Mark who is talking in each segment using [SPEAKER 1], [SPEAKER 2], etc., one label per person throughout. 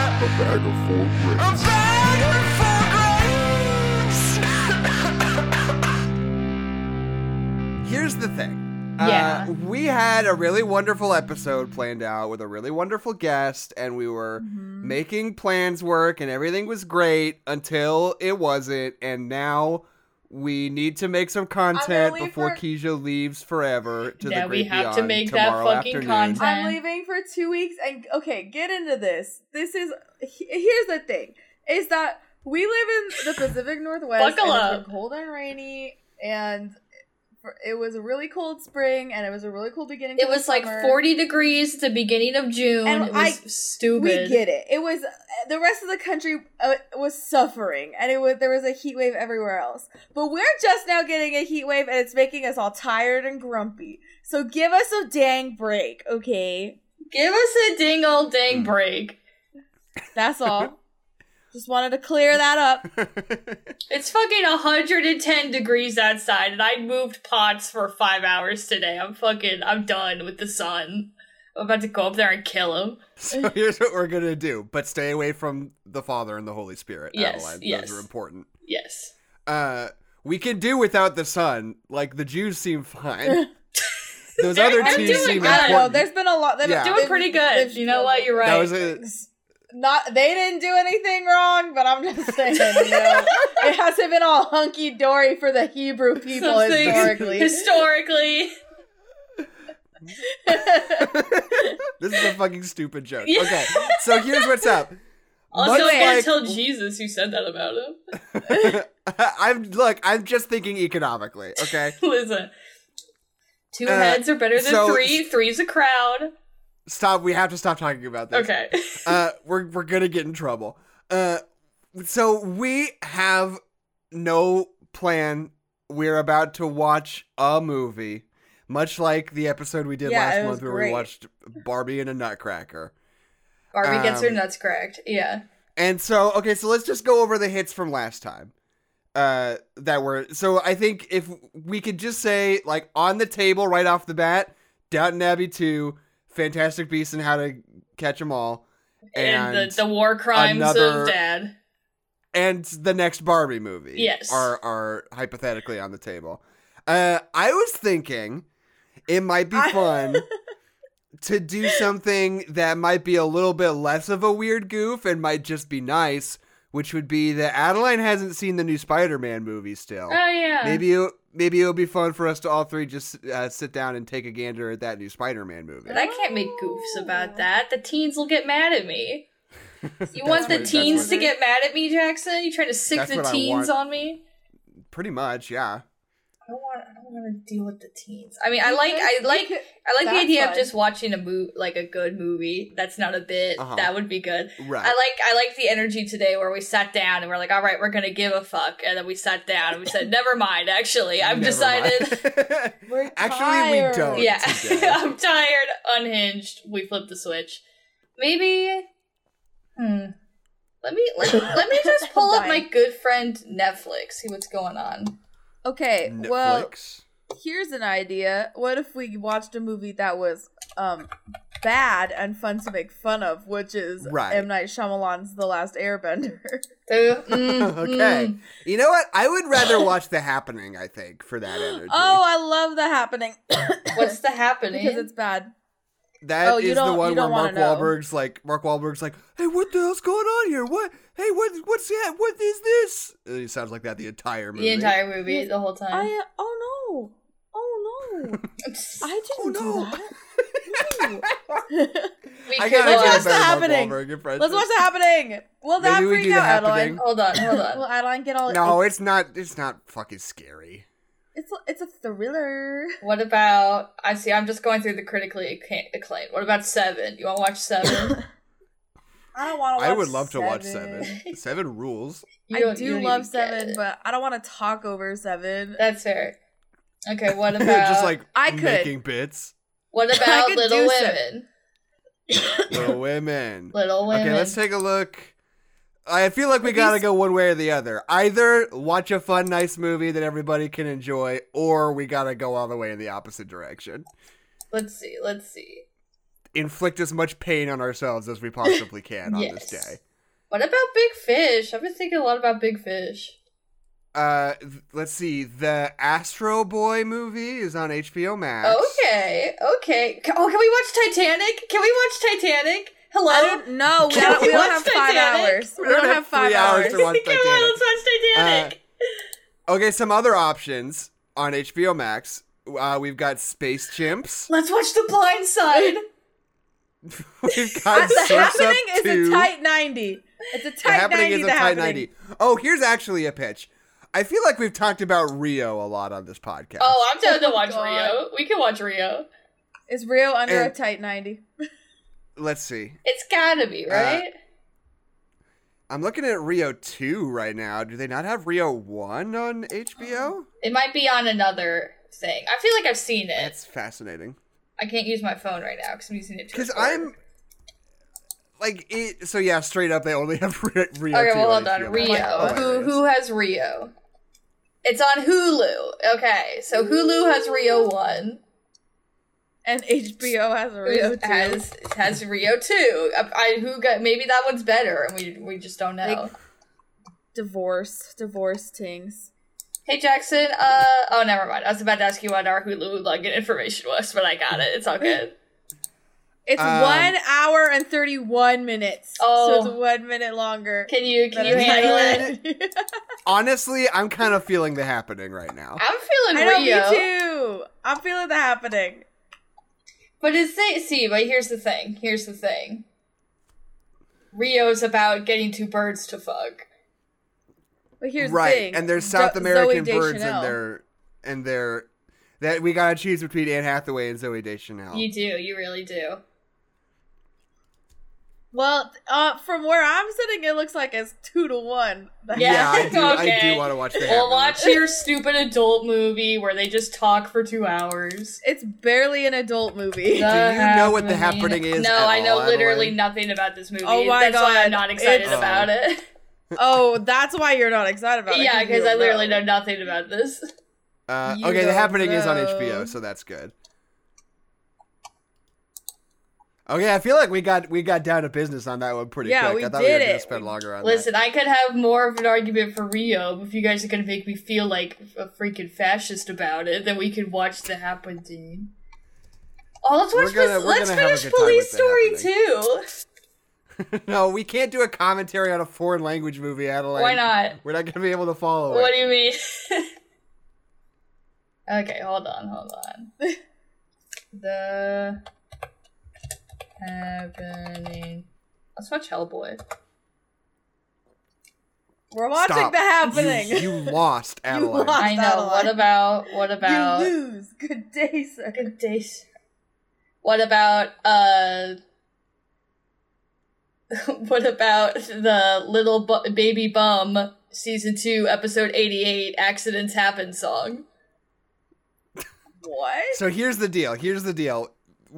[SPEAKER 1] beggar for
[SPEAKER 2] A
[SPEAKER 1] grace.
[SPEAKER 2] beggar for grace.
[SPEAKER 3] Here's the thing.
[SPEAKER 4] Yeah.
[SPEAKER 3] Uh, we had a really wonderful episode planned out with a really wonderful guest, and we were
[SPEAKER 4] Mm-hmm.
[SPEAKER 3] making plans work, and everything was great until it wasn't. And now we need to make some content
[SPEAKER 5] leave
[SPEAKER 3] before
[SPEAKER 5] for-
[SPEAKER 3] Keisha leaves forever to
[SPEAKER 4] Yeah,
[SPEAKER 3] the
[SPEAKER 4] we
[SPEAKER 3] great
[SPEAKER 4] have to
[SPEAKER 3] beyond
[SPEAKER 4] make that
[SPEAKER 3] tomorrow
[SPEAKER 4] fucking
[SPEAKER 3] afternoon.
[SPEAKER 4] content.
[SPEAKER 5] I'm leaving for two weeks, and okay, get into this. This is he- here's the thing: is that we live in the Pacific Northwest.
[SPEAKER 4] Buckle
[SPEAKER 5] and It's
[SPEAKER 4] up.
[SPEAKER 5] been cold and rainy, and for- it was a really cold spring, and it was a really cool beginning. to
[SPEAKER 4] It
[SPEAKER 5] the
[SPEAKER 4] was like
[SPEAKER 5] summer.
[SPEAKER 4] 40 degrees at the beginning of June.
[SPEAKER 5] And
[SPEAKER 4] it was
[SPEAKER 5] I-
[SPEAKER 4] stupid.
[SPEAKER 5] We get it. It was the rest of the country uh, was suffering, and it was there was a heat wave everywhere else. But we're just now getting a heat wave, and it's making us all tired and grumpy. So give us a dang break, okay?
[SPEAKER 4] Give us a ding old
[SPEAKER 3] Mm.
[SPEAKER 4] dang break.
[SPEAKER 5] That's all. just wanted to clear that up.
[SPEAKER 4] It's fucking 110 degrees outside, and I moved pots for five hours today. I'm fucking, I'm done with the sun. I'm about to go up there and kill him.
[SPEAKER 3] So here's what we're gonna do, but stay away from the Father and the Holy Spirit.
[SPEAKER 4] Yes,
[SPEAKER 3] Adeline.
[SPEAKER 4] yes.
[SPEAKER 3] those are important.
[SPEAKER 4] Yes.
[SPEAKER 3] Uh, we can do without the sun. Like the Jews seem fine. Those other
[SPEAKER 4] They're
[SPEAKER 3] two
[SPEAKER 4] doing
[SPEAKER 3] seem
[SPEAKER 4] good.
[SPEAKER 5] I don't know.
[SPEAKER 3] important.
[SPEAKER 5] There's been a lot.
[SPEAKER 3] Yeah.
[SPEAKER 4] Doing pretty good. You know what? You're right.
[SPEAKER 3] That was a,
[SPEAKER 5] Not they didn't do anything wrong, but I'm just saying. You know, it hasn't been all hunky dory for the Hebrew people
[SPEAKER 4] Some things-
[SPEAKER 5] historically.
[SPEAKER 4] Historically.
[SPEAKER 3] this is a fucking stupid joke.
[SPEAKER 4] Yeah.
[SPEAKER 3] Okay, so here's what's up.
[SPEAKER 4] Also,
[SPEAKER 3] Much
[SPEAKER 4] I gotta
[SPEAKER 3] like-
[SPEAKER 4] tell Jesus who said that about him.
[SPEAKER 3] I'm look. I'm just thinking economically. Okay,
[SPEAKER 4] Listen. Two
[SPEAKER 3] Uh,
[SPEAKER 4] heads are better than
[SPEAKER 3] so-
[SPEAKER 4] three. Three's a crowd.
[SPEAKER 3] stop. We have to stop talking about this.
[SPEAKER 4] Okay.
[SPEAKER 3] Uh, we're we're gonna get in trouble. Uh, so we have no plan. We're about to watch a movie, much like the episode we did
[SPEAKER 5] Yeah,
[SPEAKER 3] last
[SPEAKER 5] it was
[SPEAKER 3] month where we
[SPEAKER 5] great.
[SPEAKER 3] watched Barbie and a Nutcracker.
[SPEAKER 4] Barbie gets her
[SPEAKER 3] Um,
[SPEAKER 4] nuts cracked. Yeah.
[SPEAKER 3] And so, okay, so let's just go over the hits from last time. Uh, that were so. I think if we could just say, like, on the table right off the bat, Downton Abbey two, Fantastic Beasts and How to Catch 'Em All,
[SPEAKER 4] And,
[SPEAKER 3] and
[SPEAKER 4] the, the war crimes
[SPEAKER 3] another-
[SPEAKER 4] of dad.
[SPEAKER 3] and the next Barbie movie.
[SPEAKER 4] Yes.
[SPEAKER 3] are are hypothetically on the table. Uh, I was thinking it might be
[SPEAKER 5] I-
[SPEAKER 3] fun to do something that might be a little bit less of a weird goof and might just be nice, which would be that Adeline hasn't seen the new Spider-Man movie still.
[SPEAKER 4] Oh, yeah.
[SPEAKER 3] Maybe it, maybe it would be fun for us to all three just uh, sit down and take a gander at that new Spider-Man movie.
[SPEAKER 4] But I can't make goofs about that. The teens will get mad at me. You want
[SPEAKER 3] what-
[SPEAKER 4] the
[SPEAKER 3] that's
[SPEAKER 4] teens
[SPEAKER 3] what-
[SPEAKER 4] to get mad at me, Jackson? You trying to sick
[SPEAKER 3] That's
[SPEAKER 4] the
[SPEAKER 3] what I
[SPEAKER 4] teens
[SPEAKER 3] want.
[SPEAKER 4] on me?
[SPEAKER 3] Pretty much, yeah.
[SPEAKER 4] I don't want. I don't want to deal with the teens. I mean, I
[SPEAKER 5] You
[SPEAKER 4] like.
[SPEAKER 5] could-
[SPEAKER 4] I
[SPEAKER 5] you
[SPEAKER 4] like.
[SPEAKER 5] could-
[SPEAKER 4] I like the
[SPEAKER 5] that's
[SPEAKER 4] idea of
[SPEAKER 5] fun.
[SPEAKER 4] just watching a movie, like a good movie. That's not a bit.
[SPEAKER 3] Uh-huh.
[SPEAKER 4] That would be good.
[SPEAKER 3] Right.
[SPEAKER 4] I like. I like the energy today where we sat down and we're like, all right, we're gonna give a fuck, and then we sat down and we said, never mind. Actually, I've
[SPEAKER 3] Never
[SPEAKER 4] decided.
[SPEAKER 3] mind.
[SPEAKER 5] We're
[SPEAKER 3] Actually, we
[SPEAKER 5] tired.
[SPEAKER 3] don't.
[SPEAKER 4] yeah,
[SPEAKER 3] today.
[SPEAKER 4] I'm tired, unhinged. We flipped the switch. Maybe. Hmm. Let me let, let me just pull up my
[SPEAKER 5] Dying.
[SPEAKER 4] good friend Netflix. See what's going on.
[SPEAKER 5] Okay,
[SPEAKER 3] Netflix.
[SPEAKER 5] well, here's an idea. What if we watched a movie that was um bad and fun to make fun of, which is
[SPEAKER 3] Right.
[SPEAKER 5] M Night Shyamalan's The Last Airbender.
[SPEAKER 4] Uh, mm,
[SPEAKER 3] okay.
[SPEAKER 4] mm.
[SPEAKER 5] mm-hmm.
[SPEAKER 3] You know what? I would rather watch The Happening, I think, for that energy.
[SPEAKER 5] oh, I love The Happening
[SPEAKER 4] What's the happening?
[SPEAKER 5] because it's bad.
[SPEAKER 3] that
[SPEAKER 5] oh,
[SPEAKER 3] is
[SPEAKER 5] you don't-
[SPEAKER 3] the
[SPEAKER 5] you
[SPEAKER 3] one where
[SPEAKER 5] don't
[SPEAKER 3] Mark
[SPEAKER 5] wanna know.
[SPEAKER 3] Wahlberg's like Mark Wahlberg's like, "Hey, what the hell's going on here? What? Hey, what what's that? What is this?" And he sounds like that the entire movie.
[SPEAKER 4] the entire movie,
[SPEAKER 5] Yes,
[SPEAKER 4] the whole time.
[SPEAKER 5] I oh no, oh no, I didn't
[SPEAKER 3] Oh, no.
[SPEAKER 5] do that. No.
[SPEAKER 4] we
[SPEAKER 3] I
[SPEAKER 4] could,
[SPEAKER 3] gotta
[SPEAKER 5] Let's
[SPEAKER 3] get a
[SPEAKER 5] watch The
[SPEAKER 3] better Mark
[SPEAKER 5] Happening.
[SPEAKER 3] Wahlberg impression.
[SPEAKER 5] Let's watch The Happening. Will that
[SPEAKER 3] Maybe we
[SPEAKER 5] freak
[SPEAKER 3] do The
[SPEAKER 5] out Adeline?
[SPEAKER 3] Happening.
[SPEAKER 4] hold on, hold
[SPEAKER 5] Will
[SPEAKER 4] on.
[SPEAKER 5] Adeline get all?
[SPEAKER 3] No, it's not. It's not fucking scary.
[SPEAKER 5] it's it's a thriller.
[SPEAKER 4] What about? I see. I'm just going through the critically acca- acclaimed. What about Seven? You want to watch Seven?
[SPEAKER 5] I don't want to.
[SPEAKER 3] I would love to watch Seven. Seven rules.
[SPEAKER 4] You
[SPEAKER 5] I
[SPEAKER 4] don't- you
[SPEAKER 5] do
[SPEAKER 4] don't
[SPEAKER 5] love
[SPEAKER 4] even get
[SPEAKER 5] Seven,
[SPEAKER 4] it.
[SPEAKER 5] but I don't want to talk over Seven.
[SPEAKER 4] that's fair. Okay, what about
[SPEAKER 3] Just like
[SPEAKER 5] I could.
[SPEAKER 3] making bits.
[SPEAKER 4] what
[SPEAKER 5] I
[SPEAKER 4] about
[SPEAKER 5] could
[SPEAKER 4] Little
[SPEAKER 5] do
[SPEAKER 4] Women?
[SPEAKER 5] Seven.
[SPEAKER 3] Little women.
[SPEAKER 4] Little Women.
[SPEAKER 3] Okay, let's take a look. I feel like we
[SPEAKER 4] At
[SPEAKER 3] gotta
[SPEAKER 4] least-
[SPEAKER 3] go one way or the other. Either watch a fun, nice movie that everybody can enjoy, or we gotta go all the way in the opposite direction.
[SPEAKER 4] Let's see. Let's see.
[SPEAKER 3] Inflict as much pain on ourselves as we possibly can on
[SPEAKER 4] Yes.
[SPEAKER 3] this day.
[SPEAKER 4] What about Big Fish? I've been thinking a lot about Big Fish.
[SPEAKER 3] Uh, th- let's see. The Astro Boy movie is on HBO Max.
[SPEAKER 4] Okay, okay. C- Oh, can we watch Titanic? Can we watch Titanic? Hello?
[SPEAKER 5] I don't know. We
[SPEAKER 4] Can
[SPEAKER 5] don't,
[SPEAKER 4] we
[SPEAKER 5] we don't
[SPEAKER 4] watch
[SPEAKER 5] have five
[SPEAKER 4] Titanic?
[SPEAKER 5] hours. We don't have five
[SPEAKER 3] three hours
[SPEAKER 5] hours.
[SPEAKER 3] to watch
[SPEAKER 4] Come on,
[SPEAKER 3] Titanic. Uh.
[SPEAKER 4] let's watch Titanic.
[SPEAKER 3] Okay, some other options on HBO Max. Uh, we've got Space Chimps.
[SPEAKER 4] let's watch The Blind Side.
[SPEAKER 3] We've got
[SPEAKER 5] Uh, the
[SPEAKER 3] Surf's Up
[SPEAKER 5] happening is
[SPEAKER 3] 2.
[SPEAKER 5] a tight 90. It's a
[SPEAKER 3] the
[SPEAKER 5] tight
[SPEAKER 3] happening
[SPEAKER 5] 90.
[SPEAKER 3] is a
[SPEAKER 5] the
[SPEAKER 3] tight
[SPEAKER 5] happening.
[SPEAKER 3] 90. Oh, here's actually a pitch. I feel like we've talked about Rio a lot on this podcast.
[SPEAKER 4] Oh, I'm down
[SPEAKER 5] Oh
[SPEAKER 4] to
[SPEAKER 5] my
[SPEAKER 4] watch
[SPEAKER 5] God.
[SPEAKER 4] Rio. We can watch Rio.
[SPEAKER 5] Is Rio under
[SPEAKER 3] And-
[SPEAKER 5] a tight 90?
[SPEAKER 3] Let's see.
[SPEAKER 4] It's gotta be,
[SPEAKER 3] Uh.
[SPEAKER 4] right?
[SPEAKER 3] I'm looking at Rio 2 right now. Do they not have Rio 1 on HBO?
[SPEAKER 4] it might be on another thing. I feel like I've seen it.
[SPEAKER 3] That's fascinating.
[SPEAKER 4] I can't use my phone right now because I'm using it. to
[SPEAKER 3] Because
[SPEAKER 4] record.
[SPEAKER 3] I'm. Like, it, so yeah, straight up, they only have Rio, Rio 2.
[SPEAKER 4] Okay, well,
[SPEAKER 3] on
[SPEAKER 4] hold on.
[SPEAKER 3] HBO
[SPEAKER 4] Rio.
[SPEAKER 3] Max.
[SPEAKER 4] who
[SPEAKER 3] Oh, there it is.
[SPEAKER 4] who has Rio? It's on Hulu. Okay, so Hulu has Rio one.
[SPEAKER 5] And HBO has a Rio too.
[SPEAKER 4] has has Rio two. I, I- who got maybe that one's better, and we we just don't know.
[SPEAKER 5] Like- divorce, divorce things.
[SPEAKER 4] hey Jackson. Uh oh, never mind. I was about to ask you what our Hulu login information was, but I got it. It's all good.
[SPEAKER 5] It's
[SPEAKER 3] Um,
[SPEAKER 5] one hour and 31 minutes.
[SPEAKER 4] Oh.
[SPEAKER 5] So it's one minute longer.
[SPEAKER 4] Can you can
[SPEAKER 5] than
[SPEAKER 4] you
[SPEAKER 5] I
[SPEAKER 4] handle
[SPEAKER 5] thought.
[SPEAKER 4] it?
[SPEAKER 3] Honestly, I'm kind of feeling the happening right now.
[SPEAKER 4] I'm
[SPEAKER 5] I
[SPEAKER 4] feeling
[SPEAKER 5] know,
[SPEAKER 4] Rio.
[SPEAKER 5] me too. I'm feeling the happening.
[SPEAKER 4] But it's they see, but here's the thing. Here's the thing. Rio's about getting two birds to fuck.
[SPEAKER 5] But here's
[SPEAKER 3] right,
[SPEAKER 5] the thing.
[SPEAKER 3] and there's
[SPEAKER 5] Zo-
[SPEAKER 3] South
[SPEAKER 5] Zoe
[SPEAKER 3] American birds
[SPEAKER 5] Deschanel.
[SPEAKER 3] and their and their that we gotta choose between Anne Hathaway and Zoe Deschanel.
[SPEAKER 4] You do, you really do.
[SPEAKER 5] Well, uh, from where I'm sitting, it looks like it's two to one.
[SPEAKER 4] Yeah.
[SPEAKER 3] I do. I
[SPEAKER 4] okay.
[SPEAKER 3] do want to watch that.
[SPEAKER 4] Well, watch your stupid adult movie where they just talk for two hours.
[SPEAKER 5] It's barely an adult movie.
[SPEAKER 4] The
[SPEAKER 3] you know what The Happening is
[SPEAKER 4] No,
[SPEAKER 3] at
[SPEAKER 4] I know
[SPEAKER 3] all,
[SPEAKER 4] literally
[SPEAKER 3] Adelaide?
[SPEAKER 4] nothing about this movie.
[SPEAKER 5] Oh my
[SPEAKER 4] That's why I'm
[SPEAKER 5] God.
[SPEAKER 4] not excited
[SPEAKER 5] It's-
[SPEAKER 4] about it.
[SPEAKER 5] oh, that's why you're not excited about it.
[SPEAKER 4] yeah,
[SPEAKER 5] you
[SPEAKER 4] because I
[SPEAKER 5] don't
[SPEAKER 4] literally know nothing about this.
[SPEAKER 3] Uh,
[SPEAKER 5] You
[SPEAKER 3] okay, the
[SPEAKER 5] don't
[SPEAKER 3] happening is on
[SPEAKER 5] know.
[SPEAKER 3] HBO, so that's good. Okay, I feel like we got we got down to business on that one pretty
[SPEAKER 5] Yeah,
[SPEAKER 3] quick.
[SPEAKER 5] we
[SPEAKER 3] I thought we
[SPEAKER 5] did
[SPEAKER 3] were gonna
[SPEAKER 5] it.
[SPEAKER 3] spend longer on
[SPEAKER 4] Listen, I could have more of an argument for Rio if you guys are gonna make me feel like a freaking fascist about it. Then we can watch The Happening. Oh, let's
[SPEAKER 3] We're
[SPEAKER 4] watch.
[SPEAKER 3] gonna-
[SPEAKER 4] this,
[SPEAKER 3] we're
[SPEAKER 4] let's
[SPEAKER 3] gonna have a
[SPEAKER 4] finish
[SPEAKER 3] good time
[SPEAKER 4] Police
[SPEAKER 3] with The
[SPEAKER 4] Story
[SPEAKER 3] Happening.
[SPEAKER 4] too.
[SPEAKER 3] that. no, we can't do a commentary on a foreign language movie, Adelaide.
[SPEAKER 4] Why not?
[SPEAKER 3] We're not gonna be able to follow
[SPEAKER 4] What
[SPEAKER 3] it.
[SPEAKER 4] do you mean? okay, hold on, hold on. the happening. Let's watch Hellboy.
[SPEAKER 5] We're watching
[SPEAKER 3] Stop.
[SPEAKER 5] the
[SPEAKER 3] You-
[SPEAKER 5] happening.
[SPEAKER 3] You, lost, Adelaide.
[SPEAKER 5] lost.
[SPEAKER 4] I know. What about what about?
[SPEAKER 5] You lose. Good day, sir.
[SPEAKER 4] Good day, sir. What about uh? what about the little bu- baby bum season two episode eighty eight accidents happen song?
[SPEAKER 5] What?
[SPEAKER 3] So here's the deal. Here's the deal.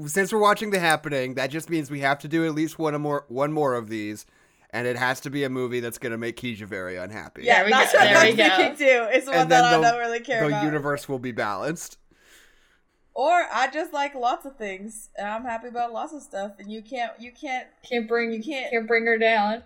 [SPEAKER 3] Since we're watching The Happening, that just means we have to do at least one more one more of these, and it has to be a movie that's gonna make Keisha very unhappy.
[SPEAKER 4] Yeah,
[SPEAKER 5] Yeah,
[SPEAKER 4] we
[SPEAKER 5] that's
[SPEAKER 4] got-
[SPEAKER 5] what
[SPEAKER 4] there
[SPEAKER 5] I'm
[SPEAKER 4] we go.
[SPEAKER 5] thinking too. It's one
[SPEAKER 3] And
[SPEAKER 5] that
[SPEAKER 3] then
[SPEAKER 5] I
[SPEAKER 3] the-
[SPEAKER 5] don't really care
[SPEAKER 3] The
[SPEAKER 5] about.
[SPEAKER 3] universe will be balanced.
[SPEAKER 5] or I just like lots of things, and I'm happy about lots of stuff. And you can't, you can't,
[SPEAKER 4] Can't bring
[SPEAKER 5] You can't-
[SPEAKER 4] can't bring her down.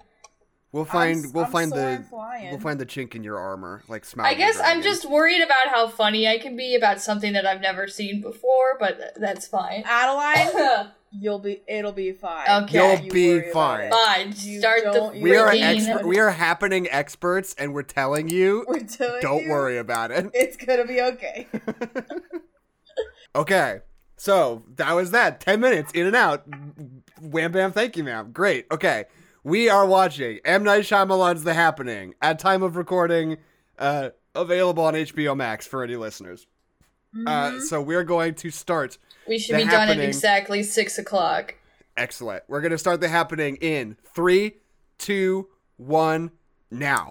[SPEAKER 3] We'll find
[SPEAKER 5] I'm,
[SPEAKER 3] we'll
[SPEAKER 5] I'm
[SPEAKER 3] find
[SPEAKER 5] soaring
[SPEAKER 3] the
[SPEAKER 5] flying.
[SPEAKER 3] we'll find the chink in your armor, like Smaug.
[SPEAKER 4] I
[SPEAKER 3] the
[SPEAKER 4] guess I'm
[SPEAKER 3] dragon.
[SPEAKER 4] just worried about how funny I can be about something that I've never seen before, but th- that's fine.
[SPEAKER 5] Adeline. You'll be, it'll be fine.
[SPEAKER 4] Okay. You'll
[SPEAKER 5] You
[SPEAKER 3] be
[SPEAKER 5] worry about
[SPEAKER 3] fine.
[SPEAKER 5] it.
[SPEAKER 4] fine.
[SPEAKER 5] You
[SPEAKER 4] Start the
[SPEAKER 5] don't- you
[SPEAKER 3] we are
[SPEAKER 5] You're
[SPEAKER 4] freaking-
[SPEAKER 3] expert. We are happening experts, and we're telling you,
[SPEAKER 5] We're doing.
[SPEAKER 3] don't
[SPEAKER 5] you.
[SPEAKER 3] worry about it.
[SPEAKER 5] It's gonna be okay.
[SPEAKER 3] Okay. So that was that. 10 minutes in and out. Wham bam, thank you, ma'am. Great. Okay. We are watching M. Night Shyamalan's The Happening at time of recording, uh, available on HBO Max for any listeners.
[SPEAKER 4] Mm-hmm.
[SPEAKER 3] Uh, so we're going to start.
[SPEAKER 4] We should
[SPEAKER 3] The
[SPEAKER 4] be done at
[SPEAKER 3] happening.
[SPEAKER 4] exactly six o'clock.
[SPEAKER 3] Excellent. We're going to start The Happening in three, two, one, now.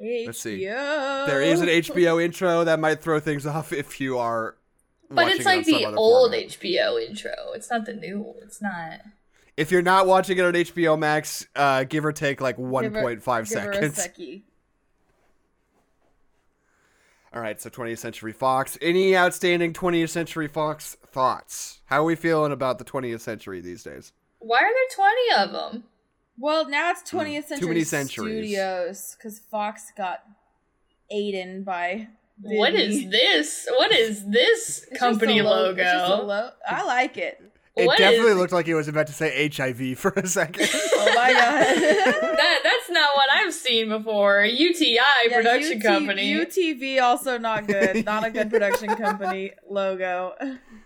[SPEAKER 3] Let's see.
[SPEAKER 5] HBO.
[SPEAKER 3] There is an
[SPEAKER 4] Oh.
[SPEAKER 3] HBO intro that might throw things off if you are.
[SPEAKER 4] But
[SPEAKER 3] watching
[SPEAKER 4] it's
[SPEAKER 3] it on
[SPEAKER 4] like
[SPEAKER 3] some
[SPEAKER 4] the
[SPEAKER 3] other
[SPEAKER 4] old
[SPEAKER 3] format.
[SPEAKER 4] HBO intro. It's not the new. It's not.
[SPEAKER 3] If you're not watching it on HBO Max, uh, give or take like
[SPEAKER 5] Give her-
[SPEAKER 3] 1.5
[SPEAKER 5] give her a
[SPEAKER 3] seconds.
[SPEAKER 5] secchi.
[SPEAKER 3] All right, so 20th Century Fox. Any outstanding 20th Century Fox thoughts? How are we feeling about the 20th century these days?
[SPEAKER 4] Why are there 20 of them?
[SPEAKER 5] Well, now it's
[SPEAKER 3] Mm,
[SPEAKER 5] 20th century
[SPEAKER 3] too many centuries.
[SPEAKER 5] studios because Fox got Aiden by.
[SPEAKER 4] What is this? What is this company logo?
[SPEAKER 5] I like it.
[SPEAKER 3] It
[SPEAKER 4] What is-
[SPEAKER 3] definitely looked like it was about to say HIV for a second.
[SPEAKER 5] Oh my god.
[SPEAKER 4] that that's not what I've seen before. UTI
[SPEAKER 5] Yeah,
[SPEAKER 4] production
[SPEAKER 5] UT
[SPEAKER 4] company.
[SPEAKER 5] UTV also not good. Not a good production company logo.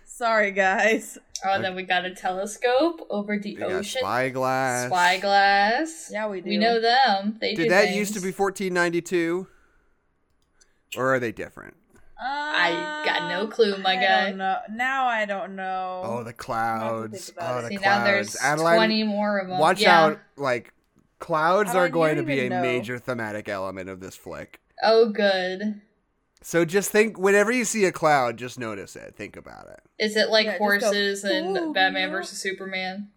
[SPEAKER 5] Sorry guys.
[SPEAKER 4] oh, then we got a telescope over the
[SPEAKER 3] They got
[SPEAKER 4] ocean.
[SPEAKER 3] Spyglass.
[SPEAKER 4] Spyglass.
[SPEAKER 5] Yeah, we do.
[SPEAKER 4] We know them. They do
[SPEAKER 3] Did that
[SPEAKER 4] things.
[SPEAKER 3] used to be 1492? Or are they different?
[SPEAKER 4] I got no
[SPEAKER 5] Um,
[SPEAKER 4] clue, my
[SPEAKER 5] I
[SPEAKER 4] guy.
[SPEAKER 5] Don't know. Now I don't know.
[SPEAKER 3] Oh, the clouds.
[SPEAKER 5] about
[SPEAKER 3] Oh,
[SPEAKER 5] it.
[SPEAKER 3] the
[SPEAKER 4] See,
[SPEAKER 3] clouds.
[SPEAKER 4] now there's
[SPEAKER 3] Adeline,
[SPEAKER 4] 20 more of them.
[SPEAKER 3] watch
[SPEAKER 4] yeah.
[SPEAKER 3] out. Like, clouds
[SPEAKER 5] Adeline,
[SPEAKER 3] are
[SPEAKER 5] you
[SPEAKER 3] going to
[SPEAKER 5] don't
[SPEAKER 3] be a
[SPEAKER 5] even know.
[SPEAKER 3] major thematic element of this flick.
[SPEAKER 4] Oh, good.
[SPEAKER 3] So just think, whenever you see a cloud, just notice it. Think about it.
[SPEAKER 4] Is it like
[SPEAKER 5] Yeah, just go,
[SPEAKER 4] horses and
[SPEAKER 5] "Ooh,
[SPEAKER 4] Batman
[SPEAKER 5] meow."
[SPEAKER 4] versus Superman?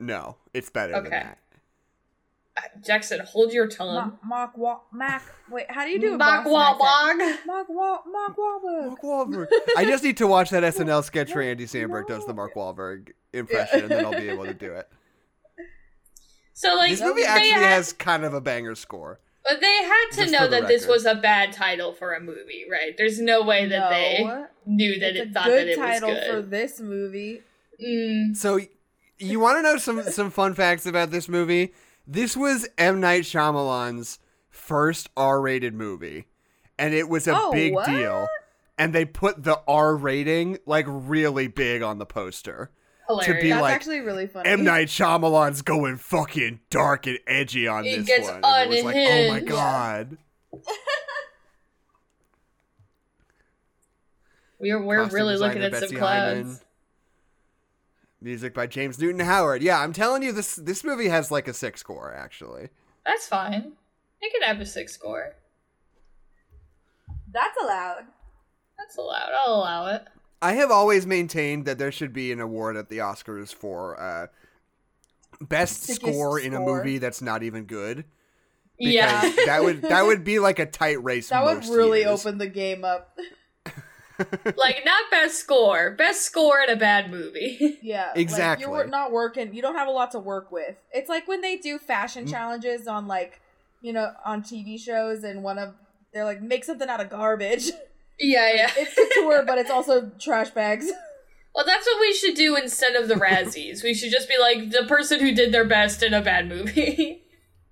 [SPEAKER 3] No, it's better than
[SPEAKER 4] Okay.
[SPEAKER 3] that.
[SPEAKER 4] Jackson, hold your tongue.
[SPEAKER 5] Mock, mock walk mac. Wait, how do you do a
[SPEAKER 4] Bok,
[SPEAKER 5] Boston
[SPEAKER 4] wok,
[SPEAKER 5] accent?
[SPEAKER 4] wok.
[SPEAKER 5] Mark Wahl- Mark Wahlberg.
[SPEAKER 3] Mark Wahlberg. I just need to watch that SNL sketch where Andy Samberg does the Mark Wahlberg impression, and then I'll be able to do it.
[SPEAKER 4] So like
[SPEAKER 3] this
[SPEAKER 4] they
[SPEAKER 3] movie actually
[SPEAKER 4] had,
[SPEAKER 3] has kind of a banger score.
[SPEAKER 4] but they had to
[SPEAKER 3] Just
[SPEAKER 4] know
[SPEAKER 3] for the
[SPEAKER 4] that this
[SPEAKER 3] record.
[SPEAKER 4] was a bad title for a movie, right? There's no way that
[SPEAKER 5] No.
[SPEAKER 4] they knew that
[SPEAKER 5] it's
[SPEAKER 4] it
[SPEAKER 5] a
[SPEAKER 4] thought
[SPEAKER 5] good
[SPEAKER 4] that it was
[SPEAKER 5] title
[SPEAKER 4] good.
[SPEAKER 5] for this movie.
[SPEAKER 4] Mm.
[SPEAKER 3] So, y- you want to know some some fun facts about this movie? This was M Night Shyamalan's first R-rated movie, and it was a
[SPEAKER 5] Oh,
[SPEAKER 3] big
[SPEAKER 5] what?
[SPEAKER 3] deal. And they put the R rating like really big on the poster.
[SPEAKER 4] Hilarious.
[SPEAKER 3] be
[SPEAKER 5] That's
[SPEAKER 3] like,
[SPEAKER 5] actually really funny.
[SPEAKER 3] M Night Shyamalan's going fucking dark and edgy on
[SPEAKER 4] It
[SPEAKER 3] this
[SPEAKER 4] gets
[SPEAKER 3] one. And it was like, oh my
[SPEAKER 4] unhinged.
[SPEAKER 3] god.
[SPEAKER 4] we're we're
[SPEAKER 3] Costume
[SPEAKER 4] really
[SPEAKER 3] design
[SPEAKER 4] looking
[SPEAKER 3] by
[SPEAKER 4] at some
[SPEAKER 3] Betsy
[SPEAKER 4] clouds.
[SPEAKER 3] Hyman. Music by James Newton Howard. Yeah, I'm telling you, this this movie has like a six score actually.
[SPEAKER 4] That's fine. It could have a six score.
[SPEAKER 5] That's allowed.
[SPEAKER 4] That's allowed. I'll allow it.
[SPEAKER 3] I have always maintained that there should be an award at the Oscars for uh, best
[SPEAKER 5] Sickest
[SPEAKER 3] score in a
[SPEAKER 5] score.
[SPEAKER 3] movie that's not even good.
[SPEAKER 4] yeah.
[SPEAKER 3] Because that would that would be like a tight race.
[SPEAKER 5] That would
[SPEAKER 3] most
[SPEAKER 5] really
[SPEAKER 3] years.
[SPEAKER 5] open the game up.
[SPEAKER 4] like not best score. Best score in a bad movie.
[SPEAKER 5] Yeah,
[SPEAKER 3] Exactly.
[SPEAKER 5] Like you're not working. You don't have a lot to work with. It's like when they do fashion challenges on like, you know, on TV shows, and one of they're like make something out of garbage.
[SPEAKER 4] yeah, yeah.
[SPEAKER 5] it's couture, but it's also trash bags.
[SPEAKER 4] Well, that's what we should do instead of the Razzies. we should just be like the person who did their best in a bad movie.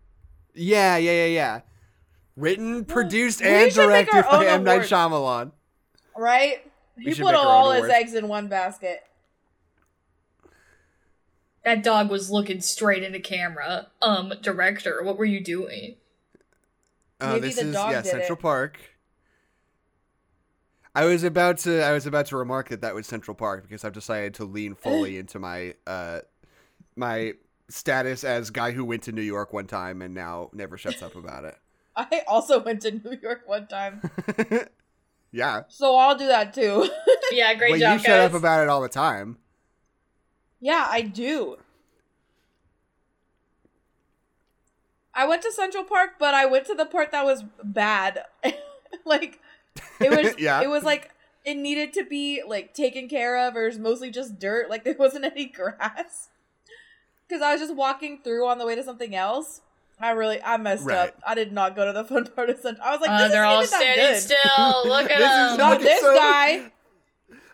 [SPEAKER 3] Yeah, yeah, yeah, yeah. Written, produced,
[SPEAKER 5] we
[SPEAKER 3] and
[SPEAKER 5] should make our
[SPEAKER 3] directed by
[SPEAKER 5] own
[SPEAKER 3] M Night
[SPEAKER 5] award.
[SPEAKER 3] Shyamalan.
[SPEAKER 5] Right?
[SPEAKER 3] We
[SPEAKER 5] he
[SPEAKER 3] should
[SPEAKER 5] put
[SPEAKER 3] make our
[SPEAKER 5] all
[SPEAKER 3] own
[SPEAKER 5] his
[SPEAKER 3] award.
[SPEAKER 5] eggs in one basket.
[SPEAKER 4] that dog was looking straight into camera. Um, director, what were you doing?
[SPEAKER 3] Uh,
[SPEAKER 5] Maybe
[SPEAKER 3] this
[SPEAKER 5] the
[SPEAKER 3] is
[SPEAKER 5] dog
[SPEAKER 3] yeah,
[SPEAKER 5] did
[SPEAKER 3] Central
[SPEAKER 5] it.
[SPEAKER 3] Park. I was about to I was about to remark that that was Central Park because I've decided to lean fully into my uh my status as guy who went to New York one time and now never shuts up about
[SPEAKER 5] I also went to New York one time,
[SPEAKER 3] it. yeah.
[SPEAKER 5] so I'll do that too.
[SPEAKER 4] Yeah, great
[SPEAKER 3] but
[SPEAKER 4] job,
[SPEAKER 3] you
[SPEAKER 4] guys.
[SPEAKER 3] shut up about it all the time.
[SPEAKER 5] yeah, I do. I went to Central Park, but I went to the part that was bad. like it was
[SPEAKER 3] Yeah.
[SPEAKER 5] it was like it needed to be like taken care of or it was mostly just dirt, like there wasn't any grass. Cuz I was just walking through on the way to something else. I really I messed
[SPEAKER 3] Right.
[SPEAKER 5] up. I did not go to the fun part of Central. I was like
[SPEAKER 4] Uh,
[SPEAKER 5] this
[SPEAKER 4] they're
[SPEAKER 5] isn't
[SPEAKER 4] all
[SPEAKER 5] even that
[SPEAKER 4] standing
[SPEAKER 5] good.
[SPEAKER 4] still. Look at
[SPEAKER 3] This
[SPEAKER 4] them.
[SPEAKER 3] is not-
[SPEAKER 5] But this
[SPEAKER 3] So-
[SPEAKER 5] guy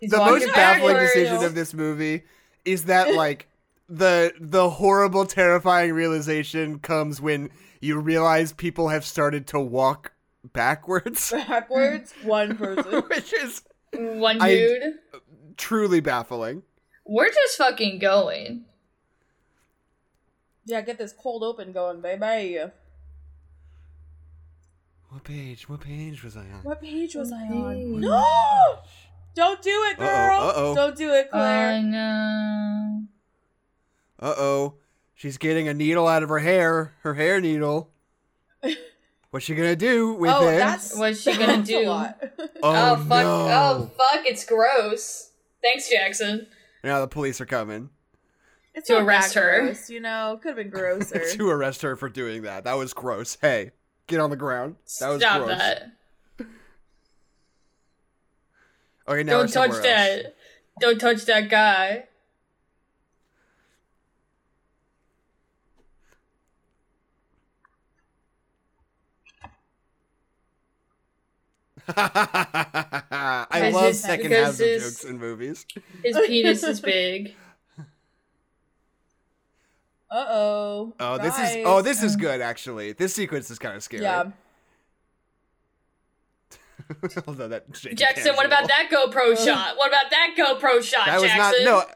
[SPEAKER 4] He's
[SPEAKER 3] the
[SPEAKER 4] walking
[SPEAKER 3] most baffling
[SPEAKER 4] backwards.
[SPEAKER 3] decision of this movie is that like the the horrible terrifying realization comes when you realize people have started to walk backwards
[SPEAKER 5] backwards one person.
[SPEAKER 3] which is
[SPEAKER 4] one
[SPEAKER 3] I-
[SPEAKER 4] dude.
[SPEAKER 3] truly baffling.
[SPEAKER 4] We're just fucking going.
[SPEAKER 5] yeah, get this cold open going, baby.
[SPEAKER 3] What page? What page was I on?
[SPEAKER 5] What page was I on?
[SPEAKER 4] Page.
[SPEAKER 5] No! Don't do it,
[SPEAKER 3] Uh-oh,
[SPEAKER 5] girl.
[SPEAKER 3] uh-oh.
[SPEAKER 5] Don't do it, Claire.
[SPEAKER 4] Oh no.
[SPEAKER 3] Uh oh, she's getting a needle out of her hair. Her hair needle. What's she gonna do with
[SPEAKER 5] oh,
[SPEAKER 3] it?
[SPEAKER 5] that's
[SPEAKER 4] What's she gonna
[SPEAKER 5] that's a
[SPEAKER 4] do?
[SPEAKER 5] lot.
[SPEAKER 4] Oh,
[SPEAKER 3] oh,
[SPEAKER 4] fuck.
[SPEAKER 3] no!
[SPEAKER 4] Oh fuck. It's gross. Thanks, Jackson.
[SPEAKER 3] Now the police are coming
[SPEAKER 5] It's
[SPEAKER 4] To
[SPEAKER 5] not
[SPEAKER 4] arrest
[SPEAKER 5] that
[SPEAKER 4] her.
[SPEAKER 5] gross, you know, could have been grosser.
[SPEAKER 3] to arrest her for doing that. That was gross. Hey, get on the ground. That was
[SPEAKER 4] Stop
[SPEAKER 3] gross.
[SPEAKER 4] that.
[SPEAKER 3] Okay, now we're
[SPEAKER 4] Don't touch
[SPEAKER 3] somewhere else.
[SPEAKER 4] that. Don't touch that guy.
[SPEAKER 3] I
[SPEAKER 4] Because
[SPEAKER 3] love
[SPEAKER 4] it's-
[SPEAKER 3] second
[SPEAKER 4] because
[SPEAKER 3] halves of
[SPEAKER 4] it's-
[SPEAKER 3] jokes in movies.
[SPEAKER 4] His penis is big.
[SPEAKER 5] Uh oh.
[SPEAKER 3] Oh, this is oh, this
[SPEAKER 4] um,
[SPEAKER 3] is good actually. This sequence is kind of scary.
[SPEAKER 5] Yeah.
[SPEAKER 3] Although that shaky
[SPEAKER 4] Jackson, what about
[SPEAKER 3] casual.
[SPEAKER 4] that GoPro shot? What about that GoPro shot,
[SPEAKER 3] That was
[SPEAKER 4] Jackson?
[SPEAKER 3] not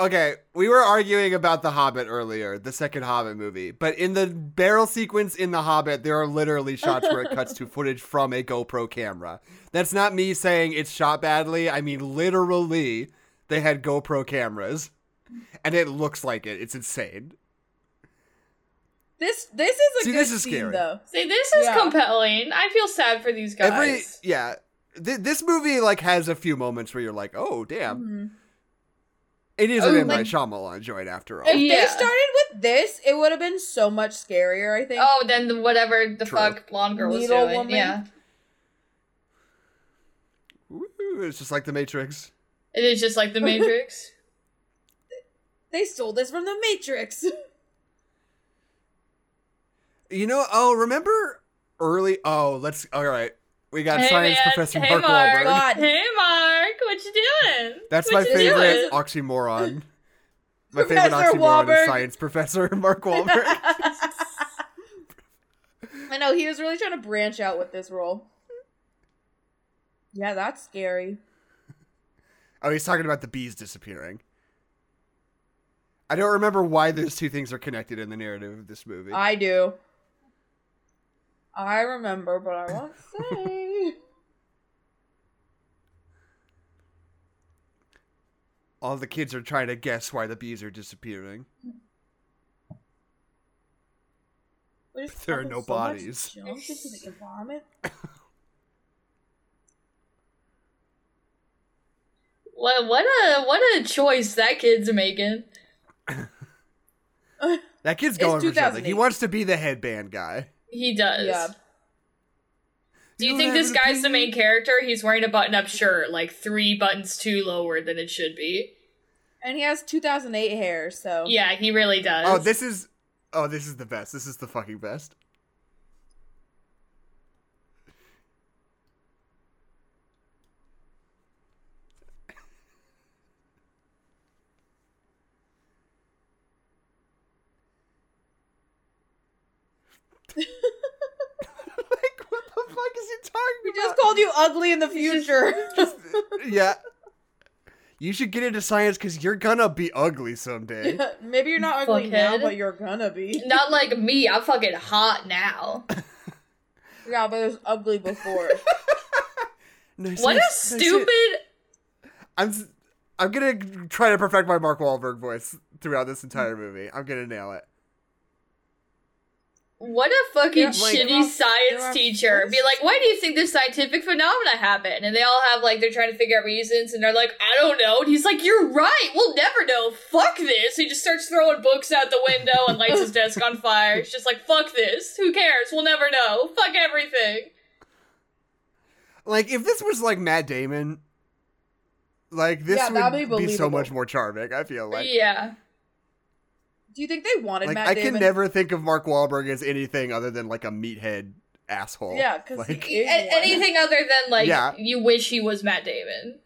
[SPEAKER 3] no. Okay, we were arguing about the Hobbit earlier, the second Hobbit movie. But in the barrel sequence in the Hobbit, there are literally shots where it cuts to footage from a GoPro camera. That's not me saying it's shot badly. I mean literally, they had GoPro cameras, and it looks like it. It's insane.
[SPEAKER 5] This this is a
[SPEAKER 3] See,
[SPEAKER 5] good
[SPEAKER 3] this is
[SPEAKER 5] scene,
[SPEAKER 3] scary.
[SPEAKER 5] though.
[SPEAKER 4] See, this is
[SPEAKER 5] Yeah.
[SPEAKER 4] compelling. I feel sad for these guys.
[SPEAKER 3] Every yeah, Th- this movie like has a few moments where you're like, oh damn,
[SPEAKER 5] Mhm.
[SPEAKER 3] it is
[SPEAKER 4] Oh,
[SPEAKER 3] an M
[SPEAKER 5] like-
[SPEAKER 3] Night Shyamalan joint after all.
[SPEAKER 5] If
[SPEAKER 4] Yeah.
[SPEAKER 5] they started with this, it would have been so much scarier. I think.
[SPEAKER 4] oh, then the, whatever the
[SPEAKER 3] True.
[SPEAKER 4] fuck blonde girl was
[SPEAKER 5] Needle
[SPEAKER 4] doing.
[SPEAKER 5] woman.
[SPEAKER 4] Yeah,
[SPEAKER 3] Woo, It's just like The Matrix.
[SPEAKER 4] it is just like the Matrix.
[SPEAKER 5] They stole this from the Matrix.
[SPEAKER 3] You know, oh, remember early? Oh, let's. All right, we got
[SPEAKER 4] Hey,
[SPEAKER 3] science
[SPEAKER 4] man.
[SPEAKER 3] professor
[SPEAKER 4] Hey,
[SPEAKER 3] Mark
[SPEAKER 4] Mark.
[SPEAKER 3] Wahlberg.
[SPEAKER 5] God.
[SPEAKER 4] hey, Mark, what you doing?
[SPEAKER 3] That's
[SPEAKER 4] What
[SPEAKER 3] my
[SPEAKER 4] you
[SPEAKER 3] favorite
[SPEAKER 4] doing?
[SPEAKER 3] oxymoron. My favorite
[SPEAKER 5] Professor
[SPEAKER 3] oxymoron
[SPEAKER 5] Wahlberg.
[SPEAKER 3] is science professor Mark Wahlberg.
[SPEAKER 5] I know he was really trying to branch out with this role. Yeah, that's scary.
[SPEAKER 3] oh, he's talking about the bees disappearing. I don't remember why those two things are connected in the narrative of this movie.
[SPEAKER 4] Uh,
[SPEAKER 5] I do. I remember, but I won't say.
[SPEAKER 3] All the kids are trying to guess why the bees are disappearing.
[SPEAKER 5] We're just
[SPEAKER 3] There are
[SPEAKER 5] talking
[SPEAKER 3] no
[SPEAKER 5] so much
[SPEAKER 3] bodies.
[SPEAKER 5] junk into the environment.
[SPEAKER 4] What, what a what a choice that kid's making.
[SPEAKER 3] That kid's
[SPEAKER 5] It's
[SPEAKER 3] going for something. He
[SPEAKER 5] 2008.
[SPEAKER 3] wants to be the headband guy.
[SPEAKER 4] He does.
[SPEAKER 5] Yeah.
[SPEAKER 4] Do you think
[SPEAKER 3] have
[SPEAKER 4] this
[SPEAKER 3] an
[SPEAKER 4] guy's the
[SPEAKER 3] opinion?
[SPEAKER 4] main character? He's wearing a button-up shirt, like three buttons too lower than it should be.
[SPEAKER 5] And he has 2008 hair, so.
[SPEAKER 4] Yeah, he really does.
[SPEAKER 3] Oh, this is oh, this is the best. This is the fucking best. like, what the fuck is he talking
[SPEAKER 5] We
[SPEAKER 3] about?
[SPEAKER 5] just called you ugly in the future.
[SPEAKER 3] yeah. You should get into science because you're gonna be ugly someday.
[SPEAKER 5] Maybe you're not ugly now,
[SPEAKER 4] Fuckhead.
[SPEAKER 5] but you're gonna be.
[SPEAKER 4] Not like me. I'm fucking hot now.
[SPEAKER 5] Yeah, but it was ugly before.
[SPEAKER 3] Nice,
[SPEAKER 4] What a
[SPEAKER 3] nice, nice hit.
[SPEAKER 4] stupid.
[SPEAKER 3] I'm s- I'm gonna try to perfect my Mark Wahlberg voice throughout this
[SPEAKER 5] Mm.
[SPEAKER 3] entire movie. I'm gonna nail it.
[SPEAKER 4] What a fucking
[SPEAKER 5] Yeah, like, oh,
[SPEAKER 4] shitty
[SPEAKER 5] they're all-
[SPEAKER 4] science
[SPEAKER 5] they're all
[SPEAKER 4] teacher. Be like, why do you think this scientific phenomena happened? And they all have like they're trying to figure out reasons, and they're like, I don't know. And he's like, You're right. We'll never know. Fuck this. He just starts throwing books out the window and lights his desk on fire. It's just like, fuck this. Who cares? We'll never know. Fuck everything.
[SPEAKER 3] Like if this was like Matt Damon, like this
[SPEAKER 5] Yeah, that'd be
[SPEAKER 3] would be, so
[SPEAKER 5] believable.
[SPEAKER 3] much more charming. I feel like.
[SPEAKER 4] yeah.
[SPEAKER 5] Do you think they wanted
[SPEAKER 3] Like
[SPEAKER 5] Matt
[SPEAKER 3] I
[SPEAKER 5] Damon?
[SPEAKER 3] can never think of Mark Wahlberg as anything other than like a meathead asshole.
[SPEAKER 5] Yeah, because
[SPEAKER 3] Like-
[SPEAKER 4] A- anything other than like
[SPEAKER 3] Yeah.
[SPEAKER 4] you wish he was Matt Damon.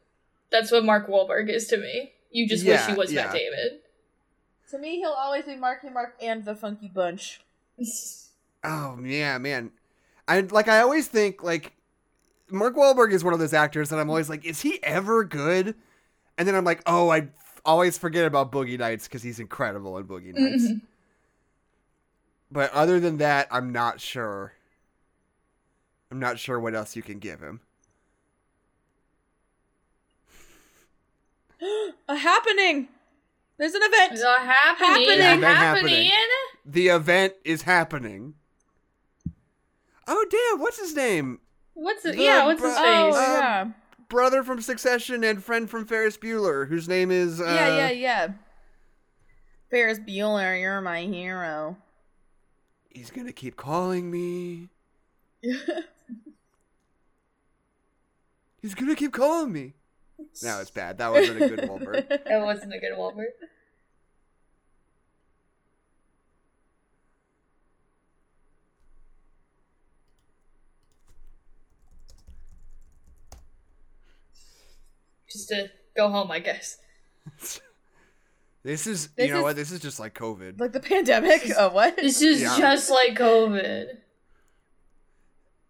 [SPEAKER 4] That's what Mark Wahlberg is to me. You just wish
[SPEAKER 3] Yeah,
[SPEAKER 4] he was Matt
[SPEAKER 3] yeah.
[SPEAKER 4] Damon.
[SPEAKER 5] To me, he'll always be Marky Mark and the Funky Bunch.
[SPEAKER 3] Oh yeah, man. I like I always think like Mark Wahlberg is one of those actors that I'm always like, is he ever good? And then I'm like, oh, I f- always forget about Boogie Nights because he's incredible in Boogie Nights.
[SPEAKER 4] Mhm.
[SPEAKER 3] But other than that, I'm not sure. I'm not sure what else you can give him.
[SPEAKER 5] A happening. There's an event.
[SPEAKER 4] It's all happening.
[SPEAKER 5] Happening.
[SPEAKER 3] Yeah,
[SPEAKER 4] Happening.
[SPEAKER 3] they're happening. The event is happening. Oh damn, what's his name?
[SPEAKER 4] What's it?
[SPEAKER 3] The
[SPEAKER 4] yeah, what's his
[SPEAKER 3] bro-
[SPEAKER 4] face?
[SPEAKER 5] Oh
[SPEAKER 3] Um,
[SPEAKER 5] yeah,
[SPEAKER 3] Brother from Succession and friend from Ferris Bueller, whose name is uh,
[SPEAKER 5] yeah, yeah, yeah. Ferris Bueller, you're my hero.
[SPEAKER 3] He's gonna keep calling me. He's gonna keep calling me. No, it's bad. That wasn't a good Wahlberg.
[SPEAKER 4] Oh, that wasn't a good Wahlberg. just to go home, I guess.
[SPEAKER 3] This is
[SPEAKER 5] This
[SPEAKER 3] you know
[SPEAKER 5] is-
[SPEAKER 3] what? This is just like COVID.
[SPEAKER 5] Like the pandemic. Oh, what?
[SPEAKER 4] This is
[SPEAKER 3] Yeah.
[SPEAKER 4] just like COVID.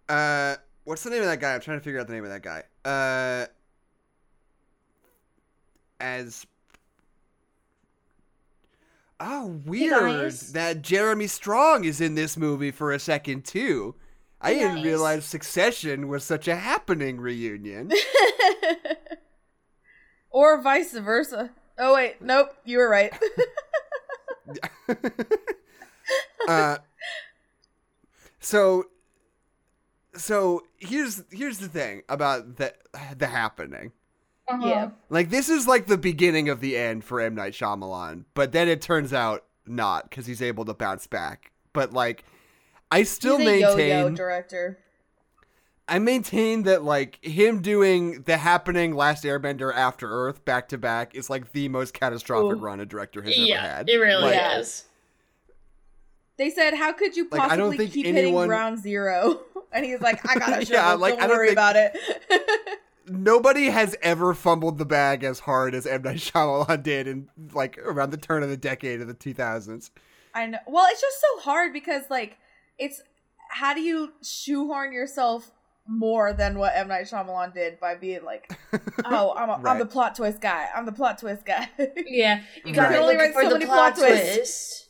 [SPEAKER 3] Uh, what's the name of that guy? I'm trying to figure out the name of that guy. Uh, as oh weird
[SPEAKER 5] guys.
[SPEAKER 3] that Jeremy Strong is in this movie for a second too. I
[SPEAKER 5] Hey,
[SPEAKER 3] didn't
[SPEAKER 5] guys.
[SPEAKER 3] realize Succession was such a happening reunion.
[SPEAKER 5] or vice versa. Oh wait, nope, you were right.
[SPEAKER 3] uh, so so here's here's the thing about the the happening.
[SPEAKER 4] Uh-huh.
[SPEAKER 5] Yeah.
[SPEAKER 3] Like this is like the beginning of the end for M Night Shyamalan, but then it turns out not because he's able to bounce back. But like, I still
[SPEAKER 5] He's a yo-yo
[SPEAKER 3] maintain
[SPEAKER 5] director.
[SPEAKER 3] I maintain that like him doing the happening Last Airbender After Earth back to back is like the most catastrophic
[SPEAKER 5] Ooh.
[SPEAKER 3] run a director has ever
[SPEAKER 4] Yeah,
[SPEAKER 3] had.
[SPEAKER 4] it really
[SPEAKER 3] Like,
[SPEAKER 5] Yeah.
[SPEAKER 4] is.
[SPEAKER 5] They said, "How could you
[SPEAKER 3] Like,
[SPEAKER 5] possibly
[SPEAKER 3] I don't think
[SPEAKER 5] keep
[SPEAKER 3] anyone-
[SPEAKER 5] hitting ground zero? And he's like, "I got a shovel.
[SPEAKER 3] Yeah, like,
[SPEAKER 5] don't,
[SPEAKER 3] I don't
[SPEAKER 5] worry
[SPEAKER 3] think-
[SPEAKER 5] about it."
[SPEAKER 3] Nobody has ever fumbled the bag as hard as M Night Shyamalan did in like around the turn of the decade of the two thousands.
[SPEAKER 5] I know. Well, it's just so hard because like it's how do you shoehorn yourself more than what M Night Shyamalan did by being like, "Oh, I'm, a,
[SPEAKER 3] Right.
[SPEAKER 5] am the plot twist guy. I'm the plot twist guy."
[SPEAKER 4] Yeah, you
[SPEAKER 3] Right.
[SPEAKER 4] gotta
[SPEAKER 3] You
[SPEAKER 4] be
[SPEAKER 5] only
[SPEAKER 4] looking
[SPEAKER 5] write
[SPEAKER 4] for
[SPEAKER 5] so
[SPEAKER 4] the
[SPEAKER 5] many
[SPEAKER 4] plot
[SPEAKER 5] plot twists.
[SPEAKER 4] twist.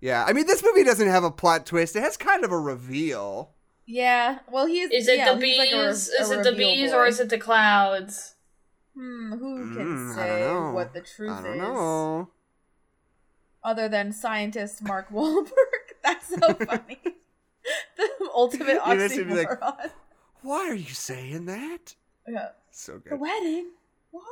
[SPEAKER 3] Yeah, I mean this movie doesn't have a plot twist. It has kind of a reveal.
[SPEAKER 5] yeah. Well, he's
[SPEAKER 4] Is it
[SPEAKER 5] yeah,
[SPEAKER 4] the
[SPEAKER 5] he's
[SPEAKER 4] bees?
[SPEAKER 5] like a re- a
[SPEAKER 4] is it the
[SPEAKER 5] reveal
[SPEAKER 4] bees
[SPEAKER 5] boy.
[SPEAKER 4] or is it the clouds?
[SPEAKER 5] Hmm, who
[SPEAKER 3] Mm, I
[SPEAKER 5] can
[SPEAKER 3] don't
[SPEAKER 5] say
[SPEAKER 3] know.
[SPEAKER 5] what the truth
[SPEAKER 3] I don't
[SPEAKER 5] is
[SPEAKER 3] know.
[SPEAKER 5] other than scientist Mark Wahlberg? That's so funny. the ultimate
[SPEAKER 3] You just should be like-
[SPEAKER 5] oxymoron.
[SPEAKER 3] Why are you saying that?
[SPEAKER 5] yeah.
[SPEAKER 3] So good.
[SPEAKER 5] The wedding? What?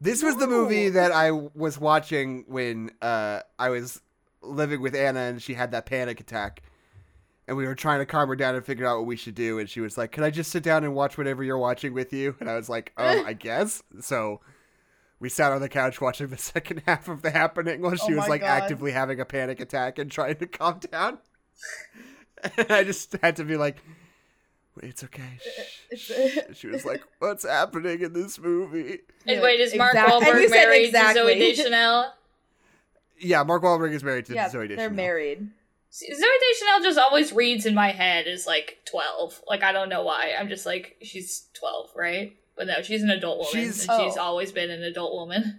[SPEAKER 3] This was the
[SPEAKER 5] No.
[SPEAKER 3] movie that I was watching when uh, I was living with Anna and she had that panic attack. And we were trying to calm her down and figure out what we should do. And she was like, Can I just sit down and watch whatever you're watching with you? And I was like, Um, I guess. So we sat on the couch watching the second half of The Happening while she
[SPEAKER 5] Oh
[SPEAKER 3] was
[SPEAKER 5] my
[SPEAKER 3] like
[SPEAKER 5] God.
[SPEAKER 3] actively having a panic attack and trying to calm down. and I just had to be like, It's okay. Shh, shh."
[SPEAKER 5] It's-
[SPEAKER 3] she was like, What's happening in this movie?
[SPEAKER 4] And wait, is Mark
[SPEAKER 5] Exact- and you
[SPEAKER 4] Wahlberg
[SPEAKER 5] said
[SPEAKER 4] married
[SPEAKER 5] exactly.
[SPEAKER 4] to Zoe Deschanel?
[SPEAKER 3] Yeah, Mark Wahlberg is married to
[SPEAKER 5] yeah,
[SPEAKER 3] Zoe
[SPEAKER 5] they're
[SPEAKER 3] Deschanel.
[SPEAKER 5] married.
[SPEAKER 4] See, Zoe Deschanel just always reads in my head as like twelve. Like I don't know why. I'm just like she's twelve, right? But no, she's an adult woman.
[SPEAKER 3] She's-
[SPEAKER 4] She's,
[SPEAKER 5] Oh.
[SPEAKER 4] she's always been an adult woman.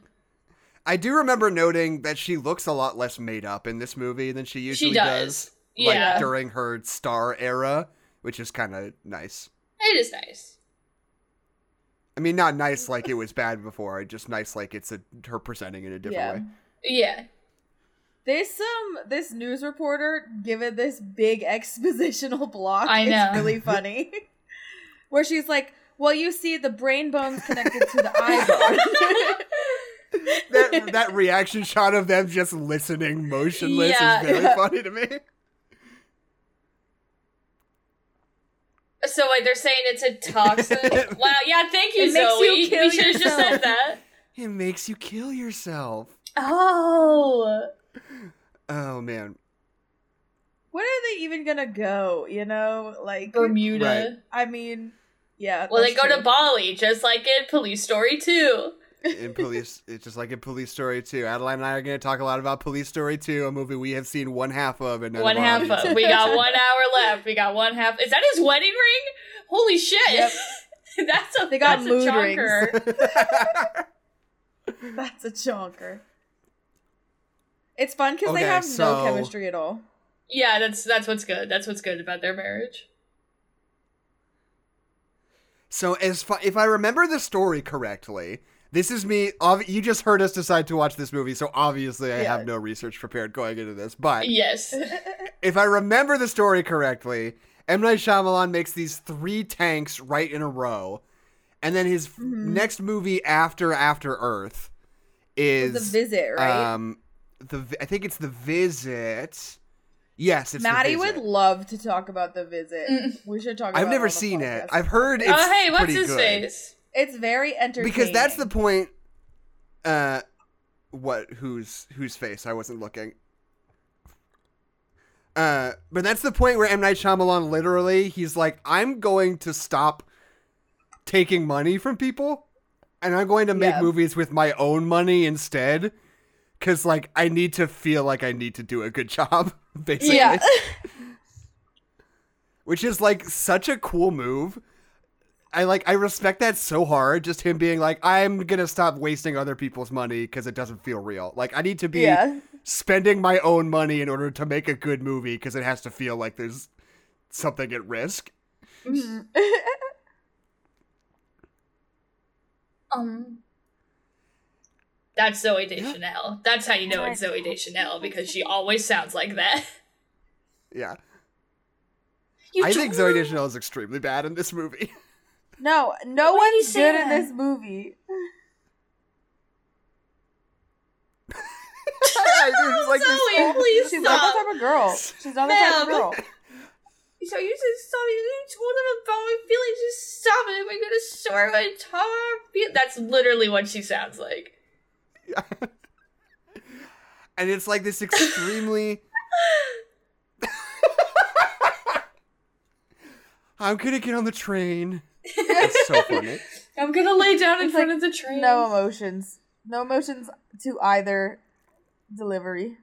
[SPEAKER 3] I do remember noting that she looks a lot less made up in this movie than she usually
[SPEAKER 4] she does.
[SPEAKER 3] like
[SPEAKER 4] Yeah,
[SPEAKER 3] during her star era, which is kind of nice.
[SPEAKER 4] it is nice.
[SPEAKER 3] I mean, not nice like it was bad before, just nice like it's a, her presenting in a different
[SPEAKER 5] Yeah.
[SPEAKER 3] way.
[SPEAKER 4] Yeah,
[SPEAKER 5] There's some this news reporter given this big expositional block.
[SPEAKER 4] I know.
[SPEAKER 5] It's really funny. Where she's like, Well, you see the brain bones connected to the eye bone.
[SPEAKER 3] That, that reaction shot of them just listening motionless
[SPEAKER 4] Yeah.
[SPEAKER 3] is very
[SPEAKER 5] Yeah.
[SPEAKER 3] funny to me.
[SPEAKER 4] So wait, they're saying it's a toxin. wow. Yeah. Thank you,
[SPEAKER 5] It makes
[SPEAKER 4] Zoe.
[SPEAKER 5] you kill
[SPEAKER 4] we should have just
[SPEAKER 5] yourself.
[SPEAKER 4] said that.
[SPEAKER 3] It makes you kill yourself.
[SPEAKER 4] Oh.
[SPEAKER 3] Oh man,
[SPEAKER 5] when are they even gonna go? You know? Like
[SPEAKER 4] Bermuda.
[SPEAKER 3] Right.
[SPEAKER 5] I mean yeah.
[SPEAKER 4] Well, they
[SPEAKER 5] that's
[SPEAKER 4] go to
[SPEAKER 5] true.
[SPEAKER 4] Bali, just like in Police Story 2.
[SPEAKER 3] in police, it's just like in Police Story Two. Adeline and I are going to talk a lot about Police Story Two, a movie we have seen one half of, and none
[SPEAKER 4] one
[SPEAKER 3] of our
[SPEAKER 4] half
[SPEAKER 3] audience
[SPEAKER 4] of. We got one hour left. We got one half. Is that his wedding ring? Holy shit.
[SPEAKER 5] Yep.
[SPEAKER 4] that's a,
[SPEAKER 5] They got
[SPEAKER 4] that's
[SPEAKER 5] mood
[SPEAKER 4] a chonker.
[SPEAKER 5] That's a chonker. It's fun because
[SPEAKER 3] Okay,
[SPEAKER 5] they have
[SPEAKER 3] so-
[SPEAKER 5] no chemistry at all.
[SPEAKER 4] Yeah, that's that's what's good. That's what's good about their marriage.
[SPEAKER 3] So as fa- if I remember the story correctly, this is me. Ob- you just heard us decide to watch this movie, so obviously I
[SPEAKER 5] Yeah.
[SPEAKER 3] have no research prepared going into this. But
[SPEAKER 4] Yes.
[SPEAKER 3] if I remember the story correctly, M Night Shyamalan makes these three tanks right in a row, and then his f-
[SPEAKER 4] Mm-hmm.
[SPEAKER 3] next movie after After Earth is
[SPEAKER 5] It's a visit, right?
[SPEAKER 3] um the vi- I think it's the visit. Yes, it's The
[SPEAKER 5] Maddie
[SPEAKER 3] Visit.
[SPEAKER 5] would love to talk about the visit.
[SPEAKER 4] Mm.
[SPEAKER 5] We should talk. about
[SPEAKER 3] I've
[SPEAKER 5] it
[SPEAKER 3] never
[SPEAKER 5] on the
[SPEAKER 3] seen it.
[SPEAKER 5] podcast.
[SPEAKER 3] I've heard it's
[SPEAKER 4] oh, hey, what's
[SPEAKER 3] pretty
[SPEAKER 4] his
[SPEAKER 3] good.
[SPEAKER 4] face?
[SPEAKER 5] It's very entertaining
[SPEAKER 3] because that's the point uh what whose whose face i wasn't looking uh but that's the point where m night Shyamalan literally he's like i'm going to stop taking money from people and I'm going to make
[SPEAKER 5] Yeah.
[SPEAKER 3] movies with my own money instead. Cause like I need to feel like I need to do a good job, basically.
[SPEAKER 5] Yeah.
[SPEAKER 3] Which is like such a cool move. I like I respect that so hard. Just him being like, I'm gonna stop wasting other people's money because it doesn't feel real. Like I need to be
[SPEAKER 5] yeah.
[SPEAKER 3] spending my own money in order to make a good movie because it has to feel like there's something at risk.
[SPEAKER 4] Um. That's Zoe Deschanel. That's how you know it's Zoe Deschanel because she always sounds like that.
[SPEAKER 3] Yeah,
[SPEAKER 4] You
[SPEAKER 3] I
[SPEAKER 4] don't
[SPEAKER 3] think Zoe
[SPEAKER 4] know.
[SPEAKER 3] Deschanel is extremely bad in this movie.
[SPEAKER 5] No, no
[SPEAKER 4] Why do you
[SPEAKER 5] one's
[SPEAKER 4] say
[SPEAKER 5] good in
[SPEAKER 4] that?
[SPEAKER 5] this movie.
[SPEAKER 3] It's like this-
[SPEAKER 4] Zoe, please
[SPEAKER 5] She's not
[SPEAKER 4] stop.
[SPEAKER 5] that type of girl. She's not that type of
[SPEAKER 4] Ma'am.
[SPEAKER 5] girl.
[SPEAKER 4] So you just stop. You told him about my feelings. Just stop it. Am I gonna swear my tongue? That's literally what she sounds like.
[SPEAKER 3] and it's like this extremely. I'm gonna get on the train. It's so funny.
[SPEAKER 4] I'm gonna lay down in
[SPEAKER 5] It's
[SPEAKER 4] front
[SPEAKER 5] like,
[SPEAKER 4] of the train.
[SPEAKER 5] No emotions. No emotions to either delivery.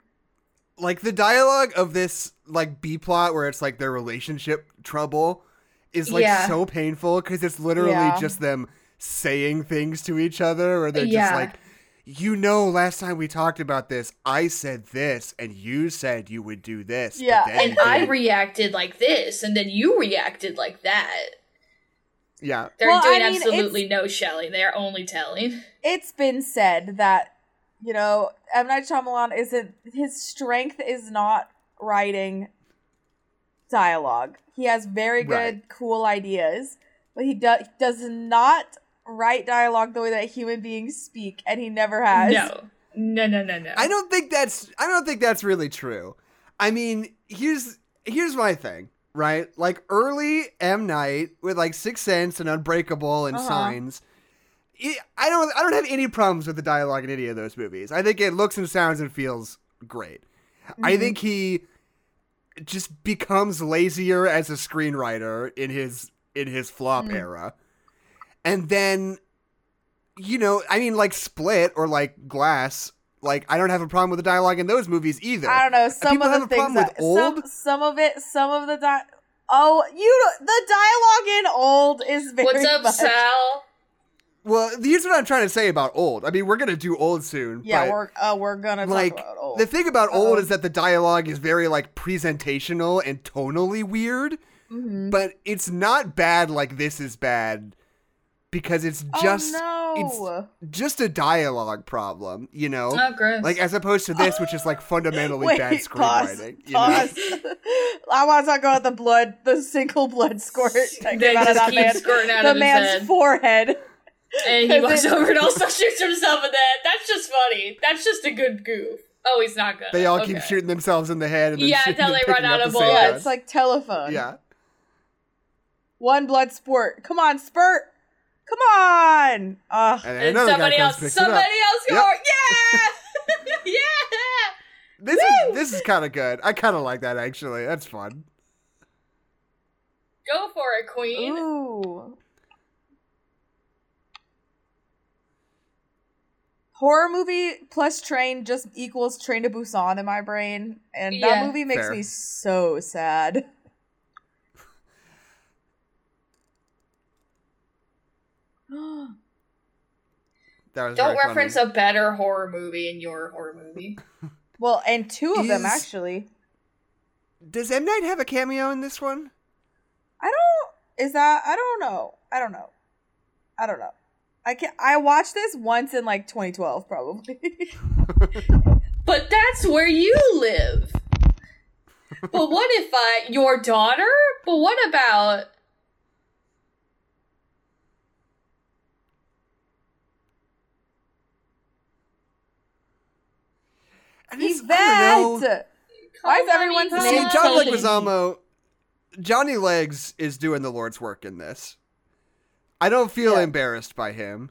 [SPEAKER 3] Like the dialogue of this like B plot where it's like their relationship trouble is like
[SPEAKER 4] Yeah.
[SPEAKER 3] so painful because it's literally
[SPEAKER 5] Yeah.
[SPEAKER 3] just them saying things to each other or they're just
[SPEAKER 4] Yeah.
[SPEAKER 3] like you know last time we talked about this I said this and you said you would do this but
[SPEAKER 5] Yeah,
[SPEAKER 3] then
[SPEAKER 4] And
[SPEAKER 3] you
[SPEAKER 4] I
[SPEAKER 3] didn't."
[SPEAKER 4] reacted like this, and then you reacted like that.
[SPEAKER 3] yeah
[SPEAKER 4] They're
[SPEAKER 5] Well, I
[SPEAKER 4] doing
[SPEAKER 5] mean, it's-
[SPEAKER 4] absolutely no shelling. They are only telling.
[SPEAKER 5] It's been said that, you know, M. Night Shyamalan isn't, his strength is not writing dialogue. He has very good,
[SPEAKER 3] Right.
[SPEAKER 5] cool ideas, but he do- does not write dialogue the way that human beings speak, and he never has.
[SPEAKER 4] No, no, no, no, no.
[SPEAKER 3] I don't think that's I don't think that's really true. I mean, here's here's my thing, right? Like early M Night with like Sixth Sense and Unbreakable and
[SPEAKER 5] Uh-huh.
[SPEAKER 3] Signs. it- I don't I don't have any problems with the dialogue in any of those movies. I think it looks and sounds and feels great. I
[SPEAKER 5] Mhm.
[SPEAKER 3] think he just becomes lazier as a screenwriter in his in his flop
[SPEAKER 5] Mhm.
[SPEAKER 3] era. And then you know, I mean like Split or like Glass, like I don't have a problem with the dialogue in those movies either.
[SPEAKER 5] I don't know. Some
[SPEAKER 3] people
[SPEAKER 5] of
[SPEAKER 3] have
[SPEAKER 5] the
[SPEAKER 3] a
[SPEAKER 5] things
[SPEAKER 3] problem
[SPEAKER 5] that
[SPEAKER 3] with
[SPEAKER 5] some some of it, some of the di- oh, you don't- the dialogue in old is very.
[SPEAKER 4] What's up,
[SPEAKER 5] much-
[SPEAKER 3] Oh,
[SPEAKER 4] Sal?
[SPEAKER 3] Well, here's what I'm trying to say about old. I mean, we're gonna do old soon.
[SPEAKER 5] Yeah,
[SPEAKER 3] but
[SPEAKER 5] we're uh, we're gonna
[SPEAKER 3] like,
[SPEAKER 5] talk about old.
[SPEAKER 3] the thing about
[SPEAKER 5] Um,
[SPEAKER 3] old is that the dialogue is very like presentational and tonally weird,
[SPEAKER 5] Mhm.
[SPEAKER 3] but it's not bad like this is bad because it's just
[SPEAKER 5] oh,
[SPEAKER 3] just a dialogue problem, you know?
[SPEAKER 4] Oh, gross.
[SPEAKER 3] like as opposed to this, which is like fundamentally
[SPEAKER 5] Wait,
[SPEAKER 3] bad
[SPEAKER 5] pause,
[SPEAKER 3] screenwriting. you know?
[SPEAKER 5] no. I want to talk about the blood, the single blood squirt that
[SPEAKER 4] they
[SPEAKER 5] came out of
[SPEAKER 4] just
[SPEAKER 5] that
[SPEAKER 4] keep
[SPEAKER 5] man,
[SPEAKER 4] squirting out
[SPEAKER 5] the
[SPEAKER 4] of his
[SPEAKER 5] man's
[SPEAKER 4] head.
[SPEAKER 5] forehead.
[SPEAKER 4] and he
[SPEAKER 5] 'Cause
[SPEAKER 4] walks
[SPEAKER 5] it-
[SPEAKER 4] over and also shoots himself in the head. That's just funny. That's just a good goof. Oh, he's not good.
[SPEAKER 3] They all keep
[SPEAKER 4] Okay.
[SPEAKER 3] shooting themselves in the head and then
[SPEAKER 4] Yeah,
[SPEAKER 3] shooting
[SPEAKER 4] until
[SPEAKER 3] and
[SPEAKER 4] they run
[SPEAKER 3] picking
[SPEAKER 4] out
[SPEAKER 3] up
[SPEAKER 4] of
[SPEAKER 3] the same
[SPEAKER 4] bullets.
[SPEAKER 5] Yeah,
[SPEAKER 3] gun.
[SPEAKER 5] it's like telephone.
[SPEAKER 3] yeah.
[SPEAKER 5] one blood sport. Come on, spurt. Come on. Ah. Ugh.
[SPEAKER 3] And, then
[SPEAKER 4] And
[SPEAKER 3] another
[SPEAKER 4] somebody
[SPEAKER 3] guy comes
[SPEAKER 4] else,
[SPEAKER 3] picks
[SPEAKER 4] somebody
[SPEAKER 3] it up.
[SPEAKER 4] else, go!
[SPEAKER 3] Yep.
[SPEAKER 4] Yeah, yeah.
[SPEAKER 3] This is this is kind of good. I kind of like that actually. That's fun.
[SPEAKER 4] Go for it, queen.
[SPEAKER 5] Ooh. Horror movie plus train just equals Train to Busan in my brain, and that
[SPEAKER 4] Yeah.
[SPEAKER 5] movie makes
[SPEAKER 3] Fair.
[SPEAKER 5] me so sad.
[SPEAKER 3] That was
[SPEAKER 4] Don't
[SPEAKER 3] very
[SPEAKER 4] reference
[SPEAKER 3] funny.
[SPEAKER 4] a better horror movie in your horror movie.
[SPEAKER 5] well, and two of them
[SPEAKER 3] Is-
[SPEAKER 5] actually.
[SPEAKER 3] Does M Night have a cameo in this one?
[SPEAKER 5] I don't. Is that? I don't know. I don't know. I don't know. I can. I watched this once in like 2012, probably.
[SPEAKER 4] But that's where you live. but what if uh, your daughter? But what about?
[SPEAKER 3] And it's- I don't know.
[SPEAKER 5] Yvette. Why
[SPEAKER 4] Come
[SPEAKER 5] is
[SPEAKER 4] on,
[SPEAKER 5] everyone's
[SPEAKER 4] Ethan.
[SPEAKER 5] name
[SPEAKER 3] See, John
[SPEAKER 5] Totally.
[SPEAKER 3] Leguizamo, Johnny Legs is doing the Lord's work in this. I don't feel
[SPEAKER 5] Yeah.
[SPEAKER 3] embarrassed by him.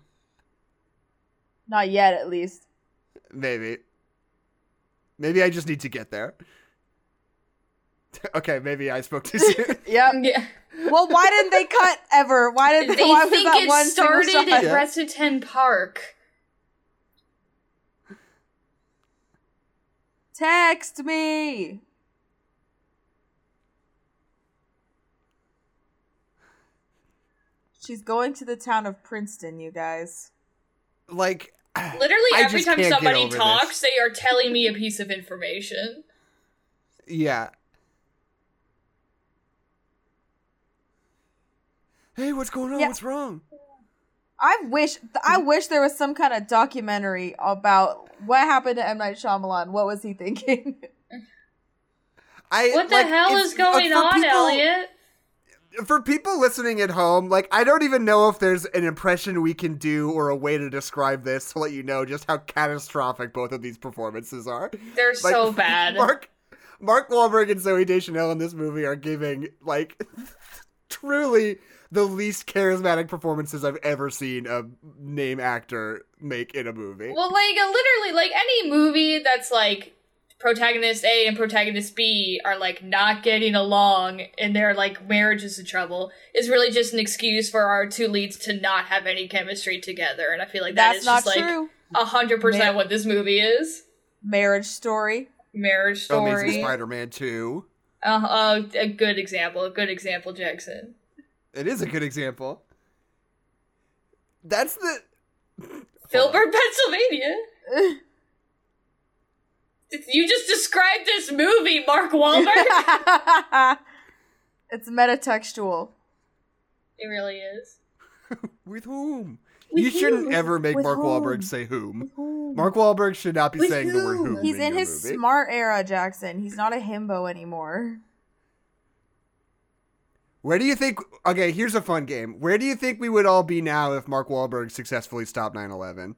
[SPEAKER 5] Not yet, at least.
[SPEAKER 3] Maybe, maybe I just need to get there. okay, maybe I spoke too soon.
[SPEAKER 5] Yep.
[SPEAKER 4] Yeah.
[SPEAKER 5] Well, why didn't they cut ever? Why
[SPEAKER 4] They
[SPEAKER 5] did why was
[SPEAKER 4] think
[SPEAKER 5] that one
[SPEAKER 4] it
[SPEAKER 5] single
[SPEAKER 4] started
[SPEAKER 5] shot?
[SPEAKER 4] at
[SPEAKER 3] Yeah.
[SPEAKER 4] Resiton Park.
[SPEAKER 5] Text me. She's going to the town of Princeton, you guys.
[SPEAKER 3] like,
[SPEAKER 4] Literally,
[SPEAKER 3] I
[SPEAKER 4] every
[SPEAKER 3] just
[SPEAKER 4] time
[SPEAKER 3] can't get
[SPEAKER 4] somebody
[SPEAKER 3] over this.
[SPEAKER 4] talks, they are telling me a piece of information.
[SPEAKER 3] yeah. Hey, what's going on?
[SPEAKER 5] Yeah.
[SPEAKER 3] What's wrong?
[SPEAKER 5] I wish I wish there was some kind of documentary about what happened to M Night Shyamalan. What was he thinking?
[SPEAKER 3] I
[SPEAKER 4] What the
[SPEAKER 3] like,
[SPEAKER 4] hell
[SPEAKER 3] if-
[SPEAKER 4] is going
[SPEAKER 3] for
[SPEAKER 4] on,
[SPEAKER 3] people-
[SPEAKER 4] Elliot?
[SPEAKER 3] For people listening at home, like I don't even know if there's an impression we can do or a way to describe this to let you know just how catastrophic both of these performances are.
[SPEAKER 4] They're
[SPEAKER 3] Like,
[SPEAKER 4] so bad.
[SPEAKER 3] Mark Mark Wahlberg and Zoe Deschanel in this movie are giving like truly the least charismatic performances I've ever seen a name actor make in a movie.
[SPEAKER 4] Well, like uh, literally, like any movie that's like protagonist A and protagonist B are like not getting along, and their like marriage is in trouble. Is really just an excuse for our two leads to not have any chemistry together, and I feel like that
[SPEAKER 5] That's
[SPEAKER 4] is
[SPEAKER 5] not
[SPEAKER 4] just like
[SPEAKER 5] true.
[SPEAKER 4] a hundred
[SPEAKER 5] Man.
[SPEAKER 4] percent what this movie is.
[SPEAKER 5] Marriage story.
[SPEAKER 4] Marriage
[SPEAKER 3] Amazing
[SPEAKER 4] Story. Uh,
[SPEAKER 3] Spider-Man 2.
[SPEAKER 4] uh, a good example. A good example, Jackson.
[SPEAKER 3] It is a good example. That's the
[SPEAKER 4] Filbert, Pennsylvania. You just described this movie, Mark Wahlberg.
[SPEAKER 5] it's metatextual.
[SPEAKER 4] it really is.
[SPEAKER 3] with whom?
[SPEAKER 5] With
[SPEAKER 3] you shouldn't
[SPEAKER 5] whom?
[SPEAKER 3] ever make
[SPEAKER 5] With
[SPEAKER 3] Mark
[SPEAKER 5] whom?
[SPEAKER 3] Wahlberg say whom. Mark Wahlberg should not be
[SPEAKER 4] With
[SPEAKER 3] saying the word
[SPEAKER 4] whom?
[SPEAKER 3] whom.
[SPEAKER 5] He's in,
[SPEAKER 3] your
[SPEAKER 5] his
[SPEAKER 3] movie.
[SPEAKER 5] smart era, Jackson. He's not a himbo anymore.
[SPEAKER 3] Where do you think? Okay, here's a fun game. Where do you think we would all be now if Mark Wahlberg successfully stopped 9 11?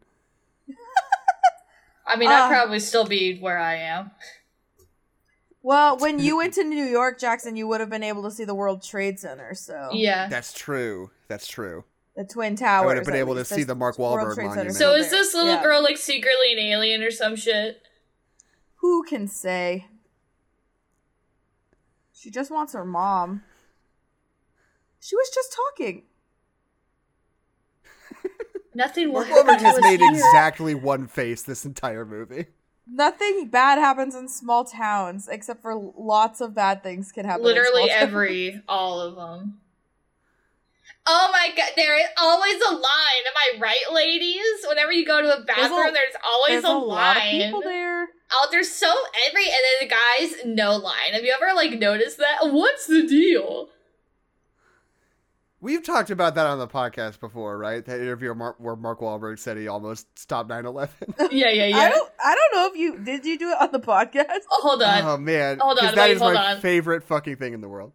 [SPEAKER 4] I mean,
[SPEAKER 5] Uh.
[SPEAKER 4] I'd probably still be where I am.
[SPEAKER 5] Well, when you went to New York, Jackson, you would have been able to see the World Trade Center. So
[SPEAKER 4] Yeah.
[SPEAKER 3] That's true. That's true.
[SPEAKER 5] the Twin Towers.
[SPEAKER 3] I would have been
[SPEAKER 5] at
[SPEAKER 3] able to
[SPEAKER 5] least.
[SPEAKER 3] see the Mark
[SPEAKER 5] World
[SPEAKER 3] Wahlberg
[SPEAKER 5] Trade Center.
[SPEAKER 3] monument.
[SPEAKER 4] So
[SPEAKER 5] Yeah.
[SPEAKER 4] is this little
[SPEAKER 5] Yeah.
[SPEAKER 4] girl like secretly an alien or some shit?
[SPEAKER 5] Who can say? She just wants her mom. She was just talking.
[SPEAKER 4] Nothing will
[SPEAKER 3] Mark
[SPEAKER 4] happen
[SPEAKER 3] Wahlberg
[SPEAKER 4] to
[SPEAKER 3] has
[SPEAKER 4] us
[SPEAKER 3] made
[SPEAKER 4] here.
[SPEAKER 3] exactly one face this entire movie.
[SPEAKER 5] Nothing bad happens in small towns, except for lots of bad things can happen. in small
[SPEAKER 4] Literally
[SPEAKER 5] towns.
[SPEAKER 4] every, all of them. Oh my god, there is always a line. Am I right, ladies? Whenever you go to a bathroom, there's, always
[SPEAKER 5] There's
[SPEAKER 4] a,
[SPEAKER 5] a lot of
[SPEAKER 4] line.
[SPEAKER 5] people there.
[SPEAKER 4] Oh, there's so every, and then the guys, no line. Have you ever like noticed that? What's the deal?
[SPEAKER 3] We've talked about that on the podcast before, right? That interview Mar- where Mark Wahlberg said he almost stopped 9 11.
[SPEAKER 4] Yeah, yeah,
[SPEAKER 5] I
[SPEAKER 4] yeah.
[SPEAKER 5] don't. I don't know if you did. You do it on the podcast.
[SPEAKER 4] Oh, hold on.
[SPEAKER 3] Oh, man.
[SPEAKER 4] Hold on,
[SPEAKER 3] Because that
[SPEAKER 4] wait,
[SPEAKER 3] is
[SPEAKER 4] hold
[SPEAKER 3] my
[SPEAKER 4] on.
[SPEAKER 3] favorite fucking thing in the world.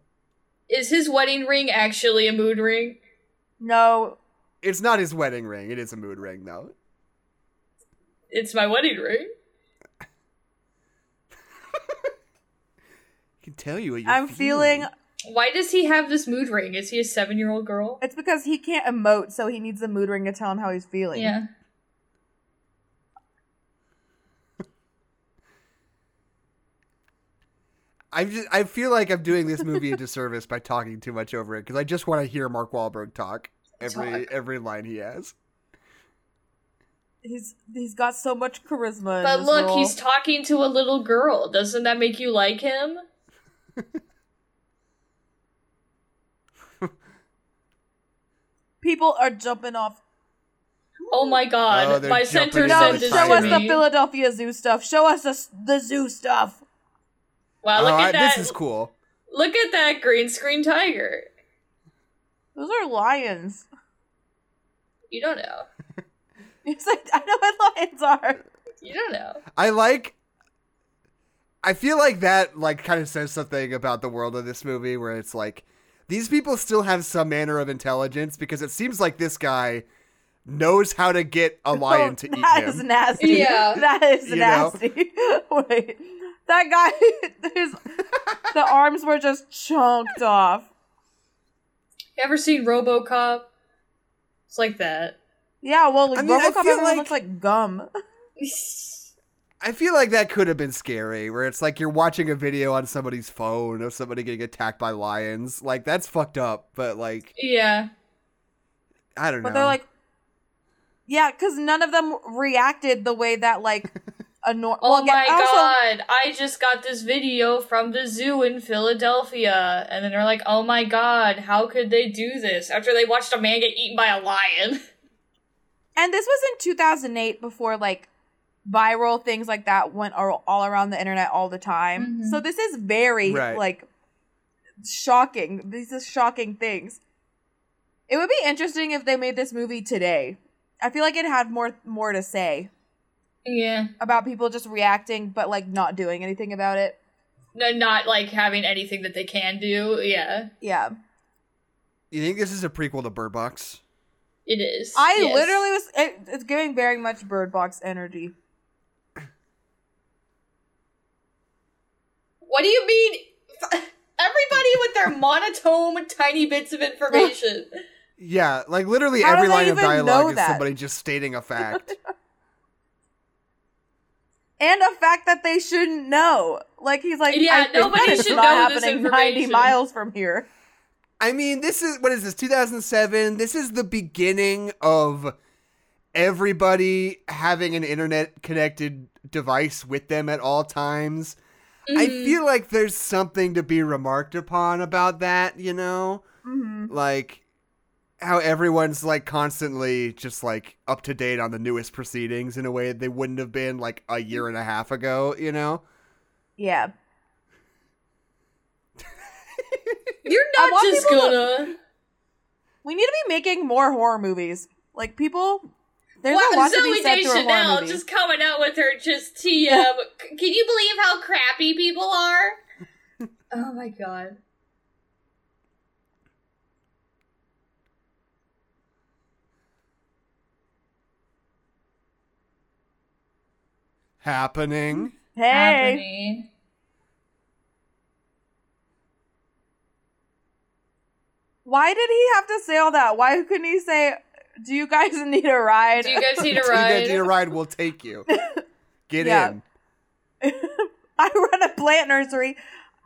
[SPEAKER 4] Is his wedding ring actually a mood ring?
[SPEAKER 5] No,
[SPEAKER 3] It's not his wedding ring. It is a mood ring, though.
[SPEAKER 4] It's my wedding ring.
[SPEAKER 3] I can tell you what you're
[SPEAKER 5] I'm feeling.
[SPEAKER 4] Why does he have this mood ring? Is he a seven year old girl?
[SPEAKER 5] It's because he can't emote, so he needs a mood ring to tell him how he's feeling.
[SPEAKER 4] Yeah.
[SPEAKER 3] I just I feel like I'm doing this movie a disservice by talking too much over it because I just want to hear Mark Wahlberg talk every
[SPEAKER 4] Talk.
[SPEAKER 3] every line he has.
[SPEAKER 5] He's he's got so much charisma. in
[SPEAKER 4] But
[SPEAKER 5] this
[SPEAKER 4] look,
[SPEAKER 5] role.
[SPEAKER 4] he's talking to a little girl. Doesn't that make you like him?
[SPEAKER 5] people are jumping off.
[SPEAKER 4] Oh my god.
[SPEAKER 3] Oh, they're
[SPEAKER 4] my
[SPEAKER 3] jumping
[SPEAKER 4] center
[SPEAKER 3] in
[SPEAKER 5] No,
[SPEAKER 4] sent
[SPEAKER 3] the
[SPEAKER 4] this
[SPEAKER 5] show
[SPEAKER 4] to
[SPEAKER 5] us the
[SPEAKER 4] me.
[SPEAKER 5] Philadelphia Zoo stuff. Show us the s- the zoo stuff.
[SPEAKER 4] Wow, look
[SPEAKER 3] Oh, I-
[SPEAKER 4] at that.
[SPEAKER 3] This is cool.
[SPEAKER 4] Look at that green screen tiger.
[SPEAKER 5] Those are lions.
[SPEAKER 4] You don't know.
[SPEAKER 5] It's like I know what lions are.
[SPEAKER 4] You don't know.
[SPEAKER 3] I like. I feel like that like kind of says something about the world of this movie where it's like these people still have some manner of intelligence because it seems like this guy knows how to get a lion to eat
[SPEAKER 5] Oh, That is
[SPEAKER 3] him.
[SPEAKER 5] nasty.
[SPEAKER 4] Yeah.
[SPEAKER 5] that is
[SPEAKER 3] You know?
[SPEAKER 5] nasty. Wait, that guy, his the arms were just chunked off.
[SPEAKER 4] You ever seen Robocop? It's like that.
[SPEAKER 5] Yeah, well,
[SPEAKER 3] I
[SPEAKER 5] like,
[SPEAKER 3] mean, I
[SPEAKER 5] RoboCop
[SPEAKER 3] feel
[SPEAKER 5] everyone
[SPEAKER 3] like-
[SPEAKER 5] looks like gum.
[SPEAKER 3] I feel like that could have been scary, where it's like you're watching a video on somebody's phone of somebody getting attacked by lions. Like that's fucked up, but like
[SPEAKER 4] Yeah.
[SPEAKER 3] I don't
[SPEAKER 5] But
[SPEAKER 3] know.
[SPEAKER 5] they're like, yeah, because none of them reacted the way that like a normal.
[SPEAKER 4] Oh
[SPEAKER 5] well,
[SPEAKER 4] my
[SPEAKER 5] yeah, also,
[SPEAKER 4] god, I just got this video from the zoo in Philadelphia. And then they're like, oh my god, how could they do this? After they watched a man get eaten by a lion.
[SPEAKER 5] And this was in 2008, before like viral things like that went all, all around the internet all the time.
[SPEAKER 4] Mhm.
[SPEAKER 5] So this is very
[SPEAKER 3] Right.
[SPEAKER 5] like shocking. These are shocking things. It would be interesting if they made this movie today. I feel like it had more more to say
[SPEAKER 4] Yeah.
[SPEAKER 5] about people just reacting, but like not doing anything about it.
[SPEAKER 4] No, not like having anything that they can do. Yeah.
[SPEAKER 5] Yeah.
[SPEAKER 3] you think this is a prequel to Bird Box?
[SPEAKER 4] It is.
[SPEAKER 5] I
[SPEAKER 4] Yes.
[SPEAKER 5] literally was. It, it's giving very much Bird Box energy.
[SPEAKER 4] What do you mean? Everybody with their monotone, tiny bits of information.
[SPEAKER 3] Yeah, like literally
[SPEAKER 5] How do
[SPEAKER 3] every
[SPEAKER 5] they
[SPEAKER 3] line of
[SPEAKER 5] even know
[SPEAKER 3] dialogue is
[SPEAKER 5] that?
[SPEAKER 3] somebody just stating a fact.
[SPEAKER 5] And a fact that they shouldn't know. Like he's like,
[SPEAKER 4] Yeah,
[SPEAKER 5] I think
[SPEAKER 4] nobody
[SPEAKER 5] that is
[SPEAKER 4] should
[SPEAKER 5] not
[SPEAKER 4] know this
[SPEAKER 5] happening ninety
[SPEAKER 4] information.
[SPEAKER 5] miles from here.
[SPEAKER 3] I mean, this is what is this 2007? This is the beginning of everybody having an internet connected device with them at all times. I
[SPEAKER 5] Mm-hmm.
[SPEAKER 4] Mhm.
[SPEAKER 3] feel like there's something to be remarked upon about that, you know?
[SPEAKER 5] hmm
[SPEAKER 3] Like how everyone's like constantly just like up to date on the newest proceedings in a way they wouldn't have been like a year and a half ago, you know?
[SPEAKER 5] Yeah.
[SPEAKER 4] You're
[SPEAKER 5] I
[SPEAKER 4] not
[SPEAKER 5] want
[SPEAKER 4] just
[SPEAKER 5] people to-
[SPEAKER 4] gonna.
[SPEAKER 5] We need to be making more horror movies. Like people, there's
[SPEAKER 4] Wow,
[SPEAKER 5] a lot to
[SPEAKER 4] Zoe
[SPEAKER 5] be said
[SPEAKER 4] Day
[SPEAKER 5] through a
[SPEAKER 4] Chanel
[SPEAKER 5] horror movie.
[SPEAKER 4] just coming out with her just TM. C- Can you believe how crappy people are? oh my god.
[SPEAKER 3] Happening.
[SPEAKER 5] Hey,
[SPEAKER 4] Happening.
[SPEAKER 5] why did he have to say all that? Why couldn't he say, "Do you guys need a ride?"
[SPEAKER 4] Do you guys need a
[SPEAKER 3] You guys need a
[SPEAKER 4] ride?
[SPEAKER 3] ride, we'll take you. Get
[SPEAKER 5] Yeah.
[SPEAKER 3] in.
[SPEAKER 5] I run a plant nursery.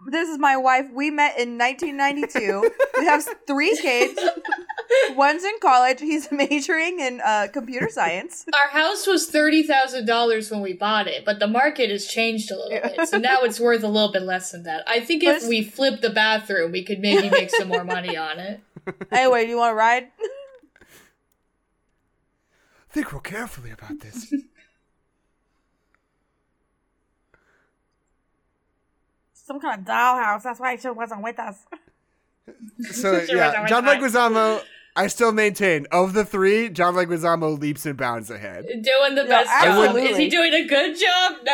[SPEAKER 5] This is my wife. We met in 1992. we have three kids. One's in college. He's majoring in uh, computer science.
[SPEAKER 4] Our house was thirty thousand dollars when we bought it, but the market has changed a little bit, so now it's worth a little bit less than that. I think
[SPEAKER 5] But
[SPEAKER 4] if
[SPEAKER 5] it's-
[SPEAKER 4] we flip the bathroom, we could maybe make some more money on it.
[SPEAKER 5] Anyway, do you want a ride?
[SPEAKER 3] Think real carefully about this.
[SPEAKER 5] Some kind of dollhouse. That's why she wasn't with us.
[SPEAKER 3] So
[SPEAKER 4] She was
[SPEAKER 3] yeah,
[SPEAKER 4] always
[SPEAKER 3] John
[SPEAKER 4] hot.
[SPEAKER 3] Leguizamo. I still maintain of the three, John Leguizamo leaps and bounds ahead.
[SPEAKER 4] Doing the
[SPEAKER 5] No,
[SPEAKER 4] best job. Is
[SPEAKER 5] absolutely.
[SPEAKER 4] he doing a good job? No,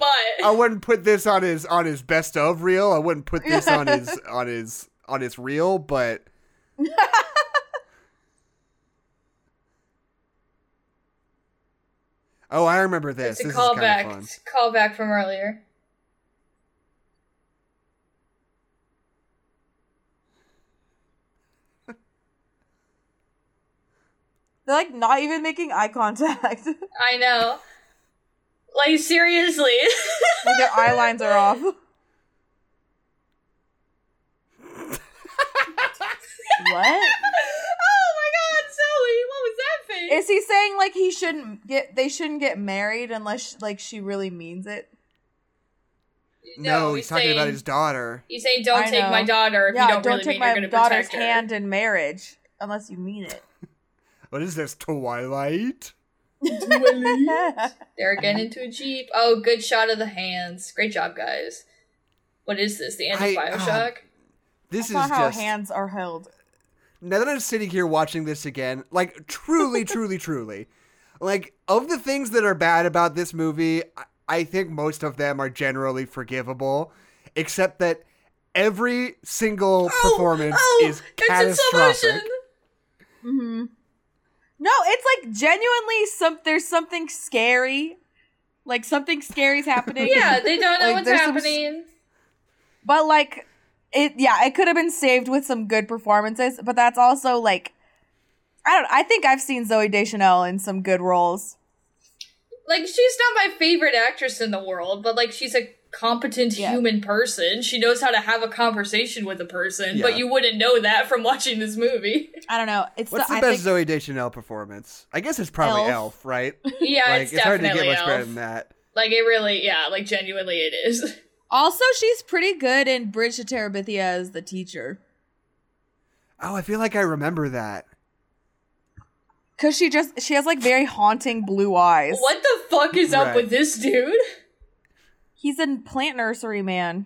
[SPEAKER 3] I
[SPEAKER 4] but
[SPEAKER 3] wouldn't put this on his on his best of reel. I wouldn't put this on his on his on his reel, but Oh, I remember this.
[SPEAKER 4] it's a
[SPEAKER 3] This is kind
[SPEAKER 4] callback.
[SPEAKER 3] of fun.
[SPEAKER 4] It's a callback from earlier.
[SPEAKER 5] They're like not even making eye contact. like
[SPEAKER 4] I know. Like seriously.
[SPEAKER 5] their eye lines are off. what?
[SPEAKER 4] oh my god, Zoe, what was that face?
[SPEAKER 5] Is he saying like he shouldn't get they shouldn't get married unless like she really means it?
[SPEAKER 3] No,
[SPEAKER 4] No,
[SPEAKER 3] he's
[SPEAKER 4] he's
[SPEAKER 3] talking about
[SPEAKER 4] saying-
[SPEAKER 3] his daughter.
[SPEAKER 4] you say don't
[SPEAKER 5] I
[SPEAKER 4] take
[SPEAKER 5] know.
[SPEAKER 4] my daughter if
[SPEAKER 5] yeah,
[SPEAKER 4] you don't,
[SPEAKER 5] don't
[SPEAKER 4] really
[SPEAKER 5] take
[SPEAKER 4] mean
[SPEAKER 5] my
[SPEAKER 4] you're gonna
[SPEAKER 5] daughter's
[SPEAKER 4] protect her.
[SPEAKER 5] hand in marriage unless you mean it.
[SPEAKER 3] What is this, Twilight?
[SPEAKER 4] They're again into a jeep. Oh, good shot of the hands. Great job, guys. What is this? The end of
[SPEAKER 3] I-
[SPEAKER 4] Bioshock?
[SPEAKER 3] This
[SPEAKER 5] That's not
[SPEAKER 3] is
[SPEAKER 5] how
[SPEAKER 3] just
[SPEAKER 5] hands are held.
[SPEAKER 3] now that I'm sitting here watching this again, like truly, truly, truly, like of the things that are bad about this movie, I, I think most of them are generally forgivable, except that every single performance
[SPEAKER 4] Oh, it's
[SPEAKER 3] is
[SPEAKER 4] in slow motion.
[SPEAKER 3] catastrophic.
[SPEAKER 5] hmm No, it's like genuinely some there's something scary. Like something scary's happening.
[SPEAKER 4] Yeah, they don't know
[SPEAKER 5] Like,
[SPEAKER 4] what's
[SPEAKER 5] there's some s-
[SPEAKER 4] happening.
[SPEAKER 5] But like it yeah, it could have been saved with some good performances, but that's also like I don't I think I've seen Zoe Deschanel in some good roles.
[SPEAKER 4] like she's not my favorite actress in the world, but like she's a competent
[SPEAKER 5] Yeah.
[SPEAKER 4] human person. She knows how to have a conversation with a person, but
[SPEAKER 3] Yeah.
[SPEAKER 4] you wouldn't know that from watching this movie.
[SPEAKER 5] I don't know. It's
[SPEAKER 3] What's the
[SPEAKER 5] I
[SPEAKER 3] best
[SPEAKER 5] think-
[SPEAKER 3] Zoe Deschanel performance? I guess it's probably Elf,
[SPEAKER 5] Elf.
[SPEAKER 3] right?
[SPEAKER 4] yeah,
[SPEAKER 3] like
[SPEAKER 4] it's,
[SPEAKER 3] it's hard
[SPEAKER 4] definitely
[SPEAKER 3] to get much
[SPEAKER 4] Elf.
[SPEAKER 3] better than that.
[SPEAKER 4] Like it really, yeah, like genuinely, it is.
[SPEAKER 5] Also, she's pretty good in Bridge to Terabithia as the teacher
[SPEAKER 3] Oh, I feel like I remember that.
[SPEAKER 5] because she just she has like very haunting blue eyes.
[SPEAKER 4] What the fuck is up
[SPEAKER 3] Right.
[SPEAKER 4] with this dude?
[SPEAKER 5] He's a plant nursery man.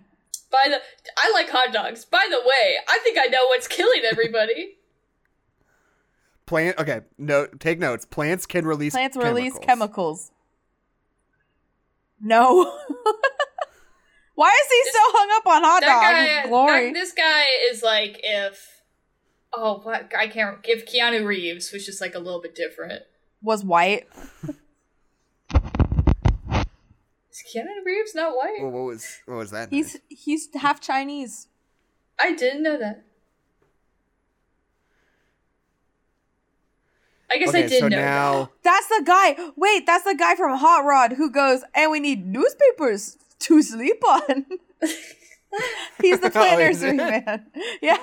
[SPEAKER 4] By the, I like hot dogs. By the way, I think I know what's killing everybody.
[SPEAKER 3] Plant. Okay, no, take notes. Plants can release
[SPEAKER 5] Plants
[SPEAKER 3] chemicals.
[SPEAKER 5] release chemicals. No. Why is he so hung up on hot
[SPEAKER 4] that
[SPEAKER 5] dog
[SPEAKER 4] guy,
[SPEAKER 5] glory?
[SPEAKER 4] that- this guy is like if, oh, what I can't give Keanu Reeves, which is like a little bit different.
[SPEAKER 5] was white.
[SPEAKER 4] Is Keanu Reeves not
[SPEAKER 3] Well,
[SPEAKER 4] white?
[SPEAKER 3] what was what was that?
[SPEAKER 5] He's he's half Chinese.
[SPEAKER 4] I didn't know that. I guess
[SPEAKER 3] okay,
[SPEAKER 4] I did
[SPEAKER 3] so
[SPEAKER 4] know.
[SPEAKER 3] now
[SPEAKER 5] That's the guy. Wait, that's the guy from Hot Rod who goes, and we need newspapers to sleep on. He's the
[SPEAKER 3] Oh, is
[SPEAKER 5] planner's
[SPEAKER 3] it?
[SPEAKER 5] man. Yeah.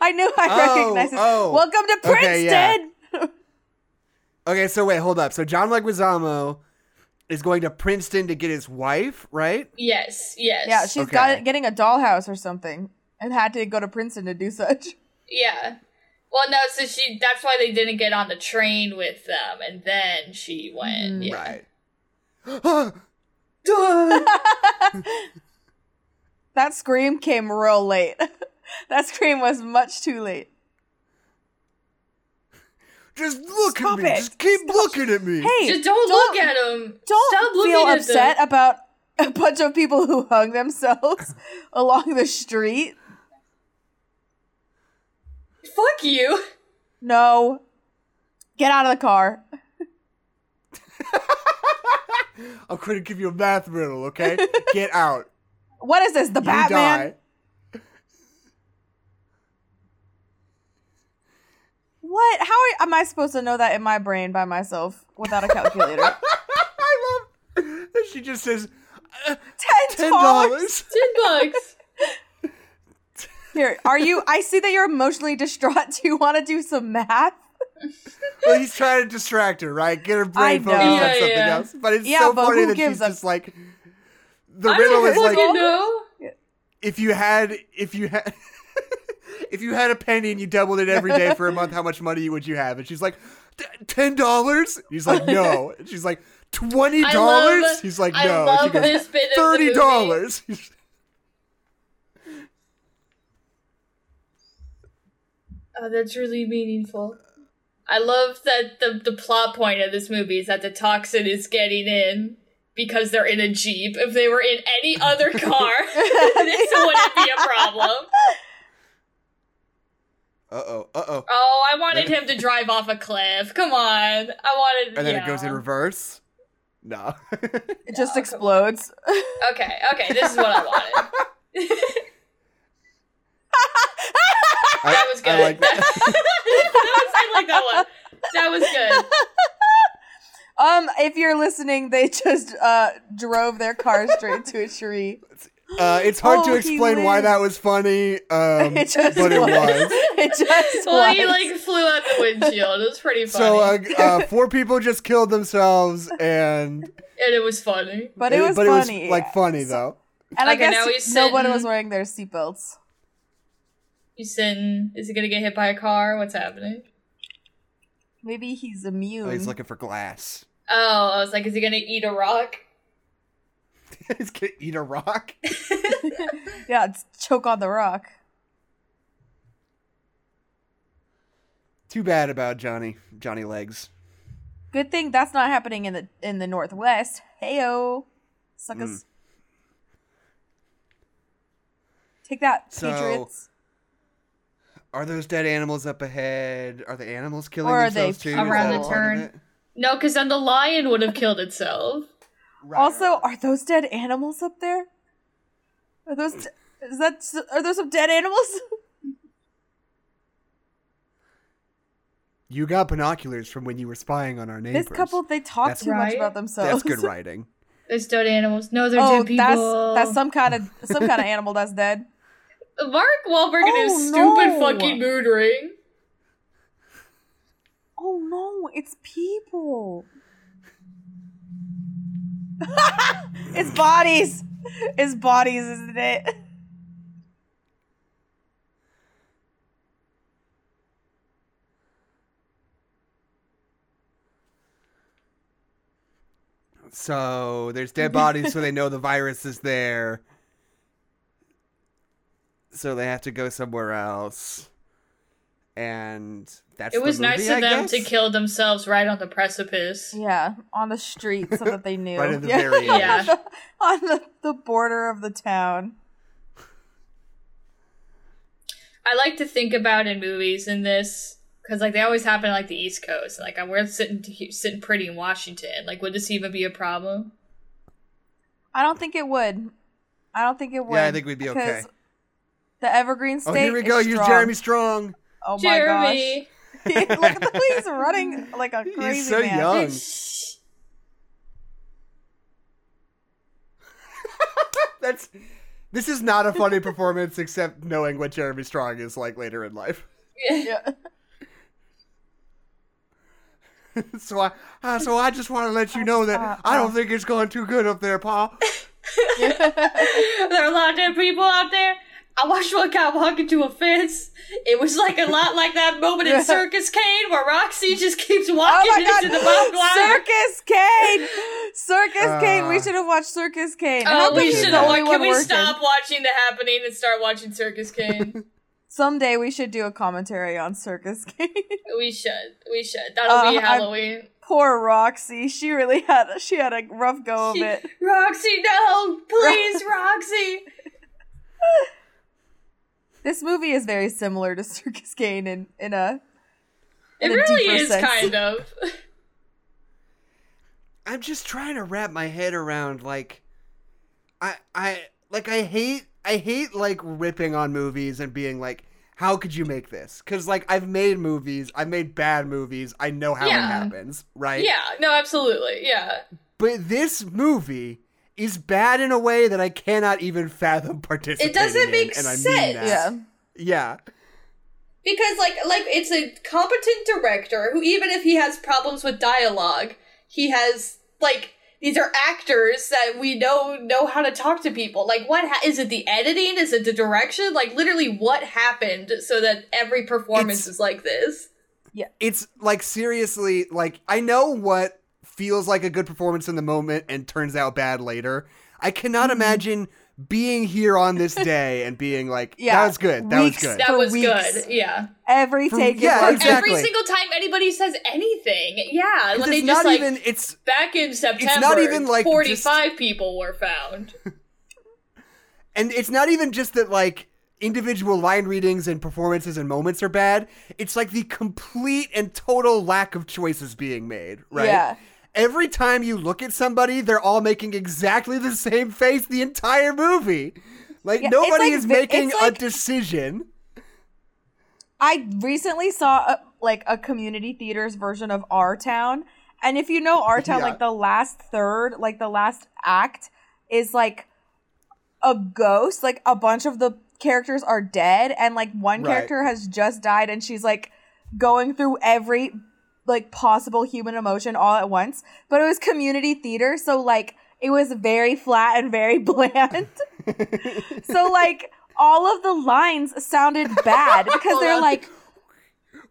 [SPEAKER 5] I knew I
[SPEAKER 3] Oh,
[SPEAKER 5] recognized him.
[SPEAKER 3] oh.
[SPEAKER 5] Welcome to Princeton.
[SPEAKER 3] Okay, yeah. Okay, so wait, hold up. So John Leguizamo is going to Princeton to get his wife, right?
[SPEAKER 4] Yes, yes,
[SPEAKER 5] Yeah, she's got
[SPEAKER 3] Okay.
[SPEAKER 5] getting a dollhouse or something and had to go to Princeton to do such.
[SPEAKER 4] yeah. Well, no, so she. That's why they didn't get on the train with them, and then she went.
[SPEAKER 5] Mm.
[SPEAKER 4] yeah.
[SPEAKER 3] Right. Duh.
[SPEAKER 5] That scream came real late. that scream was much too late.
[SPEAKER 3] Just look
[SPEAKER 5] Stop
[SPEAKER 3] at me.
[SPEAKER 5] it.
[SPEAKER 3] Just keep
[SPEAKER 5] Stop.
[SPEAKER 3] looking at me.
[SPEAKER 5] Hey,
[SPEAKER 4] Just don't, look at him.
[SPEAKER 5] Don't
[SPEAKER 4] Stop looking
[SPEAKER 5] feel
[SPEAKER 4] at
[SPEAKER 5] upset
[SPEAKER 4] Them.
[SPEAKER 5] about a bunch of people who hung themselves along the street.
[SPEAKER 4] Fuck you.
[SPEAKER 5] No. Get out of the car.
[SPEAKER 3] I'm going to give you a math riddle, okay? Get out.
[SPEAKER 5] What is this? The
[SPEAKER 3] You
[SPEAKER 5] Batman?
[SPEAKER 3] die.
[SPEAKER 5] What? How are, am I supposed to know that in my brain by myself without a calculator?
[SPEAKER 3] I love that she just says uh,
[SPEAKER 5] Ten
[SPEAKER 3] $10.
[SPEAKER 5] dollars.
[SPEAKER 4] Ten bucks.
[SPEAKER 5] Here, are you? I see that you're emotionally distraught. Do you want to do some math?
[SPEAKER 3] well, he's trying to distract her, right? Get her
[SPEAKER 5] I
[SPEAKER 3] brain
[SPEAKER 5] know.
[SPEAKER 3] focused on
[SPEAKER 4] Yeah,
[SPEAKER 3] something
[SPEAKER 4] yeah.
[SPEAKER 3] else. But it's
[SPEAKER 5] Yeah,
[SPEAKER 3] so
[SPEAKER 5] but
[SPEAKER 3] funny
[SPEAKER 5] who
[SPEAKER 3] that she's
[SPEAKER 5] gives a-
[SPEAKER 3] just like the
[SPEAKER 4] I
[SPEAKER 3] riddle
[SPEAKER 4] don't
[SPEAKER 3] is like
[SPEAKER 4] fucking know.
[SPEAKER 3] if you had if you had if you had a penny and you doubled it every day for a month, how much money would you have? And she's like, ten dollars. He's like, no. And she's like, twenty
[SPEAKER 4] I love-
[SPEAKER 3] dollars. He's like,
[SPEAKER 4] I
[SPEAKER 3] no. And she
[SPEAKER 4] love
[SPEAKER 3] goes,
[SPEAKER 4] this bit of the
[SPEAKER 3] thirty
[SPEAKER 4] movie.
[SPEAKER 3] dollars.
[SPEAKER 4] Oh, that's really meaningful. I love that the the plot point of this movie is that the toxin is getting in because they're in a jeep. If they were in any other car, this wouldn't be a problem.
[SPEAKER 3] Uh oh. Uh oh.
[SPEAKER 4] Oh, I wanted him to drive off a cliff. Come on, I wanted.
[SPEAKER 3] And then it
[SPEAKER 4] yeah.
[SPEAKER 3] goes in reverse. No.
[SPEAKER 5] It just explodes.
[SPEAKER 4] Okay, okay, this is what I wanted. That was good.
[SPEAKER 3] I like that.
[SPEAKER 4] that was, I like that one. That was good.
[SPEAKER 5] Um, if you're listening, they just uh drove their car straight to a tree.
[SPEAKER 3] Uh, it's hard to
[SPEAKER 5] Oh, he
[SPEAKER 3] explain why
[SPEAKER 5] lived.
[SPEAKER 3] that was funny, um,
[SPEAKER 5] It just
[SPEAKER 3] but it
[SPEAKER 5] was.
[SPEAKER 3] was.
[SPEAKER 5] It just
[SPEAKER 4] Well, he
[SPEAKER 5] was.
[SPEAKER 4] like flew out the windshield. It was pretty funny,
[SPEAKER 3] So uh, uh, four people just killed themselves, and
[SPEAKER 4] and it was funny.
[SPEAKER 5] but it was
[SPEAKER 3] but
[SPEAKER 5] funny.
[SPEAKER 3] it was like funny though.
[SPEAKER 5] and I
[SPEAKER 4] Okay, now
[SPEAKER 5] guess
[SPEAKER 4] he's
[SPEAKER 5] nobody
[SPEAKER 4] sitting-
[SPEAKER 5] was wearing their seatbelts.
[SPEAKER 4] He's sitting. Is he gonna get hit by a car? What's happening?
[SPEAKER 5] Maybe he's immune.
[SPEAKER 3] Oh, he's looking for glass.
[SPEAKER 4] Oh, I was like, is he gonna eat a rock?
[SPEAKER 3] he's gonna eat a rock.
[SPEAKER 5] yeah, it's choke on the rock.
[SPEAKER 3] Too bad about Johnny. Johnny legs.
[SPEAKER 5] Good thing that's not happening in the in the northwest. Heyo, suckers.
[SPEAKER 3] Hmm.
[SPEAKER 5] Take that,
[SPEAKER 3] So,
[SPEAKER 5] Patriots.
[SPEAKER 3] Are those dead animals up ahead? Are the animals killing
[SPEAKER 5] Or are they
[SPEAKER 3] themselves too? Is
[SPEAKER 4] around
[SPEAKER 3] that
[SPEAKER 4] the
[SPEAKER 3] part of
[SPEAKER 4] turn?
[SPEAKER 3] it?
[SPEAKER 4] No, because then the lion would have killed itself.
[SPEAKER 3] Right,
[SPEAKER 5] Also,
[SPEAKER 3] right, right.
[SPEAKER 5] are those dead animals up there? Are those? Is that? Are those some dead animals?
[SPEAKER 3] You got binoculars from when you were spying on our neighbors.
[SPEAKER 5] This couple, they talk
[SPEAKER 3] That's-
[SPEAKER 5] too much
[SPEAKER 4] Right.
[SPEAKER 5] about themselves.
[SPEAKER 3] That's good writing.
[SPEAKER 4] There's dead animals. No, they're
[SPEAKER 5] Oh,
[SPEAKER 4] dead people.
[SPEAKER 5] that's that's some kind of some kind of animal that's dead.
[SPEAKER 4] Mark Wahlberg in his
[SPEAKER 5] Oh,
[SPEAKER 4] stupid
[SPEAKER 5] no.
[SPEAKER 4] fucking mood ring.
[SPEAKER 5] Oh no, it's people. it's bodies. It's bodies, isn't it?
[SPEAKER 3] So there's dead bodies, so they know the virus is there. So they have to go somewhere else, and that's.
[SPEAKER 4] It was
[SPEAKER 3] the movie,
[SPEAKER 4] nice
[SPEAKER 3] I
[SPEAKER 4] of them
[SPEAKER 3] guess?
[SPEAKER 4] to kill themselves right on the precipice.
[SPEAKER 5] Yeah, on the street so that they knew.
[SPEAKER 3] Right at the
[SPEAKER 5] yeah.
[SPEAKER 3] very end.
[SPEAKER 4] Yeah.
[SPEAKER 5] on the, the border of the town.
[SPEAKER 4] I like to think about in movies in this because like they always happen like the East Coast. Like we're sitting sitting pretty in Washington. Like would this even be a problem?
[SPEAKER 5] I don't think it would. I don't think it would.
[SPEAKER 3] Yeah, I think we'd be okay.
[SPEAKER 5] 'cause The evergreen state.
[SPEAKER 3] Oh, here we
[SPEAKER 5] is
[SPEAKER 3] go. Here's
[SPEAKER 5] strong.
[SPEAKER 3] Jeremy Strong.
[SPEAKER 5] Oh my
[SPEAKER 4] Jeremy,
[SPEAKER 5] gosh! Look at the way he's running like a
[SPEAKER 3] He's
[SPEAKER 5] crazy
[SPEAKER 3] so
[SPEAKER 5] man.
[SPEAKER 3] young. Um.
[SPEAKER 4] Shh.
[SPEAKER 3] That's. This is not a funny performance, except knowing what Jeremy Strong is like later in life.
[SPEAKER 5] Yeah.
[SPEAKER 3] so I, uh, so I just want to let you know that I don't think it's going too good up there, Paul.
[SPEAKER 5] Oh
[SPEAKER 4] there are a lot of dead people out there. I watched one guy walk into a fence. It was like a lot like that moment in Circus Kane where Roxy just keeps
[SPEAKER 5] Oh
[SPEAKER 4] walking
[SPEAKER 5] my
[SPEAKER 4] into the barbed
[SPEAKER 5] god!
[SPEAKER 4] wire.
[SPEAKER 5] Circus Kane! Circus Kane! We
[SPEAKER 3] Uh,
[SPEAKER 5] should have watched Circus Kane. How
[SPEAKER 4] Oh,
[SPEAKER 5] come
[SPEAKER 4] we
[SPEAKER 5] he's
[SPEAKER 4] should.
[SPEAKER 5] the only
[SPEAKER 4] Can
[SPEAKER 5] one
[SPEAKER 4] we
[SPEAKER 5] working?
[SPEAKER 4] stop watching The Happening and start watching Circus Kane?
[SPEAKER 5] Someday we should do a commentary on Circus Kane.
[SPEAKER 4] we should. We should. That'll be
[SPEAKER 5] Uh, I'm-
[SPEAKER 4] Halloween.
[SPEAKER 5] Poor Roxy. She really had she had a rough go of
[SPEAKER 4] She-
[SPEAKER 5] it.
[SPEAKER 4] Roxy, no, please, Roxy.
[SPEAKER 5] This movie is very similar to Circus Kane in in a
[SPEAKER 4] It
[SPEAKER 5] In a
[SPEAKER 4] really
[SPEAKER 5] deeper
[SPEAKER 4] is
[SPEAKER 5] sense.
[SPEAKER 4] kind of.
[SPEAKER 3] I'm just trying to wrap my head around like I I like I hate I hate like ripping on movies and being like how could you make this? Cuz like I've made movies, I've made bad movies. I know how it
[SPEAKER 4] Yeah.
[SPEAKER 3] happens, right?
[SPEAKER 4] Yeah, no, absolutely. Yeah.
[SPEAKER 3] But this movie is bad in a way that I cannot even fathom participating
[SPEAKER 4] It doesn't make
[SPEAKER 3] in, and I mean
[SPEAKER 4] sense.
[SPEAKER 3] that.
[SPEAKER 5] yeah.
[SPEAKER 3] Yeah.
[SPEAKER 4] Because like like it's a competent director who even if he has problems with dialogue, he has like these are actors that we know know how to talk to people. Like what ha- is it the editing? Is it the direction? Like literally what happened so that every performance
[SPEAKER 3] It's-
[SPEAKER 4] is like this?
[SPEAKER 3] it's like seriously like i know what feels like a good performance in the moment and turns out bad later i cannot
[SPEAKER 4] Mm-hmm.
[SPEAKER 3] imagine being here on this day and being like
[SPEAKER 5] Yeah.
[SPEAKER 3] that was good that
[SPEAKER 5] Weeks
[SPEAKER 3] was good
[SPEAKER 4] That
[SPEAKER 5] For
[SPEAKER 4] was
[SPEAKER 5] weeks.
[SPEAKER 4] good. Yeah.
[SPEAKER 5] Every
[SPEAKER 3] For-
[SPEAKER 5] take. is
[SPEAKER 3] yeah,
[SPEAKER 5] like-
[SPEAKER 3] exact- Exactly.
[SPEAKER 4] Every single time anybody says anything, yeah,
[SPEAKER 3] 'Cause
[SPEAKER 4] when they
[SPEAKER 3] it's
[SPEAKER 4] just
[SPEAKER 3] not
[SPEAKER 4] like
[SPEAKER 3] even it's
[SPEAKER 4] back in September,
[SPEAKER 3] not even, like,
[SPEAKER 4] 45 people were found.
[SPEAKER 3] and it's not even just that like individual line readings and performances and moments are bad it's like the complete and total lack of choices being made right
[SPEAKER 5] Yeah.
[SPEAKER 3] every time you look at somebody they're all making exactly the same face the entire movie like
[SPEAKER 5] Yeah, it's
[SPEAKER 3] nobody
[SPEAKER 5] like
[SPEAKER 3] is
[SPEAKER 5] vi-
[SPEAKER 3] making
[SPEAKER 5] it's like-
[SPEAKER 3] a decision
[SPEAKER 5] I recently saw a, like a community theater's version of Our Town, and if you know Our Town,
[SPEAKER 3] Yeah.
[SPEAKER 5] like the last third, like the last act, is like a ghost. Like a bunch of the characters are dead, and like one
[SPEAKER 3] Right.
[SPEAKER 5] character has just died, and she's like going through every like possible human emotion all at once. But it was community theater, so like it was very flat and very bland. so like all of the lines sounded bad because they're
[SPEAKER 4] on.
[SPEAKER 5] like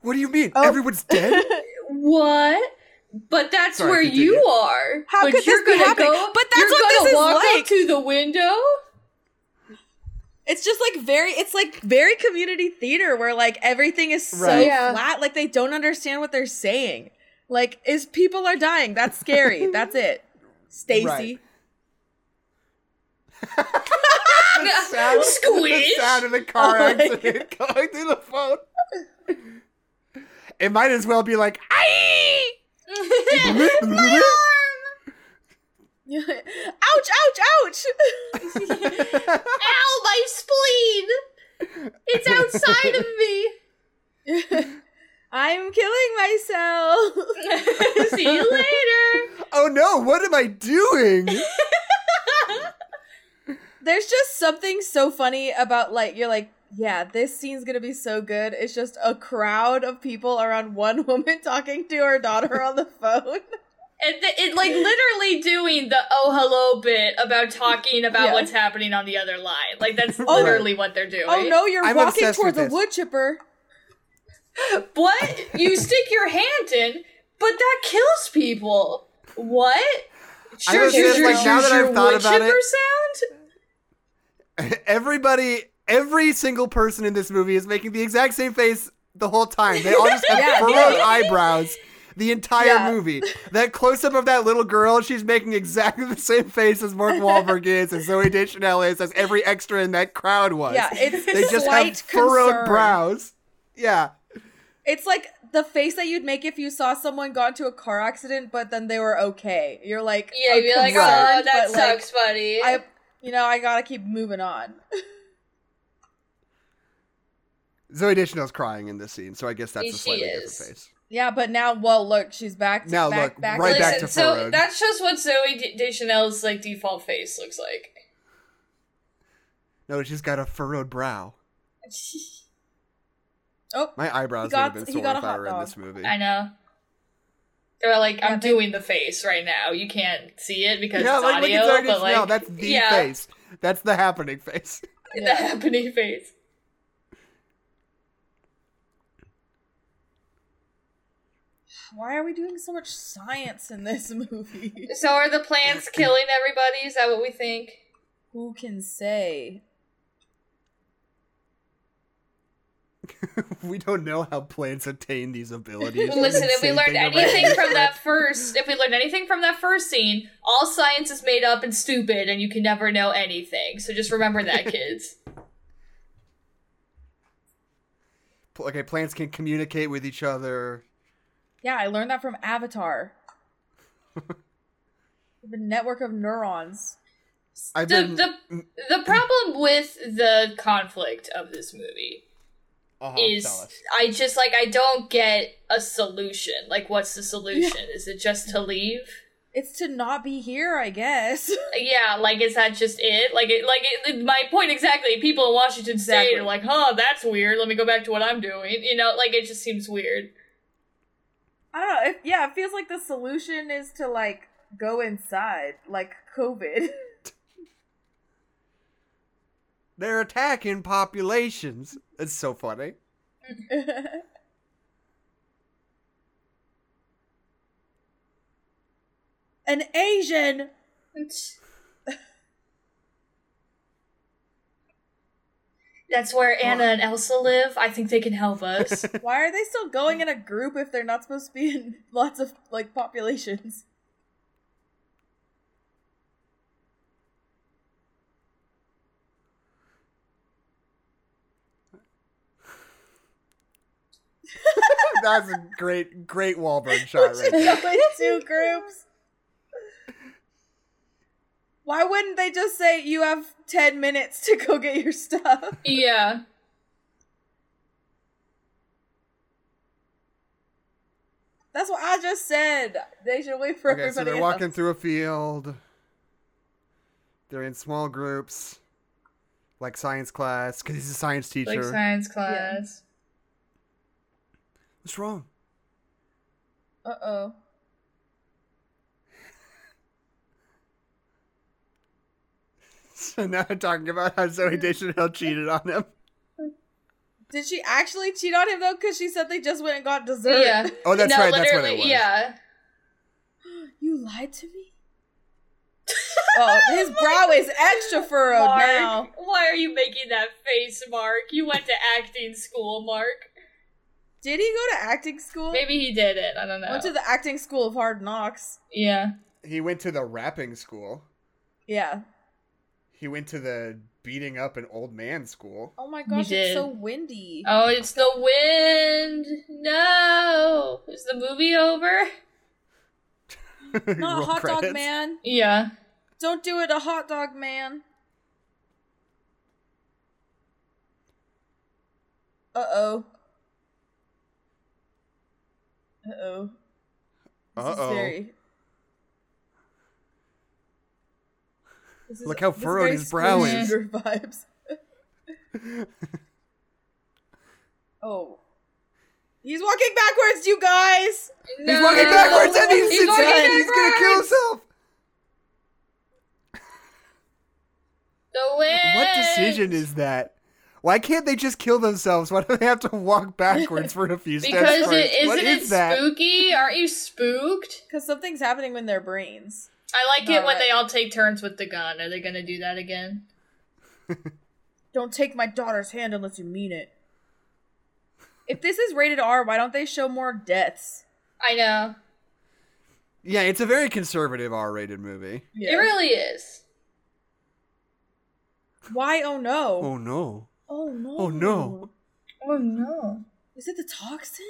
[SPEAKER 3] What do you mean?
[SPEAKER 5] Oh.
[SPEAKER 3] Everyone's dead?
[SPEAKER 4] What? But that's
[SPEAKER 3] Sorry,
[SPEAKER 4] where
[SPEAKER 3] continue.
[SPEAKER 4] you are.
[SPEAKER 5] How
[SPEAKER 4] but
[SPEAKER 5] could this
[SPEAKER 4] you're
[SPEAKER 5] be
[SPEAKER 4] gonna
[SPEAKER 5] happening?
[SPEAKER 4] Go,
[SPEAKER 5] But that's
[SPEAKER 4] you're
[SPEAKER 5] what
[SPEAKER 4] gonna
[SPEAKER 5] this is
[SPEAKER 4] walk up
[SPEAKER 5] like.
[SPEAKER 4] to the window.
[SPEAKER 5] It's just like very it's like very community theater where like everything is so
[SPEAKER 3] Right.
[SPEAKER 4] Yeah.
[SPEAKER 5] flat like they don't understand what they're saying. Like is people are dying. That's scary. That's it. Stacy.
[SPEAKER 3] Right.
[SPEAKER 4] The
[SPEAKER 3] sound- the
[SPEAKER 4] Squish.
[SPEAKER 3] sound of the car
[SPEAKER 5] Oh my
[SPEAKER 3] accident going through the phone. It might as well be like, "Aye!"
[SPEAKER 5] ouch, ouch, ouch.
[SPEAKER 4] Ow, my spleen! It's outside of me.
[SPEAKER 5] I'm killing myself.
[SPEAKER 4] See you later.
[SPEAKER 3] Oh no, what am I doing?
[SPEAKER 5] There's just something so funny about like you're like, yeah, this scene's gonna be so good. It's just a crowd of people around one woman talking to her daughter on the phone.
[SPEAKER 4] And th- it like literally doing the oh hello bit about talking about
[SPEAKER 5] Yeah.
[SPEAKER 4] what's happening on the other line. Like that's
[SPEAKER 3] Oh.
[SPEAKER 4] literally what they're doing.
[SPEAKER 5] Oh no, you're
[SPEAKER 3] I'm
[SPEAKER 5] walking
[SPEAKER 3] obsessed
[SPEAKER 5] towards
[SPEAKER 3] with
[SPEAKER 5] a
[SPEAKER 3] this.
[SPEAKER 5] wood chipper.
[SPEAKER 4] What? You stick your hand in, but that kills people. What?
[SPEAKER 3] I
[SPEAKER 4] Sure,
[SPEAKER 3] was
[SPEAKER 4] sure,
[SPEAKER 5] just
[SPEAKER 4] sure,
[SPEAKER 5] like, now
[SPEAKER 4] sure,
[SPEAKER 3] that I've
[SPEAKER 4] sure,
[SPEAKER 3] thought
[SPEAKER 4] wood
[SPEAKER 3] about it-
[SPEAKER 4] chipper sound?
[SPEAKER 3] Everybody, every single person in this movie is making the exact same face the whole time. They all just have
[SPEAKER 5] Yeah,
[SPEAKER 3] furrowed
[SPEAKER 5] yeah.
[SPEAKER 3] eyebrows the entire
[SPEAKER 5] Yeah.
[SPEAKER 3] movie. That close up of that little girl, she's making exactly the same face as Mark Wahlberg is, as Zoe Deschanel is, as every extra in that crowd was.
[SPEAKER 5] Yeah, it's
[SPEAKER 3] they just
[SPEAKER 5] slight
[SPEAKER 3] have furrowed
[SPEAKER 5] concern.
[SPEAKER 3] brows. Yeah.
[SPEAKER 5] It's like the face that you'd make if you saw someone got into a car accident, but then they were okay. You're like,
[SPEAKER 4] Yeah, you're like, oh,
[SPEAKER 5] concerned,
[SPEAKER 4] that
[SPEAKER 5] but, like,
[SPEAKER 4] sucks, buddy.
[SPEAKER 5] I, you know, I gotta keep moving on.
[SPEAKER 3] Zoe Deschanel's crying in this scene, so I guess that's a
[SPEAKER 4] She
[SPEAKER 3] slightly
[SPEAKER 4] is.
[SPEAKER 3] different face.
[SPEAKER 5] Yeah, but now, well, look, she's back. To,
[SPEAKER 3] Now
[SPEAKER 5] back,
[SPEAKER 3] look,
[SPEAKER 5] back,
[SPEAKER 3] right
[SPEAKER 5] to-
[SPEAKER 3] back
[SPEAKER 4] Listen,
[SPEAKER 3] to
[SPEAKER 4] so
[SPEAKER 3] furrowed.
[SPEAKER 4] that's just what Zoe De- Deschanel's like default face looks like.
[SPEAKER 3] No, she's got a furrowed brow.
[SPEAKER 5] Oh,
[SPEAKER 3] My eyebrows
[SPEAKER 5] He got-
[SPEAKER 3] would have
[SPEAKER 5] he
[SPEAKER 3] been sore
[SPEAKER 5] got a
[SPEAKER 3] if I
[SPEAKER 5] hot
[SPEAKER 3] were in
[SPEAKER 5] dog.
[SPEAKER 3] this movie.
[SPEAKER 4] I know. They're like,
[SPEAKER 5] Yeah,
[SPEAKER 4] I'm
[SPEAKER 5] they-
[SPEAKER 4] doing the face right now. You can't see it because
[SPEAKER 3] yeah,
[SPEAKER 4] it's
[SPEAKER 3] like
[SPEAKER 4] audio,
[SPEAKER 3] we can
[SPEAKER 4] but like,
[SPEAKER 3] already no, that's the
[SPEAKER 4] yeah,
[SPEAKER 3] face. That's the happening face.
[SPEAKER 4] the
[SPEAKER 5] Yeah.
[SPEAKER 4] happening face.
[SPEAKER 5] why are we doing so much science in this movie?
[SPEAKER 4] So are the plants killing everybody? Is that what we think?
[SPEAKER 5] Who can say?
[SPEAKER 3] we don't know how plants attain these abilities.
[SPEAKER 4] Well, listen, if we
[SPEAKER 3] Insane
[SPEAKER 4] learned
[SPEAKER 3] thing about
[SPEAKER 4] anything
[SPEAKER 3] it.
[SPEAKER 4] from that first, if we learned anything from that first scene, all science is made up and stupid, and you can never know anything. So just remember that, kids.
[SPEAKER 3] Pl- okay, plants can communicate with each other.
[SPEAKER 5] Yeah, I learned that from Avatar. the network of neurons.
[SPEAKER 3] I've
[SPEAKER 4] The,
[SPEAKER 3] been.
[SPEAKER 4] the the problem with the conflict of this movie
[SPEAKER 3] uh-huh, tell
[SPEAKER 4] is
[SPEAKER 3] us.
[SPEAKER 4] I just like I don't get a solution. Like, what's the solution? Is it just to leave?
[SPEAKER 5] It's to not be here, I guess.
[SPEAKER 4] Yeah, like is that just it? Like, it, like it, my point exactly. People in Washington
[SPEAKER 5] Exactly.
[SPEAKER 4] State are like, "Huh, that's weird. Let me go back to what I'm doing." You know, like it just seems weird.
[SPEAKER 5] I don't know. It, yeah, it feels like the solution is to like go inside, like COVID.
[SPEAKER 3] They're attacking populations. It's so funny.
[SPEAKER 5] An Asian.
[SPEAKER 4] That's where Anna and Elsa live. I think they can help us.
[SPEAKER 5] Why are they still going in a group if they're not supposed to be in lots of like populations?
[SPEAKER 3] That's a great, great Wahlberg shot right
[SPEAKER 5] Go
[SPEAKER 3] there.
[SPEAKER 5] in two groups. Why wouldn't they just say you have ten minutes to go get your stuff?
[SPEAKER 4] yeah.
[SPEAKER 5] That's what I just said. They should wait for
[SPEAKER 3] Okay, so
[SPEAKER 5] everybody.
[SPEAKER 3] they're walking
[SPEAKER 5] else.
[SPEAKER 3] through a field. They're in small groups, like science class, because he's a science teacher.
[SPEAKER 4] Like science class.
[SPEAKER 3] What's wrong?
[SPEAKER 5] Uh oh.
[SPEAKER 3] So now they're talking about how Zoe Deschanel cheated on him.
[SPEAKER 5] Did she actually cheat on him though? Because she said they just went and got dessert.
[SPEAKER 4] Yeah.
[SPEAKER 3] Oh, that's
[SPEAKER 4] no,
[SPEAKER 3] right. That's what
[SPEAKER 4] literally,
[SPEAKER 3] it was.
[SPEAKER 4] yeah.
[SPEAKER 5] You lied to me. oh, his brow is extra furrowed
[SPEAKER 4] Mark,
[SPEAKER 5] now.
[SPEAKER 4] why are you making that face, Mark? You went to acting school, Mark.
[SPEAKER 5] Did he go to acting school?
[SPEAKER 4] Maybe he did it. I don't know.
[SPEAKER 5] Went to the acting school of hard knocks.
[SPEAKER 4] yeah.
[SPEAKER 3] He went to the rapping school.
[SPEAKER 5] Yeah.
[SPEAKER 3] He went to the beating up an old man school.
[SPEAKER 5] Oh my
[SPEAKER 4] gosh,
[SPEAKER 5] gosh,
[SPEAKER 4] He it's
[SPEAKER 5] it's
[SPEAKER 4] so
[SPEAKER 5] so
[SPEAKER 4] did.
[SPEAKER 5] windy.
[SPEAKER 4] Oh, it's the wind. No. Is the movie over? Oh,
[SPEAKER 5] Not a
[SPEAKER 3] Roll
[SPEAKER 5] hot dog
[SPEAKER 3] credits.
[SPEAKER 5] man.
[SPEAKER 4] Yeah.
[SPEAKER 5] Don't do it, a hot dog man. Uh oh. Uh oh. This
[SPEAKER 3] Uh
[SPEAKER 5] is
[SPEAKER 3] oh.
[SPEAKER 5] very. This is-
[SPEAKER 3] Look how
[SPEAKER 5] this is
[SPEAKER 3] furrowed
[SPEAKER 5] very
[SPEAKER 3] his brow
[SPEAKER 5] Scrooge
[SPEAKER 4] is.
[SPEAKER 5] Shooter Vibes. oh. He's walking backwards, you guys!
[SPEAKER 3] He's walking backwards and he's,
[SPEAKER 4] He's
[SPEAKER 3] he's,
[SPEAKER 4] walking
[SPEAKER 3] he's gonna kill
[SPEAKER 4] backwards!
[SPEAKER 3] himself.
[SPEAKER 4] The wind.
[SPEAKER 3] What decision is that? Why can't they just kill themselves? Why do they have to walk backwards for a few steps?
[SPEAKER 4] Because
[SPEAKER 3] first?
[SPEAKER 4] it
[SPEAKER 3] What
[SPEAKER 4] isn't it
[SPEAKER 3] is that?
[SPEAKER 4] spooky? Aren't you spooked?
[SPEAKER 5] Because something's happening with their brains.
[SPEAKER 4] I like it
[SPEAKER 5] All
[SPEAKER 4] when
[SPEAKER 5] right.
[SPEAKER 4] they all take turns with the gun. Are they gonna do that again?
[SPEAKER 5] Don't take my daughter's hand unless you mean it. If this is rated R, why don't they show more deaths?
[SPEAKER 4] I know.
[SPEAKER 3] Yeah, it's a very conservative R-rated movie.
[SPEAKER 4] It really is.
[SPEAKER 5] Why oh no?
[SPEAKER 3] Oh no.
[SPEAKER 5] Oh no.
[SPEAKER 3] Oh no.
[SPEAKER 4] Oh no.
[SPEAKER 5] Is it the toxin?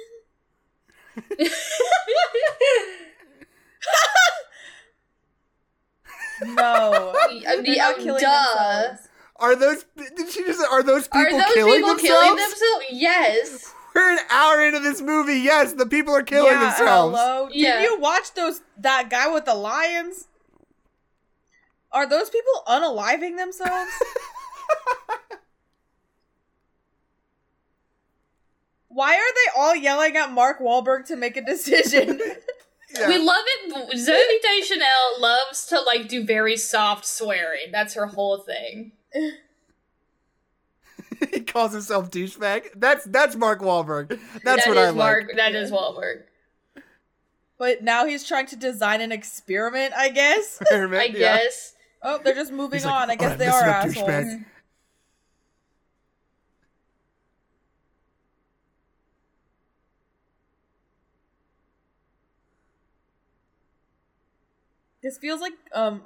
[SPEAKER 5] No. They're
[SPEAKER 4] The-
[SPEAKER 5] not
[SPEAKER 4] oh,
[SPEAKER 5] killing
[SPEAKER 4] duh.
[SPEAKER 5] themselves.
[SPEAKER 3] Are those did she just are those people
[SPEAKER 4] Are those
[SPEAKER 3] killing
[SPEAKER 4] people
[SPEAKER 3] themselves?
[SPEAKER 4] killing themselves? Yes.
[SPEAKER 3] We're an hour into this movie. Yes, the people are killing
[SPEAKER 5] yeah,
[SPEAKER 3] themselves.
[SPEAKER 5] Hello.
[SPEAKER 4] Yeah.
[SPEAKER 5] Did you watch those that guy with the lions? Are those people unaliving themselves? Why are they all yelling at Mark Wahlberg to make a decision?
[SPEAKER 3] Yeah.
[SPEAKER 4] We love it. Zoe Deschanel loves to like do very soft swearing. That's her whole thing.
[SPEAKER 3] he calls himself douchebag. That's that's Mark Wahlberg. That's
[SPEAKER 4] That
[SPEAKER 3] what I
[SPEAKER 4] is
[SPEAKER 3] like.
[SPEAKER 4] Mark, That is Wahlberg.
[SPEAKER 5] but now he's trying to design an experiment, I guess.
[SPEAKER 3] Experiment,
[SPEAKER 4] I
[SPEAKER 3] yeah.
[SPEAKER 4] guess.
[SPEAKER 5] Oh, they're just moving
[SPEAKER 3] He's like, "Oh,
[SPEAKER 5] on. I guess
[SPEAKER 3] "Alright,
[SPEAKER 5] they are
[SPEAKER 3] listen up,
[SPEAKER 5] assholes.
[SPEAKER 3] douchebag.
[SPEAKER 5] This feels like um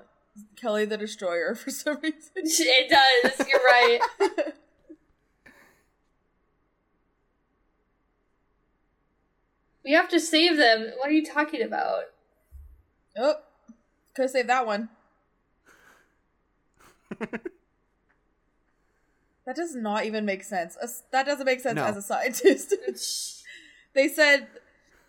[SPEAKER 5] Kelly the Destroyer for some reason.
[SPEAKER 4] It does. You're right. we have to save them. What are you talking about?
[SPEAKER 5] Oh, could have saved that one. that does not even make sense. As- That doesn't make sense
[SPEAKER 3] No.
[SPEAKER 5] as a scientist. they said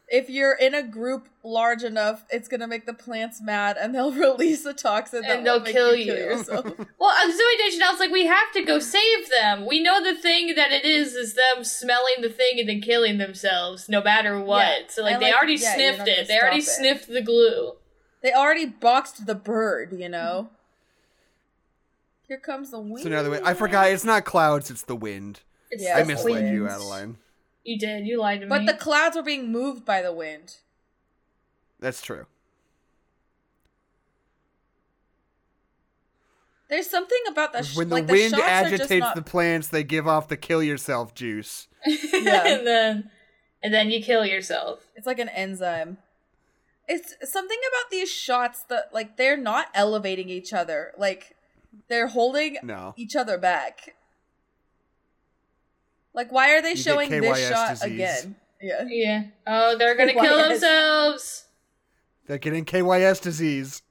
[SPEAKER 5] if you're in a group large enough, it's gonna make the plants mad, and they'll release a toxin that
[SPEAKER 4] And they'll
[SPEAKER 5] will make
[SPEAKER 4] kill
[SPEAKER 5] you. Kill
[SPEAKER 4] you.
[SPEAKER 5] yourself.
[SPEAKER 4] Well, uh, Zoe Deschanel's like, we have to go save them. We know the thing that it is is them smelling the thing and then killing themselves, no matter what.
[SPEAKER 5] Yeah,
[SPEAKER 4] So like,
[SPEAKER 5] and,
[SPEAKER 4] they
[SPEAKER 5] like,
[SPEAKER 4] already
[SPEAKER 5] yeah, you're
[SPEAKER 4] sniffed
[SPEAKER 5] not gonna
[SPEAKER 4] it. They already
[SPEAKER 5] stop it.
[SPEAKER 4] sniffed the glue.
[SPEAKER 5] they already boxed the bird, you know. Here comes the wind.
[SPEAKER 3] So now the way I forgot it's not clouds, it's the wind.
[SPEAKER 4] It's
[SPEAKER 5] Yeah,
[SPEAKER 3] I
[SPEAKER 5] it's the
[SPEAKER 3] misled you,
[SPEAKER 5] wind.
[SPEAKER 3] Adeline.
[SPEAKER 4] You did. You lied to
[SPEAKER 5] But
[SPEAKER 4] me.
[SPEAKER 5] the clouds were being moved by the wind.
[SPEAKER 3] That's true.
[SPEAKER 5] There's something about the sh-
[SPEAKER 3] when the
[SPEAKER 5] like,
[SPEAKER 3] wind
[SPEAKER 5] shots are just
[SPEAKER 3] agitates
[SPEAKER 5] not-
[SPEAKER 3] the plants, they give off the kill yourself juice.
[SPEAKER 5] Yeah.
[SPEAKER 4] and then and then you kill yourself.
[SPEAKER 5] It's like an enzyme. It's something about these shots that like they're not elevating each other. Like they're holding
[SPEAKER 3] No.
[SPEAKER 5] each other back. Like why are they
[SPEAKER 3] You get
[SPEAKER 5] showing this
[SPEAKER 3] KYS
[SPEAKER 5] shot
[SPEAKER 3] disease.
[SPEAKER 5] again? Yeah.
[SPEAKER 4] Yeah. Oh, they're gonna
[SPEAKER 5] Why
[SPEAKER 4] kill
[SPEAKER 5] is-
[SPEAKER 4] themselves.
[SPEAKER 3] They're getting KYS disease.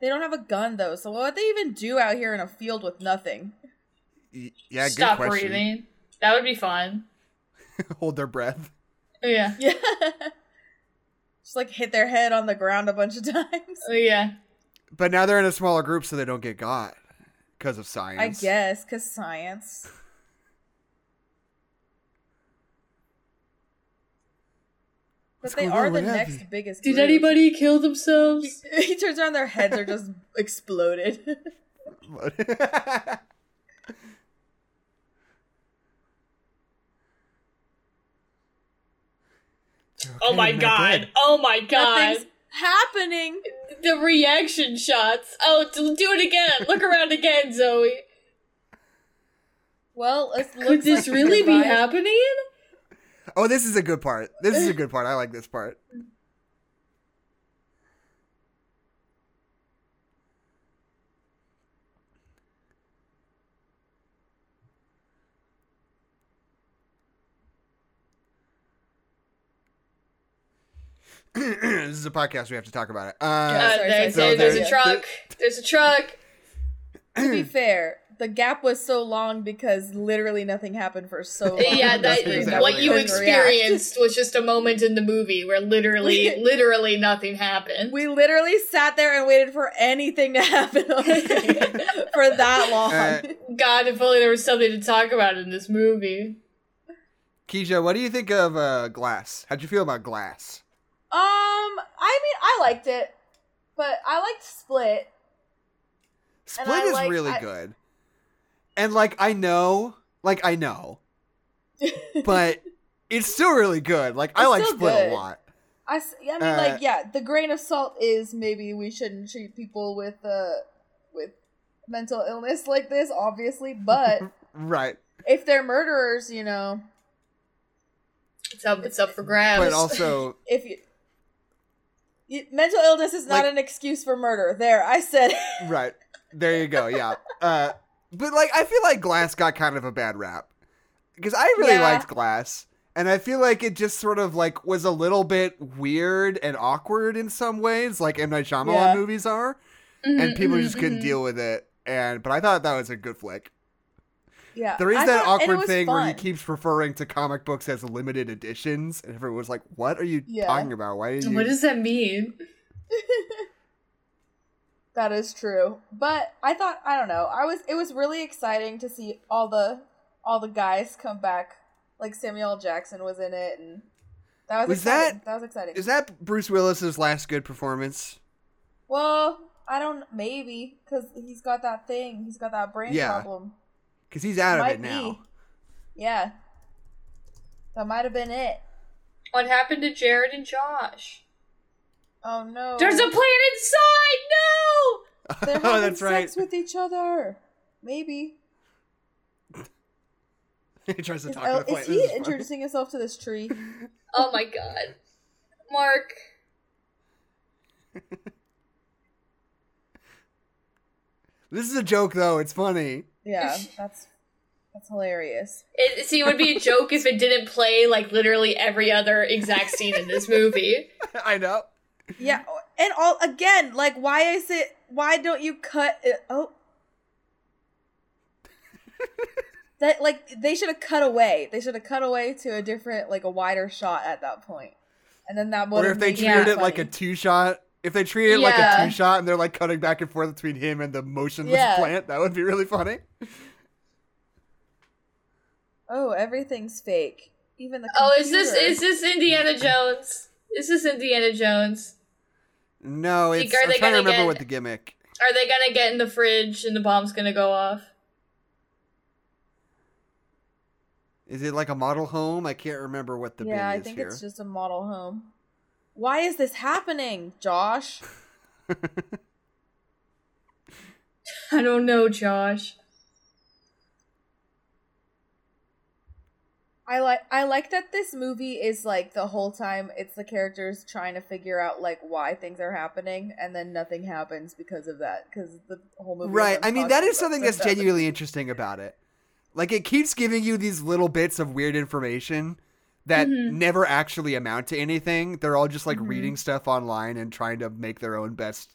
[SPEAKER 5] They don't have a gun though, so what would they even do out here in a field with nothing?
[SPEAKER 3] Y- yeah,
[SPEAKER 4] Stop
[SPEAKER 3] good question.
[SPEAKER 4] breathing. That would be fun. Oh,
[SPEAKER 3] Hold their breath.
[SPEAKER 4] Yeah.
[SPEAKER 5] Yeah. Just like hit their head on the ground a bunch of times.
[SPEAKER 4] Oh, Yeah.
[SPEAKER 3] But now they're in a smaller group so they don't get got because of
[SPEAKER 5] I
[SPEAKER 3] science.
[SPEAKER 5] guess, cause science. But
[SPEAKER 3] What's
[SPEAKER 5] they
[SPEAKER 3] going
[SPEAKER 5] are
[SPEAKER 3] on?
[SPEAKER 5] the
[SPEAKER 3] What
[SPEAKER 5] next
[SPEAKER 3] happened?
[SPEAKER 5] biggest.
[SPEAKER 4] Did
[SPEAKER 5] group.
[SPEAKER 4] anybody kill themselves?
[SPEAKER 5] He turns around, their heads are just exploded.
[SPEAKER 4] Oh my god. Oh my god.
[SPEAKER 5] Nothing's happening.
[SPEAKER 4] The reaction shots. Oh, d- do it again. Look around again, Zoe.
[SPEAKER 5] Well, it
[SPEAKER 4] Could
[SPEAKER 5] looks
[SPEAKER 4] this
[SPEAKER 5] like
[SPEAKER 4] really be
[SPEAKER 5] goodbye.
[SPEAKER 4] happening?
[SPEAKER 3] Oh, this is a good part. This is a good part. I like this part. this is a podcast. We have to talk about it. Uh,
[SPEAKER 5] Yeah,
[SPEAKER 4] Uh,
[SPEAKER 5] sorry,
[SPEAKER 4] there's,
[SPEAKER 5] sorry,
[SPEAKER 3] sorry,
[SPEAKER 4] there's a
[SPEAKER 3] sorry.
[SPEAKER 4] truck. There's a truck.
[SPEAKER 5] To be fair, the gap was so long because literally nothing happened for so long.
[SPEAKER 4] yeah, that
[SPEAKER 3] That's exactly
[SPEAKER 4] what you
[SPEAKER 5] Couldn't react.
[SPEAKER 4] experienced was just a moment in the movie where literally, literally nothing happened.
[SPEAKER 5] We literally sat there and waited for anything to happen on screen for that long.
[SPEAKER 3] Uh,
[SPEAKER 4] God, if only there was something to talk about in this movie.
[SPEAKER 3] Keisha, what do you think of uh, Glass? How'd you feel about Glass?
[SPEAKER 5] um, I mean, I liked it, but I liked Split. And
[SPEAKER 3] Split
[SPEAKER 5] I
[SPEAKER 3] is
[SPEAKER 5] like-
[SPEAKER 3] really
[SPEAKER 5] I-
[SPEAKER 3] good. And like I know, like I know. but it's still really good. Like I
[SPEAKER 5] It's
[SPEAKER 3] like
[SPEAKER 5] still
[SPEAKER 3] Split
[SPEAKER 5] good.
[SPEAKER 3] a lot.
[SPEAKER 5] I, s- I mean,
[SPEAKER 3] Uh,
[SPEAKER 5] like, yeah, the grain of salt is maybe we shouldn't treat people with uh with mental illness like this, obviously. But
[SPEAKER 3] Right.
[SPEAKER 5] if they're murderers, you know,
[SPEAKER 4] It's up, it's up for grabs.
[SPEAKER 3] But also
[SPEAKER 5] if you, you mental illness is not
[SPEAKER 3] Like-
[SPEAKER 5] an excuse for murder. There, I said. it.
[SPEAKER 3] right. There you go. Yeah. Uh but like I feel like Glass got kind of a bad rap. Cuz I really
[SPEAKER 5] Yeah.
[SPEAKER 3] liked Glass and I feel like it just sort of like was a little bit weird and awkward in some ways like M Night Shyamalan
[SPEAKER 5] Yeah. Mm-hmm,
[SPEAKER 3] movies are
[SPEAKER 4] Mhm,
[SPEAKER 3] and people
[SPEAKER 4] mhm,
[SPEAKER 3] just couldn't
[SPEAKER 4] mhm.
[SPEAKER 3] deal with it. And but I thought that was a good flick.
[SPEAKER 5] Yeah,
[SPEAKER 3] There is
[SPEAKER 5] I
[SPEAKER 3] that
[SPEAKER 5] thought- and it
[SPEAKER 3] awkward
[SPEAKER 5] was
[SPEAKER 3] thing where he
[SPEAKER 5] fun.
[SPEAKER 3] keeps referring to comic books as limited editions, and everyone was like, "What are you
[SPEAKER 5] Yeah.
[SPEAKER 3] talking about? Why are you?"
[SPEAKER 4] What does that mean?
[SPEAKER 5] That is true. But I thought I don't know. I was it was really exciting to see all the all the guys come back. Like Samuel L. Jackson was in it and that was,
[SPEAKER 3] Was
[SPEAKER 5] exciting. that that was exciting.
[SPEAKER 3] is that Bruce Willis's last good performance?
[SPEAKER 5] well, I don't maybe cuz he's got that thing. He's got that brain
[SPEAKER 3] Yeah.
[SPEAKER 5] problem.
[SPEAKER 3] Because he's out of
[SPEAKER 5] Might
[SPEAKER 3] it now.
[SPEAKER 5] be. Yeah. That might have been it.
[SPEAKER 4] What happened to Jared and Josh?
[SPEAKER 5] Oh no.
[SPEAKER 4] There's a plan inside. No.
[SPEAKER 5] They're having
[SPEAKER 3] oh, that's right.
[SPEAKER 5] sex with each other. Maybe.
[SPEAKER 3] he tries to
[SPEAKER 5] Is,
[SPEAKER 3] talk
[SPEAKER 5] El-
[SPEAKER 3] to the plane.
[SPEAKER 5] is
[SPEAKER 3] This
[SPEAKER 5] he
[SPEAKER 3] funny.
[SPEAKER 5] introducing himself to this tree?
[SPEAKER 4] Oh my god, Mark.
[SPEAKER 3] This is a joke, though. It's funny.
[SPEAKER 5] Yeah, that's that's hilarious.
[SPEAKER 4] It, see, it would be a joke if it didn't play like literally every other exact scene in this movie.
[SPEAKER 3] I know.
[SPEAKER 5] Yeah, and all again, like why is it? Why don't you cut it? Oh, that like they should have cut away. They should have cut away to a different, like a wider shot at that point, and then that would.
[SPEAKER 3] or if they
[SPEAKER 5] made
[SPEAKER 4] Yeah.
[SPEAKER 3] treated it like a
[SPEAKER 5] funny.
[SPEAKER 3] two shot. If they treated it like a
[SPEAKER 4] Yeah.
[SPEAKER 3] two shot and they're like cutting back and forth between him and the motionless
[SPEAKER 5] Yeah.
[SPEAKER 3] plant, that would be really funny.
[SPEAKER 5] oh, everything's fake. Even the
[SPEAKER 4] Oh, is this
[SPEAKER 5] computer.
[SPEAKER 4] is this Indiana Jones? Is this Indiana Jones?
[SPEAKER 3] No, it's.
[SPEAKER 4] are
[SPEAKER 3] I'm
[SPEAKER 4] they
[SPEAKER 3] trying
[SPEAKER 4] gonna
[SPEAKER 3] to remember
[SPEAKER 4] get-
[SPEAKER 3] what the gimmick.
[SPEAKER 4] Are they gonna get in the fridge and the bomb's gonna go off?
[SPEAKER 3] Is it like a model home? I can't remember what the bit
[SPEAKER 5] yeah? I
[SPEAKER 3] is
[SPEAKER 5] think
[SPEAKER 3] here.
[SPEAKER 5] it's just a model home. Why is this happening, Josh?
[SPEAKER 4] I don't know, Josh.
[SPEAKER 5] I like I like that this movie is like the whole time it's the characters trying to figure out like why things are happening and then nothing happens because of that because the whole movie is
[SPEAKER 3] right.
[SPEAKER 5] them
[SPEAKER 3] I mean,
[SPEAKER 5] talking
[SPEAKER 3] that is
[SPEAKER 5] about
[SPEAKER 3] something
[SPEAKER 5] stuff
[SPEAKER 3] that's
[SPEAKER 5] happening.
[SPEAKER 3] genuinely interesting about it. Like, it keeps giving you these little bits of weird information that
[SPEAKER 4] Mhm.
[SPEAKER 5] Mm-hmm.
[SPEAKER 3] never actually amount to anything. They're all just like
[SPEAKER 4] Mhm.
[SPEAKER 3] reading stuff online and trying to make their own best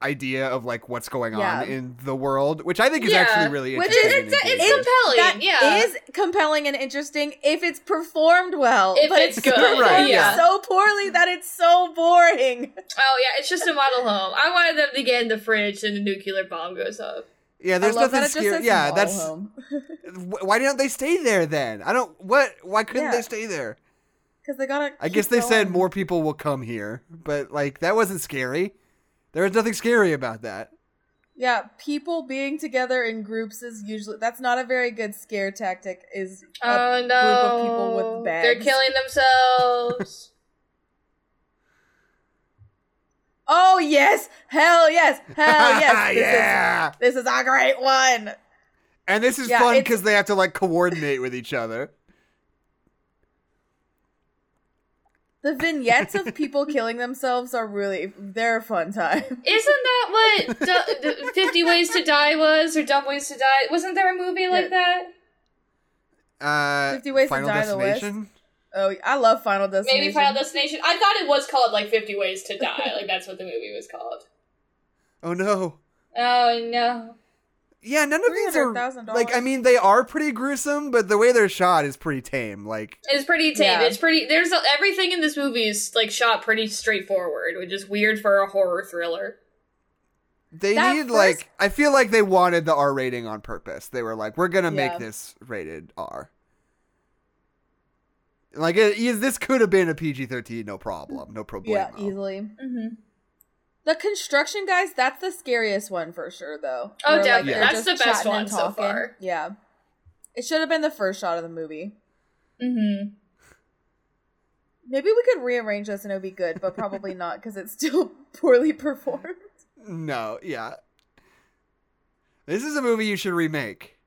[SPEAKER 3] idea of like what's going
[SPEAKER 5] Yeah.
[SPEAKER 3] on in the world, which I think is
[SPEAKER 4] Yeah.
[SPEAKER 3] actually really
[SPEAKER 5] Which is-
[SPEAKER 3] interesting. and
[SPEAKER 4] It's, it's
[SPEAKER 3] engaging.
[SPEAKER 4] compelling.
[SPEAKER 5] That
[SPEAKER 4] yeah.
[SPEAKER 5] is compelling and interesting if it's performed well.
[SPEAKER 4] If
[SPEAKER 5] but
[SPEAKER 4] it's
[SPEAKER 5] so
[SPEAKER 4] good,
[SPEAKER 5] performed
[SPEAKER 4] yeah.
[SPEAKER 5] so poorly that it's so boring.
[SPEAKER 4] Oh yeah, it's just a model home. I wanted them to get in the fridge and a nuclear bomb goes off.
[SPEAKER 3] yeah, there's
[SPEAKER 5] I love
[SPEAKER 3] nothing
[SPEAKER 5] that it just
[SPEAKER 3] scary.
[SPEAKER 5] says
[SPEAKER 3] Yeah,
[SPEAKER 5] model
[SPEAKER 3] that's
[SPEAKER 5] home
[SPEAKER 3] wh- why don't they stay there then? I don't what why couldn't
[SPEAKER 5] Yeah.
[SPEAKER 3] they stay there?
[SPEAKER 5] because they gotta.
[SPEAKER 3] I
[SPEAKER 5] keep
[SPEAKER 3] guess they said
[SPEAKER 5] going.
[SPEAKER 3] more people will come here, but like that wasn't scary. There was nothing scary about that.
[SPEAKER 5] Yeah, people being together in groups is usually that's not a very good scare tactic. Is a
[SPEAKER 4] Oh no!
[SPEAKER 5] group of people with bags.
[SPEAKER 4] They're killing themselves.
[SPEAKER 5] Oh yes, hell yes, hell yes. This
[SPEAKER 3] yeah.
[SPEAKER 5] is this is a great one.
[SPEAKER 3] and this is
[SPEAKER 5] Yeah,
[SPEAKER 3] fun
[SPEAKER 5] it's-
[SPEAKER 3] because they have to like coordinate with each other.
[SPEAKER 5] The vignettes of people killing themselves are really they're a fun time.
[SPEAKER 4] Isn't that what du- the Fifty Ways to Die was, or Dumb Ways to Die? Wasn't there a movie like
[SPEAKER 5] Yeah.
[SPEAKER 4] that?
[SPEAKER 3] Uh,
[SPEAKER 5] 50 Ways to
[SPEAKER 3] Final
[SPEAKER 5] Die the West.
[SPEAKER 3] Destination.
[SPEAKER 5] Oh, I love Final Destination.
[SPEAKER 4] Maybe Final Destination. I thought it was called like Fifty Ways to Die. Like that's what the movie was called.
[SPEAKER 3] Oh no!
[SPEAKER 4] Oh no!
[SPEAKER 3] Oh, yeah, none of these are
[SPEAKER 5] $300,000.
[SPEAKER 3] like I mean they are pretty gruesome, but the way they're shot is pretty tame. Like
[SPEAKER 4] It's pretty tame.
[SPEAKER 5] Yeah.
[SPEAKER 4] It's pretty. There's a, everything in this movie is like shot pretty straightforward, which is weird for a horror thriller.
[SPEAKER 3] they
[SPEAKER 5] That
[SPEAKER 3] need
[SPEAKER 5] first-
[SPEAKER 3] like I feel like they wanted the R rating on purpose. They were like, we're gonna
[SPEAKER 5] Yeah.
[SPEAKER 3] make this rated R. Like it, it- this could have been a PG thirteen, no problem, no problemo.
[SPEAKER 5] Yeah, easily.
[SPEAKER 4] Mm-hmm.
[SPEAKER 5] The construction guys, that's the scariest one for sure, though.
[SPEAKER 4] Oh,
[SPEAKER 5] Where,
[SPEAKER 4] definitely.
[SPEAKER 5] they're
[SPEAKER 4] That's
[SPEAKER 5] just
[SPEAKER 4] the best
[SPEAKER 5] chatting and
[SPEAKER 4] one so
[SPEAKER 5] talking.
[SPEAKER 4] far.
[SPEAKER 5] Yeah. It should have been the first shot of the movie.
[SPEAKER 4] Mm-hmm.
[SPEAKER 5] Maybe we could rearrange this and it would be good, but probably not because it's still poorly performed.
[SPEAKER 3] No, yeah. This is a movie you should remake.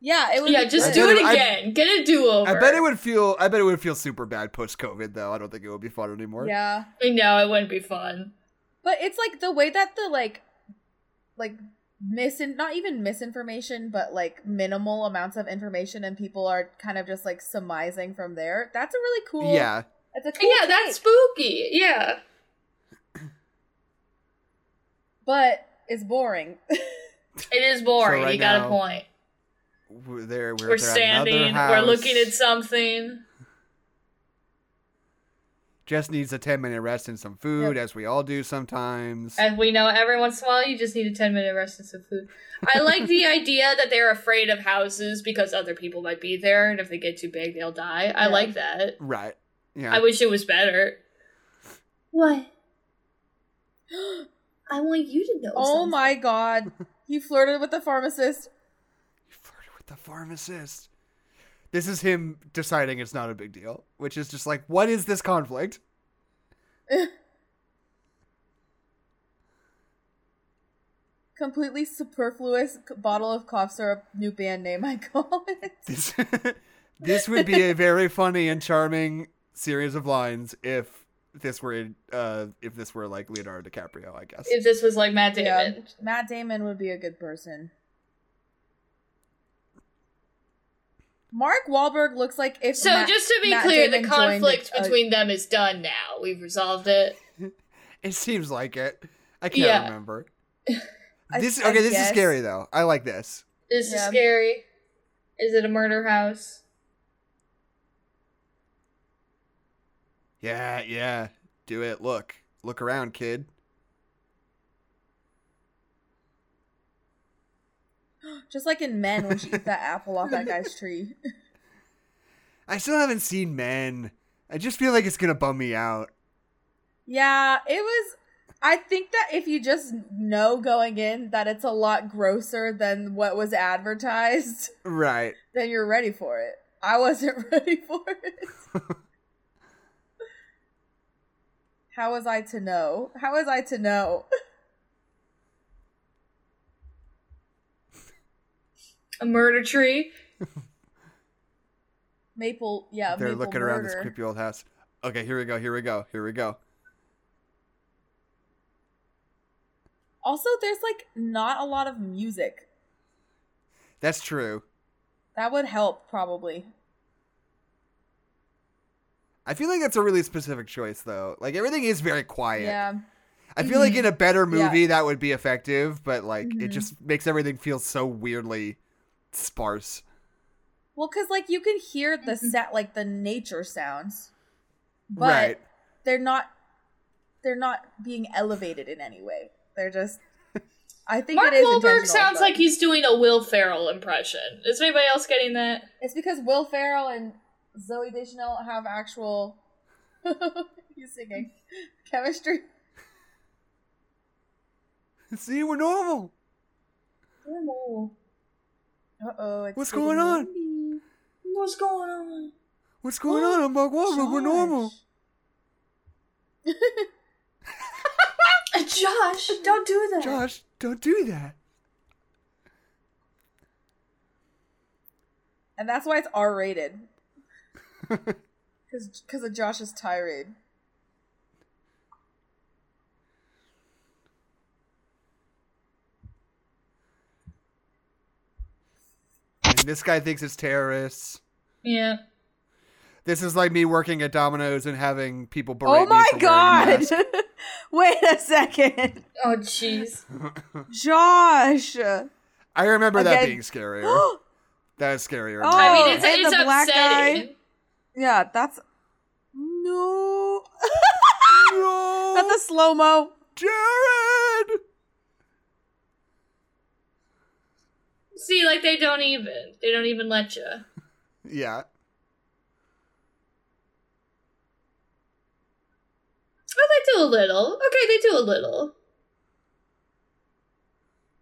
[SPEAKER 5] Yeah, it would.
[SPEAKER 4] Yeah,
[SPEAKER 5] be
[SPEAKER 4] just do
[SPEAKER 5] good.
[SPEAKER 3] bet
[SPEAKER 4] it
[SPEAKER 3] it- I-
[SPEAKER 4] again. Get a do over.
[SPEAKER 3] I bet it would feel. I bet it would feel super bad post COVID though. I don't think it would be fun anymore.
[SPEAKER 5] Yeah,
[SPEAKER 4] I know it wouldn't be fun.
[SPEAKER 5] but it's like the way that the like, like misin not even misinformation, but like minimal amounts of information, and people are kind of just like surmising from there. That's a really cool.
[SPEAKER 3] Yeah.
[SPEAKER 5] it's a cool.
[SPEAKER 4] yeah, that's
[SPEAKER 5] take.
[SPEAKER 4] spooky. Yeah.
[SPEAKER 5] but it's boring.
[SPEAKER 4] It is boring.
[SPEAKER 3] So right
[SPEAKER 4] you got
[SPEAKER 3] now,
[SPEAKER 4] a point.
[SPEAKER 3] We're there. We're,
[SPEAKER 4] We're
[SPEAKER 3] they're at another
[SPEAKER 4] standing. We're
[SPEAKER 3] house.
[SPEAKER 4] looking at something.
[SPEAKER 3] Jess needs a ten minute rest and some food, as we all do sometimes.
[SPEAKER 4] As we know, every once in a while, you just need a 10 minute rest and some food. I like the idea that they're afraid of houses because other people might be there, and if they get too big, they'll die. I
[SPEAKER 5] Yeah.
[SPEAKER 4] like that.
[SPEAKER 3] right. Yeah.
[SPEAKER 4] I wish it was better. What? I want you to know.
[SPEAKER 5] oh my god, he flirted with the pharmacist.
[SPEAKER 3] you flirted with the pharmacist. This is him deciding it's not a big deal, which is just like, what is this conflict?
[SPEAKER 5] Completely superfluous c- bottle of cough syrup. New band name, I call it.
[SPEAKER 3] This, this would be a very funny and charming series of lines if this were uh if this were like Leonardo DiCaprio, I guess.
[SPEAKER 4] If this was like Matt Damon.
[SPEAKER 5] Yeah, Matt Damon would be a good person. Mark Wahlberg looks like if
[SPEAKER 4] So
[SPEAKER 5] Matt-
[SPEAKER 4] just to be
[SPEAKER 5] Matt
[SPEAKER 4] clear, the
[SPEAKER 5] Damon joined
[SPEAKER 4] conflict
[SPEAKER 5] a-
[SPEAKER 4] between them is done now. We've resolved it.
[SPEAKER 3] It seems like it. I can't
[SPEAKER 4] Yeah.
[SPEAKER 3] remember.
[SPEAKER 5] I-
[SPEAKER 3] This
[SPEAKER 5] I
[SPEAKER 3] okay, this is
[SPEAKER 5] guess.
[SPEAKER 3] scary though. I like this.
[SPEAKER 4] This
[SPEAKER 5] Yeah.
[SPEAKER 4] is scary. Is it a murder house?
[SPEAKER 3] Yeah, yeah. Do it. Look. Look around, kid.
[SPEAKER 5] just like in Men when she eats that apple off that guy's tree.
[SPEAKER 3] I still haven't seen men. I just feel like it's gonna bum me out.
[SPEAKER 5] Yeah, it was. I think that if you just know going in that it's a lot grosser than what was advertised,
[SPEAKER 3] Right.
[SPEAKER 5] then you're ready for it. I wasn't ready for it. How was I to know? How was I to know?
[SPEAKER 4] A murder tree?
[SPEAKER 5] Maple, yeah,
[SPEAKER 3] They're
[SPEAKER 5] maple
[SPEAKER 3] looking
[SPEAKER 5] murder.
[SPEAKER 3] around this creepy old house. Okay, here we go, here we go, here we go.
[SPEAKER 5] Also, there's like not a lot of music.
[SPEAKER 3] That's true.
[SPEAKER 5] That would help probably.
[SPEAKER 3] I feel like that's a really specific choice though. Like everything is very quiet.
[SPEAKER 5] Yeah.
[SPEAKER 3] I feel like
[SPEAKER 4] Mhm.
[SPEAKER 3] in a better
[SPEAKER 5] Mm-hmm. Yeah. Mm-hmm.
[SPEAKER 3] movie that would be effective, but like
[SPEAKER 4] Mhm.
[SPEAKER 3] it just makes everything feel so weirdly sparse.
[SPEAKER 5] Well, cuz like you can hear the
[SPEAKER 4] Mhm.
[SPEAKER 5] set like the nature sounds. But
[SPEAKER 3] right.
[SPEAKER 5] they're not they're not being elevated in any way. They're just I think
[SPEAKER 4] Mark
[SPEAKER 5] it is
[SPEAKER 4] Wahlberg
[SPEAKER 5] intentional,
[SPEAKER 4] sounds
[SPEAKER 5] but-
[SPEAKER 4] like he's doing a Will Ferrell impression. Is anybody else getting that?
[SPEAKER 5] It's because Will Ferrell and Zoe Deschanel have actual he's singing chemistry.
[SPEAKER 3] See, we're normal.
[SPEAKER 5] Uh-oh. it's
[SPEAKER 3] What's
[SPEAKER 5] getting
[SPEAKER 3] going on?
[SPEAKER 5] windy.
[SPEAKER 4] What's going on?
[SPEAKER 3] What's going on? I'm Mark Wahlberg. We're normal.
[SPEAKER 5] Josh.
[SPEAKER 4] Josh, don't do that.
[SPEAKER 3] Josh, don't do that.
[SPEAKER 5] And that's why it's R rated. Because of Josh's tirade.
[SPEAKER 3] And this guy thinks it's terrorists.
[SPEAKER 4] Yeah.
[SPEAKER 3] This is like me working at Domino's and having people berate
[SPEAKER 5] Oh
[SPEAKER 3] me
[SPEAKER 5] my
[SPEAKER 3] for wearing a
[SPEAKER 5] god! Wait a second.
[SPEAKER 4] Oh, jeez.
[SPEAKER 3] mask.
[SPEAKER 5] Josh!
[SPEAKER 3] I remember that
[SPEAKER 5] Again.
[SPEAKER 3] being scarier. That's scarier.
[SPEAKER 5] Oh,
[SPEAKER 4] I mean, it's,
[SPEAKER 5] and
[SPEAKER 4] it's
[SPEAKER 5] the
[SPEAKER 4] upsetting.
[SPEAKER 5] black guy. yeah, that's no.
[SPEAKER 3] no,
[SPEAKER 5] Not the slow mo.
[SPEAKER 3] Jared.
[SPEAKER 4] See, like they don't even they don't even let Oh, you.
[SPEAKER 3] Yeah.
[SPEAKER 4] Oh, they do a little. Okay, they do a little.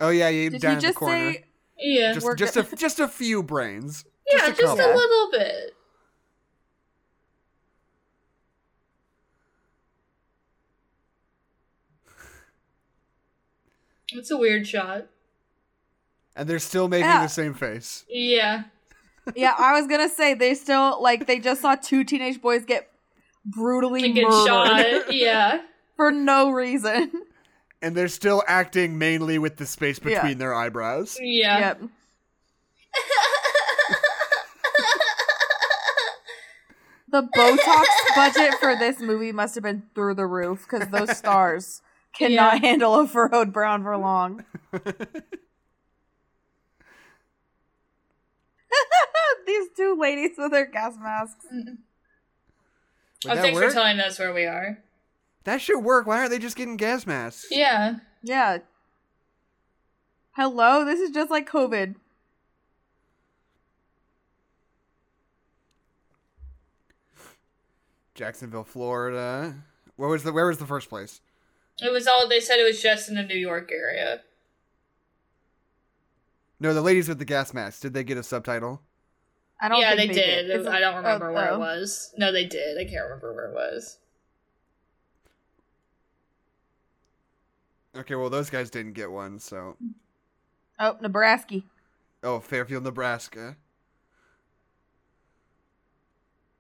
[SPEAKER 3] Oh yeah, you
[SPEAKER 5] Did
[SPEAKER 3] down
[SPEAKER 5] you
[SPEAKER 3] in the
[SPEAKER 5] just
[SPEAKER 3] corner.
[SPEAKER 5] say? uh,
[SPEAKER 4] Yeah,
[SPEAKER 3] just
[SPEAKER 5] we're
[SPEAKER 3] just
[SPEAKER 5] go-
[SPEAKER 3] a just a few brains.
[SPEAKER 4] yeah, just,
[SPEAKER 3] just a
[SPEAKER 4] a
[SPEAKER 3] couple.
[SPEAKER 4] little bit. It's a weird shot.
[SPEAKER 3] And they're still making
[SPEAKER 5] Yeah.
[SPEAKER 3] the same face.
[SPEAKER 4] Yeah.
[SPEAKER 5] Yeah, I was gonna say they still like they just saw two teenage boys get brutally
[SPEAKER 4] Like a
[SPEAKER 5] murdered
[SPEAKER 4] shot. Yeah.
[SPEAKER 5] for no reason.
[SPEAKER 3] And they're still acting mainly with the space between
[SPEAKER 5] Yeah.
[SPEAKER 3] their eyebrows.
[SPEAKER 4] Yeah.
[SPEAKER 5] Yep. The Botox budget for this movie must have been through the roof because those stars cannot
[SPEAKER 4] Yeah.
[SPEAKER 5] handle a furrowed brown for long. These two ladies with their gas masks.
[SPEAKER 3] Would
[SPEAKER 4] Oh,
[SPEAKER 3] that
[SPEAKER 4] thanks
[SPEAKER 3] work?
[SPEAKER 4] for telling us where we are.
[SPEAKER 3] That should work. Why aren't they just getting gas masks?
[SPEAKER 4] Yeah.
[SPEAKER 5] Yeah. Hello, this is just like COVID.
[SPEAKER 3] Jacksonville, Florida. Where was the Where was the first place?
[SPEAKER 4] It was all they said it was just in the New York area.
[SPEAKER 3] No, the ladies with the gas masks. Did they get a subtitle?
[SPEAKER 5] I don't.
[SPEAKER 4] yeah, they
[SPEAKER 5] think
[SPEAKER 4] did.
[SPEAKER 5] It's-
[SPEAKER 4] I don't
[SPEAKER 5] oh,
[SPEAKER 4] remember where
[SPEAKER 5] oh.
[SPEAKER 4] it was. No, they did. I can't remember where it was.
[SPEAKER 3] Okay, well those guys didn't get one. So,
[SPEAKER 5] Oh, Nebraska.
[SPEAKER 3] oh, Fairfield, Nebraska.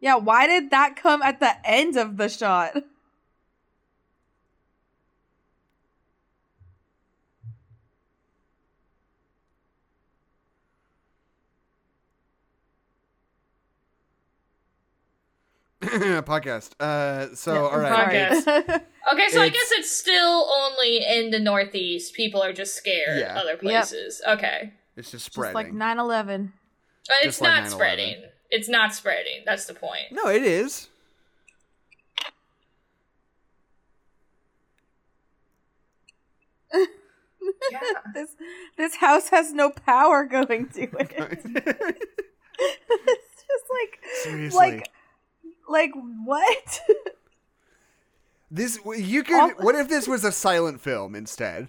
[SPEAKER 5] Yeah, why did that come at the end of the shot?
[SPEAKER 3] Podcast. Uh, so
[SPEAKER 5] Yeah,
[SPEAKER 3] all right.
[SPEAKER 4] podcast.
[SPEAKER 3] it's-
[SPEAKER 4] Okay, so I
[SPEAKER 3] It's-
[SPEAKER 4] guess it's still only in the Northeast. People are just scared.
[SPEAKER 3] Yeah.
[SPEAKER 4] Other
[SPEAKER 5] Yep.
[SPEAKER 4] places. Okay,
[SPEAKER 3] It's just
[SPEAKER 5] Just
[SPEAKER 3] spreading.
[SPEAKER 5] like 9 11.
[SPEAKER 4] but
[SPEAKER 3] Just
[SPEAKER 4] it's
[SPEAKER 3] like
[SPEAKER 4] not
[SPEAKER 3] 9/11.
[SPEAKER 4] spreading. It's not spreading. That's the point.
[SPEAKER 3] no, it is.
[SPEAKER 4] Yeah.
[SPEAKER 5] This this house has no power going to it. it's just like
[SPEAKER 3] Seriously.
[SPEAKER 5] like like what?
[SPEAKER 3] This you could.
[SPEAKER 5] All-
[SPEAKER 3] what if this was a silent film instead?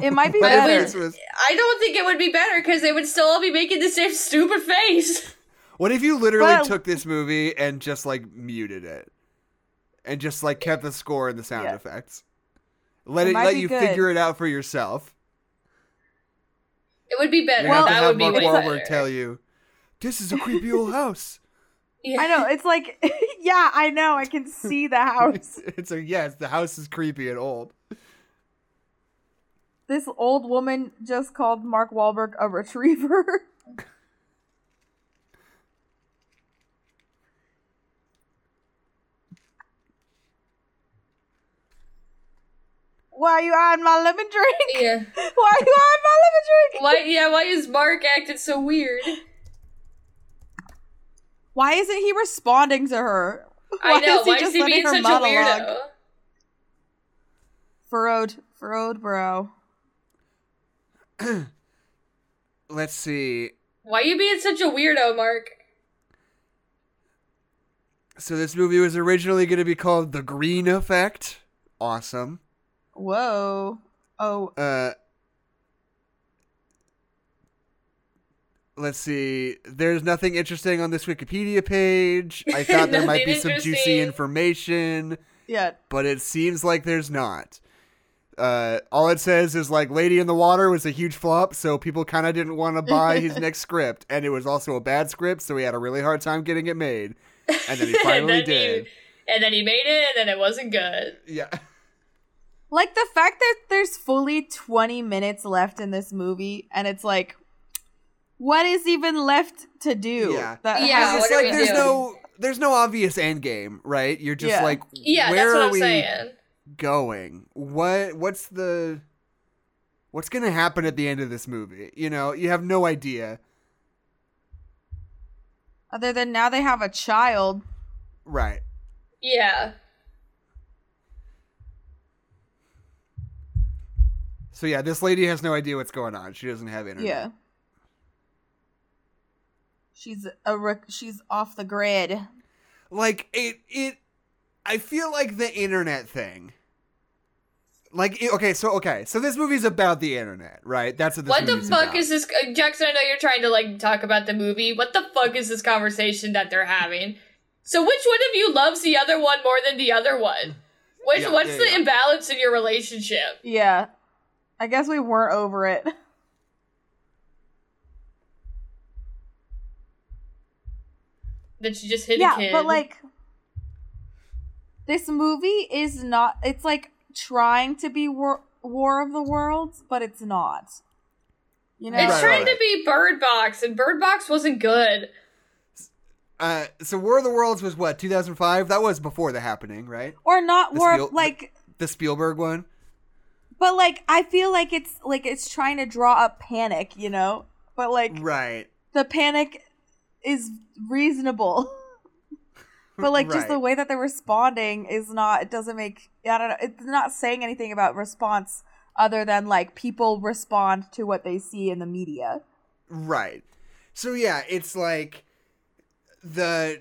[SPEAKER 5] It might be
[SPEAKER 3] What if
[SPEAKER 5] better.
[SPEAKER 3] this was?
[SPEAKER 4] I don't think it would be better because they would still all be making the same stupid face.
[SPEAKER 3] What if you literally
[SPEAKER 5] But-
[SPEAKER 3] took this movie and just like muted it, and just like kept the score and the sound
[SPEAKER 5] Yeah.
[SPEAKER 3] effects? Let
[SPEAKER 5] It
[SPEAKER 3] it,
[SPEAKER 5] might
[SPEAKER 3] let
[SPEAKER 5] be
[SPEAKER 3] you
[SPEAKER 5] good.
[SPEAKER 3] figure it out for yourself.
[SPEAKER 4] It would be better.
[SPEAKER 3] You're gonna
[SPEAKER 4] that
[SPEAKER 3] have
[SPEAKER 4] would
[SPEAKER 3] to
[SPEAKER 4] be
[SPEAKER 3] have
[SPEAKER 4] way
[SPEAKER 3] Mark
[SPEAKER 4] better.
[SPEAKER 3] Wahlberg tell you, "This is a creepy old house."
[SPEAKER 4] Yeah.
[SPEAKER 5] I know, it's like yeah, I know, I can see the house.
[SPEAKER 3] it's a yes. The house is creepy and old.
[SPEAKER 5] This old woman just called Mark Wahlberg a retriever. Why you on my lemon drink?
[SPEAKER 4] Yeah.
[SPEAKER 5] Why you on my lemon drink?
[SPEAKER 4] Why? Yeah. Why is Mark acting so weird?
[SPEAKER 5] Why isn't he responding to her?
[SPEAKER 4] I know. why is he
[SPEAKER 5] letting
[SPEAKER 4] being such a weirdo?
[SPEAKER 5] Furrowed, furrowed bro.
[SPEAKER 3] Let's see.
[SPEAKER 4] Why you being such a weirdo, Mark?
[SPEAKER 3] So this movie was originally going to be called The Green Effect. Awesome.
[SPEAKER 5] Whoa. Oh,
[SPEAKER 3] Uh, let's see. There's nothing interesting on this Wikipedia page. I thought there might be
[SPEAKER 4] Nothing
[SPEAKER 3] some juicy
[SPEAKER 4] interesting.
[SPEAKER 3] information,
[SPEAKER 5] yeah.
[SPEAKER 3] but it seems like there's not. Uh, all it says is like Lady in the Water was a huge flop, so people kind of didn't want to buy his next script, and it was also a bad script, so he had a really hard time getting it made, and then he
[SPEAKER 4] then
[SPEAKER 3] finally
[SPEAKER 4] he-
[SPEAKER 3] did.
[SPEAKER 4] and then he made it, and then it wasn't good.
[SPEAKER 3] Yeah.
[SPEAKER 5] Like the fact that there's fully 20 minutes left in this movie, and it's like, what is even left to do?
[SPEAKER 3] Yeah.
[SPEAKER 5] That
[SPEAKER 4] Yeah, what
[SPEAKER 5] has-
[SPEAKER 3] it's
[SPEAKER 4] are we
[SPEAKER 3] like there's
[SPEAKER 4] doing?
[SPEAKER 3] no there's no obvious end game, right? You're just
[SPEAKER 5] Yeah.
[SPEAKER 3] like
[SPEAKER 4] Yeah,
[SPEAKER 3] where
[SPEAKER 4] that's what
[SPEAKER 3] are
[SPEAKER 4] I'm
[SPEAKER 3] we
[SPEAKER 4] saying.
[SPEAKER 3] going? What what's the what's going to happen at the end of this movie? You know, you have no idea.
[SPEAKER 5] Other than now they have a child.
[SPEAKER 3] Right.
[SPEAKER 4] Yeah.
[SPEAKER 3] So yeah, this lady has no idea what's going on. She doesn't have internet.
[SPEAKER 5] Yeah. She's a rec- she's off the grid.
[SPEAKER 3] Like it it I feel like the internet thing. Like it- okay, so okay. So this movie's about the internet, right? That's what this
[SPEAKER 4] What the
[SPEAKER 3] movie's
[SPEAKER 4] fuck
[SPEAKER 3] about.
[SPEAKER 4] is this, uh, Jackson? I know you're trying to like talk about the movie. What the fuck is this conversation that they're having? So, which one of you loves the other one more than the other one? Which,
[SPEAKER 3] Yeah,
[SPEAKER 4] what's
[SPEAKER 3] yeah,
[SPEAKER 4] the
[SPEAKER 3] yeah.
[SPEAKER 4] imbalance in your relationship?
[SPEAKER 5] Yeah. I guess we weren't over it.
[SPEAKER 4] That you just hit
[SPEAKER 5] yeah,
[SPEAKER 4] a kid.
[SPEAKER 5] but like this movie is not it's like trying to be war, war of the worlds, but it's not. You know?
[SPEAKER 4] it's
[SPEAKER 3] Right,
[SPEAKER 4] trying
[SPEAKER 3] right.
[SPEAKER 4] to be Bird Box, and Bird Box wasn't good.
[SPEAKER 3] Uh, so War of the Worlds was what 2005. That was before the happening, right?
[SPEAKER 5] or not
[SPEAKER 3] The
[SPEAKER 5] war
[SPEAKER 3] Spiel-
[SPEAKER 5] like
[SPEAKER 3] The Spielberg one.
[SPEAKER 5] but like I feel like it's like it's trying to draw up panic, you know? But like
[SPEAKER 3] Right.
[SPEAKER 5] the panic is reasonable. But like just the
[SPEAKER 3] Right.
[SPEAKER 5] way that they're responding is not it doesn't make I don't know it's not saying anything about response other than like people respond to what they see in the media.
[SPEAKER 3] Right. So yeah, it's like the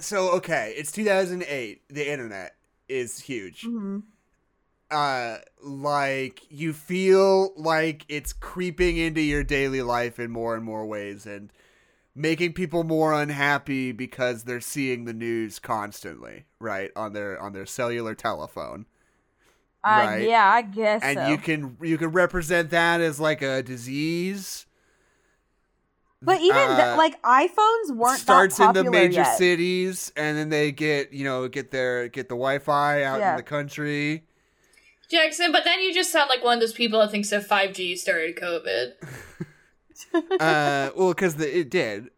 [SPEAKER 3] so okay, it's 2008. The internet is huge.
[SPEAKER 5] Mm-hmm.
[SPEAKER 3] Uh like you feel like it's creeping into your daily life in more and more ways and making people more unhappy because they're seeing the news constantly, right? On their on their cellular telephone. Right.
[SPEAKER 5] Uh, yeah, I guess
[SPEAKER 3] and
[SPEAKER 5] so.
[SPEAKER 3] you can you can represent that as like a disease.
[SPEAKER 5] but even th-
[SPEAKER 3] uh,
[SPEAKER 5] like iPhones weren't
[SPEAKER 3] starts
[SPEAKER 5] that
[SPEAKER 3] in
[SPEAKER 5] popular
[SPEAKER 3] the major
[SPEAKER 5] yet.
[SPEAKER 3] cities, and then they get you know get their get the Wi-Fi out
[SPEAKER 5] Yeah.
[SPEAKER 3] in the country.
[SPEAKER 4] Jackson, but then you just sound like one of those people that thinks that 5G started COVID.
[SPEAKER 3] uh, well, because it did.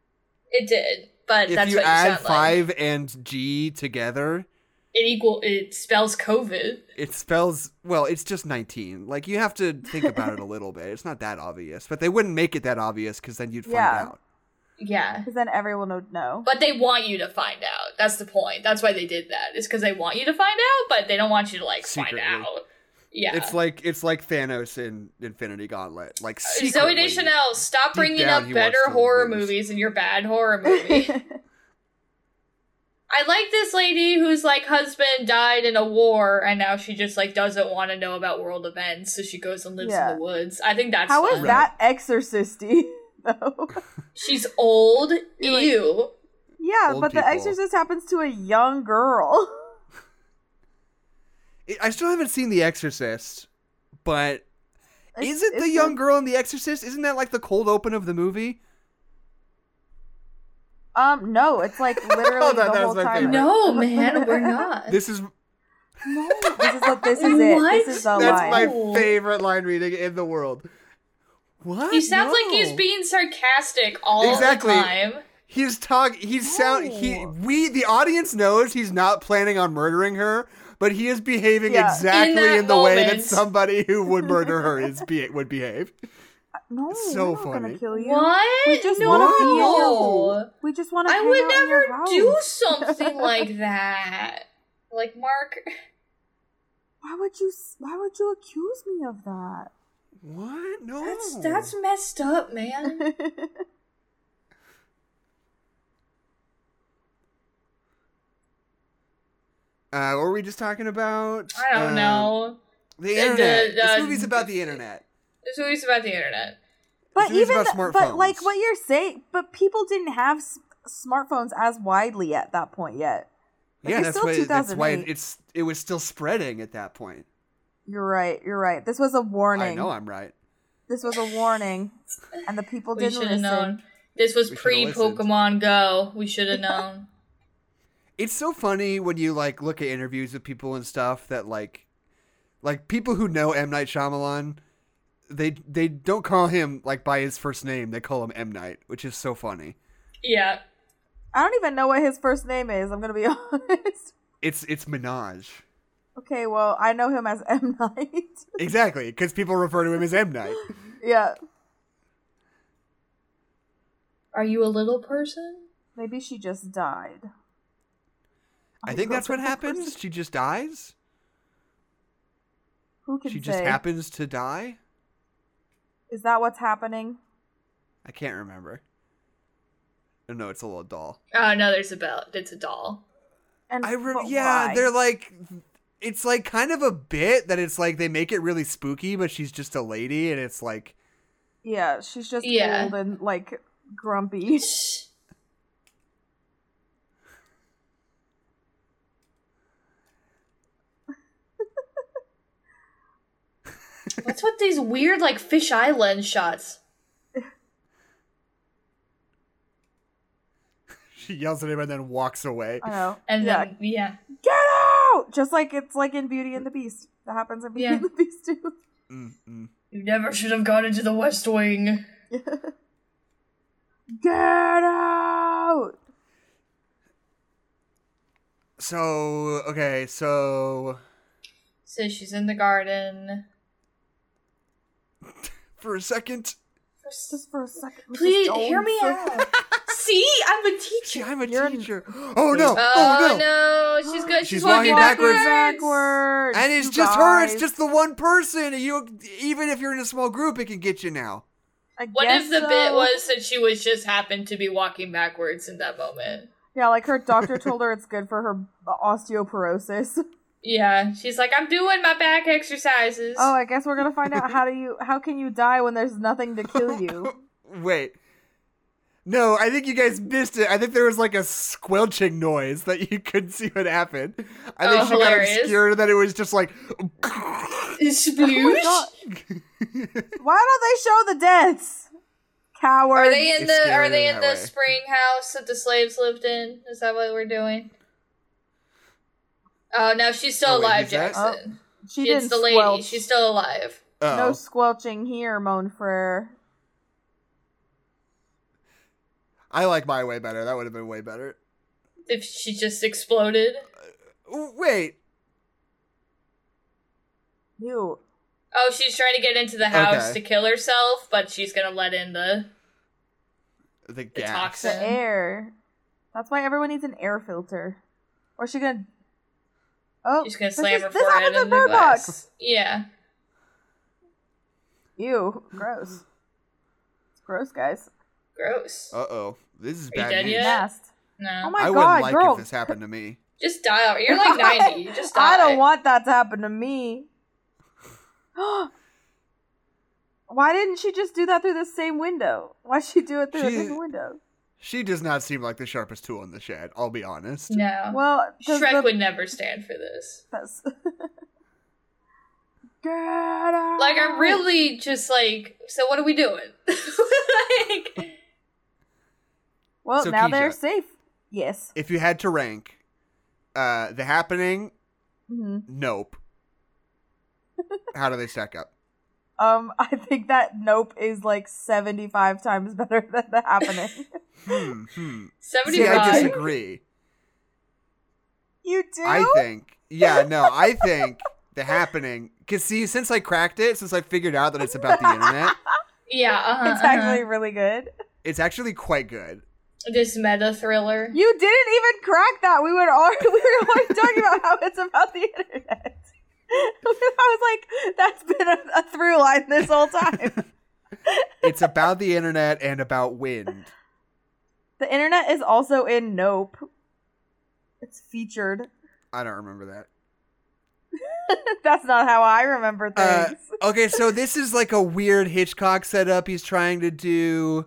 [SPEAKER 4] It did, but
[SPEAKER 3] If
[SPEAKER 4] that's
[SPEAKER 3] you
[SPEAKER 4] what you
[SPEAKER 3] add
[SPEAKER 4] sound like.
[SPEAKER 3] five and G together,
[SPEAKER 4] It equal it spells COVID.
[SPEAKER 3] it spells well. It's just nineteen. Like you have to think about it a little bit. It's not that obvious, but they wouldn't make it that obvious because then you'd find
[SPEAKER 5] Yeah.
[SPEAKER 3] out.
[SPEAKER 4] Yeah.
[SPEAKER 5] Because then everyone would know.
[SPEAKER 4] But they want you to find out. That's the point. That's why they did that. It's because they want you to find out, but they don't want you to like
[SPEAKER 3] Secretly.
[SPEAKER 4] find out. Yeah.
[SPEAKER 3] It's like it's like Thanos in Infinity Gauntlet. Like
[SPEAKER 4] Zoe
[SPEAKER 3] secretly.
[SPEAKER 4] Deschanel, stop
[SPEAKER 3] Deep
[SPEAKER 4] bringing
[SPEAKER 3] down,
[SPEAKER 4] up
[SPEAKER 3] he
[SPEAKER 4] better
[SPEAKER 3] wants to
[SPEAKER 4] horror
[SPEAKER 3] lose.
[SPEAKER 4] movies in your bad horror movie. I like this lady whose like husband died in a war, and now she just like doesn't want to know about world events, so she goes and lives
[SPEAKER 5] Yeah.
[SPEAKER 4] in the woods. I think that's
[SPEAKER 5] How
[SPEAKER 4] fun.
[SPEAKER 5] is that exorcisty though?
[SPEAKER 4] She's old.
[SPEAKER 5] You're like-
[SPEAKER 4] Ew.
[SPEAKER 5] yeah,
[SPEAKER 3] Old
[SPEAKER 5] but the
[SPEAKER 3] people.
[SPEAKER 5] exorcist happens to a young girl.
[SPEAKER 3] I still haven't seen The Exorcist, but
[SPEAKER 5] It's-
[SPEAKER 3] Is it
[SPEAKER 5] it's
[SPEAKER 3] the
[SPEAKER 5] a-
[SPEAKER 3] young girl in The Exorcist? Isn't that like the cold open of the movie?
[SPEAKER 5] Um, no, it's like literally
[SPEAKER 3] Oh, that-
[SPEAKER 5] the
[SPEAKER 3] that
[SPEAKER 5] whole
[SPEAKER 3] was my
[SPEAKER 5] time.
[SPEAKER 3] favorite.
[SPEAKER 4] no, man, we're not.
[SPEAKER 3] This is
[SPEAKER 5] No, this is what this is. It.
[SPEAKER 4] What?
[SPEAKER 5] This is the
[SPEAKER 3] that's
[SPEAKER 5] line.
[SPEAKER 3] my favorite line reading in the world. What?
[SPEAKER 4] he sounds like he's
[SPEAKER 3] No.
[SPEAKER 4] being sarcastic all
[SPEAKER 3] Exactly.
[SPEAKER 4] the time.
[SPEAKER 3] He's talk. He's sound. He.
[SPEAKER 5] No.
[SPEAKER 3] We. The audience knows he's not planning on murdering her, but he is behaving
[SPEAKER 5] Yeah. In
[SPEAKER 3] exactly
[SPEAKER 4] that
[SPEAKER 3] in, the way that
[SPEAKER 4] moment.
[SPEAKER 3] somebody who would murder her is be- would behave.
[SPEAKER 5] no,
[SPEAKER 3] so
[SPEAKER 5] we're not gonna
[SPEAKER 3] funny.
[SPEAKER 5] kill you.
[SPEAKER 4] What?
[SPEAKER 5] We just
[SPEAKER 4] no.
[SPEAKER 5] wanna be in
[SPEAKER 3] your-
[SPEAKER 5] We just want to.
[SPEAKER 4] I would
[SPEAKER 5] your
[SPEAKER 4] never
[SPEAKER 5] house.
[SPEAKER 4] do something like that. Like Mark,
[SPEAKER 5] Why would you? s- Why would you accuse me of that?
[SPEAKER 3] What? No.
[SPEAKER 4] that's that's messed up, man.
[SPEAKER 3] Uh, what were we just talking about?
[SPEAKER 4] I don't
[SPEAKER 3] Um,
[SPEAKER 4] know.
[SPEAKER 3] The
[SPEAKER 4] The-
[SPEAKER 3] internet.
[SPEAKER 4] the-
[SPEAKER 3] this
[SPEAKER 4] uh,
[SPEAKER 3] movie's about the internet.
[SPEAKER 4] This movie's about the internet.
[SPEAKER 5] but
[SPEAKER 3] It's always
[SPEAKER 5] even,
[SPEAKER 3] about
[SPEAKER 5] th- but like
[SPEAKER 3] smartphones.
[SPEAKER 5] what you're saying, but people didn't have s- smartphones as widely at that point yet. Like,
[SPEAKER 3] yeah,
[SPEAKER 5] it's
[SPEAKER 3] that's
[SPEAKER 5] still
[SPEAKER 3] why. That's why
[SPEAKER 5] 2008.
[SPEAKER 3] it, it's it was still spreading at that point.
[SPEAKER 5] You're right. You're right. This was a warning.
[SPEAKER 3] I know I'm right.
[SPEAKER 5] This was a warning, and the people
[SPEAKER 4] We
[SPEAKER 5] didn't
[SPEAKER 4] should have
[SPEAKER 5] listen.
[SPEAKER 4] known. This was
[SPEAKER 3] We
[SPEAKER 4] pre
[SPEAKER 3] shoulda
[SPEAKER 4] Pokemon Go. We should have known.
[SPEAKER 3] It's so funny when you like look at interviews with people and stuff that like, like people who know M Night Shyamalan, they they don't call him like by his first name. They call him M Night, which is so funny.
[SPEAKER 4] Yeah.
[SPEAKER 5] I don't even know what his first name is. I'm gonna be honest.
[SPEAKER 3] It's it's Minaj.
[SPEAKER 5] Okay, well, I know him as M Night.
[SPEAKER 3] Exactly, because people refer to him as M Night.
[SPEAKER 5] yeah,
[SPEAKER 4] Are you a little person?
[SPEAKER 5] maybe she just died.
[SPEAKER 3] I think that's what happens. She just dies.
[SPEAKER 5] Who can
[SPEAKER 3] She
[SPEAKER 5] say?
[SPEAKER 3] just happens to die.
[SPEAKER 5] Is that what's happening?
[SPEAKER 3] I can't remember. Oh, no, it's a little doll.
[SPEAKER 4] Oh no, there's a bell. It's a doll.
[SPEAKER 5] And
[SPEAKER 3] I re-
[SPEAKER 5] but
[SPEAKER 3] yeah,
[SPEAKER 5] why?
[SPEAKER 3] they're like it's like kind of a bit that it's like they make it really spooky, but she's just a lady and it's like
[SPEAKER 5] yeah. She's just
[SPEAKER 4] Yeah.
[SPEAKER 5] old and like grumpy.
[SPEAKER 4] What's with these weird like fisheye lens shots?
[SPEAKER 3] she yells at him and then walks away.
[SPEAKER 5] I know.
[SPEAKER 4] And
[SPEAKER 5] yeah,
[SPEAKER 4] then yeah.
[SPEAKER 5] get out! Just like it's like in Beauty and the Beast. That happens in Beauty
[SPEAKER 4] Yeah.
[SPEAKER 5] and the Beast too.
[SPEAKER 3] Mm, mm.
[SPEAKER 4] You never should have gone into the West Wing.
[SPEAKER 5] Get out!
[SPEAKER 3] So okay, so
[SPEAKER 4] So she's in the garden.
[SPEAKER 3] for a second,
[SPEAKER 5] Just for a second. Mrs.
[SPEAKER 4] Please
[SPEAKER 5] Jones.
[SPEAKER 4] hear me out. See, I'm a
[SPEAKER 3] gee,
[SPEAKER 4] teacher.
[SPEAKER 3] I'm a
[SPEAKER 5] You're an-
[SPEAKER 3] teacher. Oh no!
[SPEAKER 4] Oh
[SPEAKER 3] Oh no!
[SPEAKER 4] no, she's good. She's,
[SPEAKER 3] She's
[SPEAKER 4] walking,
[SPEAKER 3] walking
[SPEAKER 4] backwards.
[SPEAKER 5] Backwards.
[SPEAKER 3] And it's
[SPEAKER 5] you
[SPEAKER 3] just her. It's
[SPEAKER 5] guys.
[SPEAKER 3] just the one person. You even if you're in a small group, it can get you now.
[SPEAKER 5] I
[SPEAKER 4] What
[SPEAKER 5] guess
[SPEAKER 4] if the bit
[SPEAKER 5] so.
[SPEAKER 4] was that she was just happened to be walking backwards in that moment?
[SPEAKER 5] Yeah, like her doctor told her it's good for her osteoporosis.
[SPEAKER 4] Yeah, she's like, I'm doing my back exercises.
[SPEAKER 5] Oh, I guess we're gonna find out how do you how can you die when there's nothing to kill you?
[SPEAKER 3] Wait. No, I think you guys missed it. I think there was like a squelching noise that you couldn't see what happened. I think
[SPEAKER 4] Oh,
[SPEAKER 3] she
[SPEAKER 4] hilarious.
[SPEAKER 3] got obscured and then it was just like
[SPEAKER 5] Oh my
[SPEAKER 4] Sploosh?
[SPEAKER 5] God. Why don't they show the deaths? Cowards.
[SPEAKER 4] Are they in
[SPEAKER 3] It's
[SPEAKER 4] the
[SPEAKER 3] scarier
[SPEAKER 4] Are they in
[SPEAKER 3] that
[SPEAKER 4] the
[SPEAKER 3] way.
[SPEAKER 4] spring house that the slaves lived in? Is that what we're doing? Oh no, she's still
[SPEAKER 3] Oh, wait,
[SPEAKER 4] alive,
[SPEAKER 3] who's that?
[SPEAKER 4] Jackson.
[SPEAKER 5] she
[SPEAKER 4] it's
[SPEAKER 5] didn't
[SPEAKER 4] the lady.
[SPEAKER 5] squelch.
[SPEAKER 4] She's still alive.
[SPEAKER 3] oh.
[SPEAKER 5] no squelching here, Moan Frere.
[SPEAKER 3] I like my way better. That would have been way better.
[SPEAKER 4] If she just exploded.
[SPEAKER 3] Wait.
[SPEAKER 5] You.
[SPEAKER 4] Oh, she's trying to get into the house
[SPEAKER 3] Okay.
[SPEAKER 4] to kill herself, but she's gonna let in the.
[SPEAKER 3] The
[SPEAKER 4] The
[SPEAKER 3] gas.
[SPEAKER 5] The
[SPEAKER 4] toxin.
[SPEAKER 5] air. That's why everyone needs an air filter. Or she gonna Oh
[SPEAKER 4] She's gonna
[SPEAKER 5] this
[SPEAKER 4] slam
[SPEAKER 5] is-
[SPEAKER 4] her
[SPEAKER 5] this
[SPEAKER 4] forehead
[SPEAKER 5] happened
[SPEAKER 4] in
[SPEAKER 5] in
[SPEAKER 4] the
[SPEAKER 5] Bird
[SPEAKER 4] glass.
[SPEAKER 5] Box.
[SPEAKER 4] Yeah.
[SPEAKER 5] Ew, gross. It's gross, guys.
[SPEAKER 4] Gross.
[SPEAKER 3] Uh-oh. This is
[SPEAKER 4] Are you
[SPEAKER 3] bad
[SPEAKER 4] dead
[SPEAKER 3] news.
[SPEAKER 4] yet?
[SPEAKER 5] Nast.
[SPEAKER 4] No.
[SPEAKER 5] Oh my
[SPEAKER 3] I wouldn't
[SPEAKER 5] god,
[SPEAKER 3] like
[SPEAKER 5] girl.
[SPEAKER 3] if this happened to me.
[SPEAKER 4] just die. already. You're like 90. You just die.
[SPEAKER 5] I don't want that to happen to me. Why didn't she just do that through the same window? Why'd she do it through a
[SPEAKER 3] She-
[SPEAKER 5] different window?
[SPEAKER 3] She does not seem like the sharpest tool in the shed, I'll be honest.
[SPEAKER 4] No.
[SPEAKER 5] Well, 'cause
[SPEAKER 4] Um, Shrek
[SPEAKER 5] the-
[SPEAKER 4] would never stand for this.
[SPEAKER 5] that's- Get out.
[SPEAKER 4] Like, I'm really just like, so what are we doing? like,
[SPEAKER 5] Well,
[SPEAKER 3] So,
[SPEAKER 5] now they're
[SPEAKER 3] Keisha.
[SPEAKER 5] safe. Yes.
[SPEAKER 3] If you had to rank uh the happening,
[SPEAKER 5] Mhm.
[SPEAKER 3] nope. How do they stack up?
[SPEAKER 5] Um, I think that nope is like seventy-five times better than the happening.
[SPEAKER 3] Hmm, hmm.
[SPEAKER 4] 75.
[SPEAKER 3] See, I disagree.
[SPEAKER 5] you do?
[SPEAKER 3] I think, yeah, no, I think the happening. Cause see, since I cracked it, since I figured out that it's about the internet,
[SPEAKER 4] yeah, uh-huh,
[SPEAKER 5] it's actually
[SPEAKER 4] uh-huh.
[SPEAKER 5] really good.
[SPEAKER 3] it's actually quite good.
[SPEAKER 4] This meta thriller.
[SPEAKER 5] You didn't even crack that. We were already we were already talking about how it's about the internet. I was like, that's been a, a through line this whole time.
[SPEAKER 3] It's about the internet and about wind.
[SPEAKER 5] the internet is also in Nope. It's featured.
[SPEAKER 3] I don't remember that.
[SPEAKER 5] that's not how I remember
[SPEAKER 3] Uh,
[SPEAKER 5] things.
[SPEAKER 3] Okay, so this is like a weird Hitchcock setup he's trying to do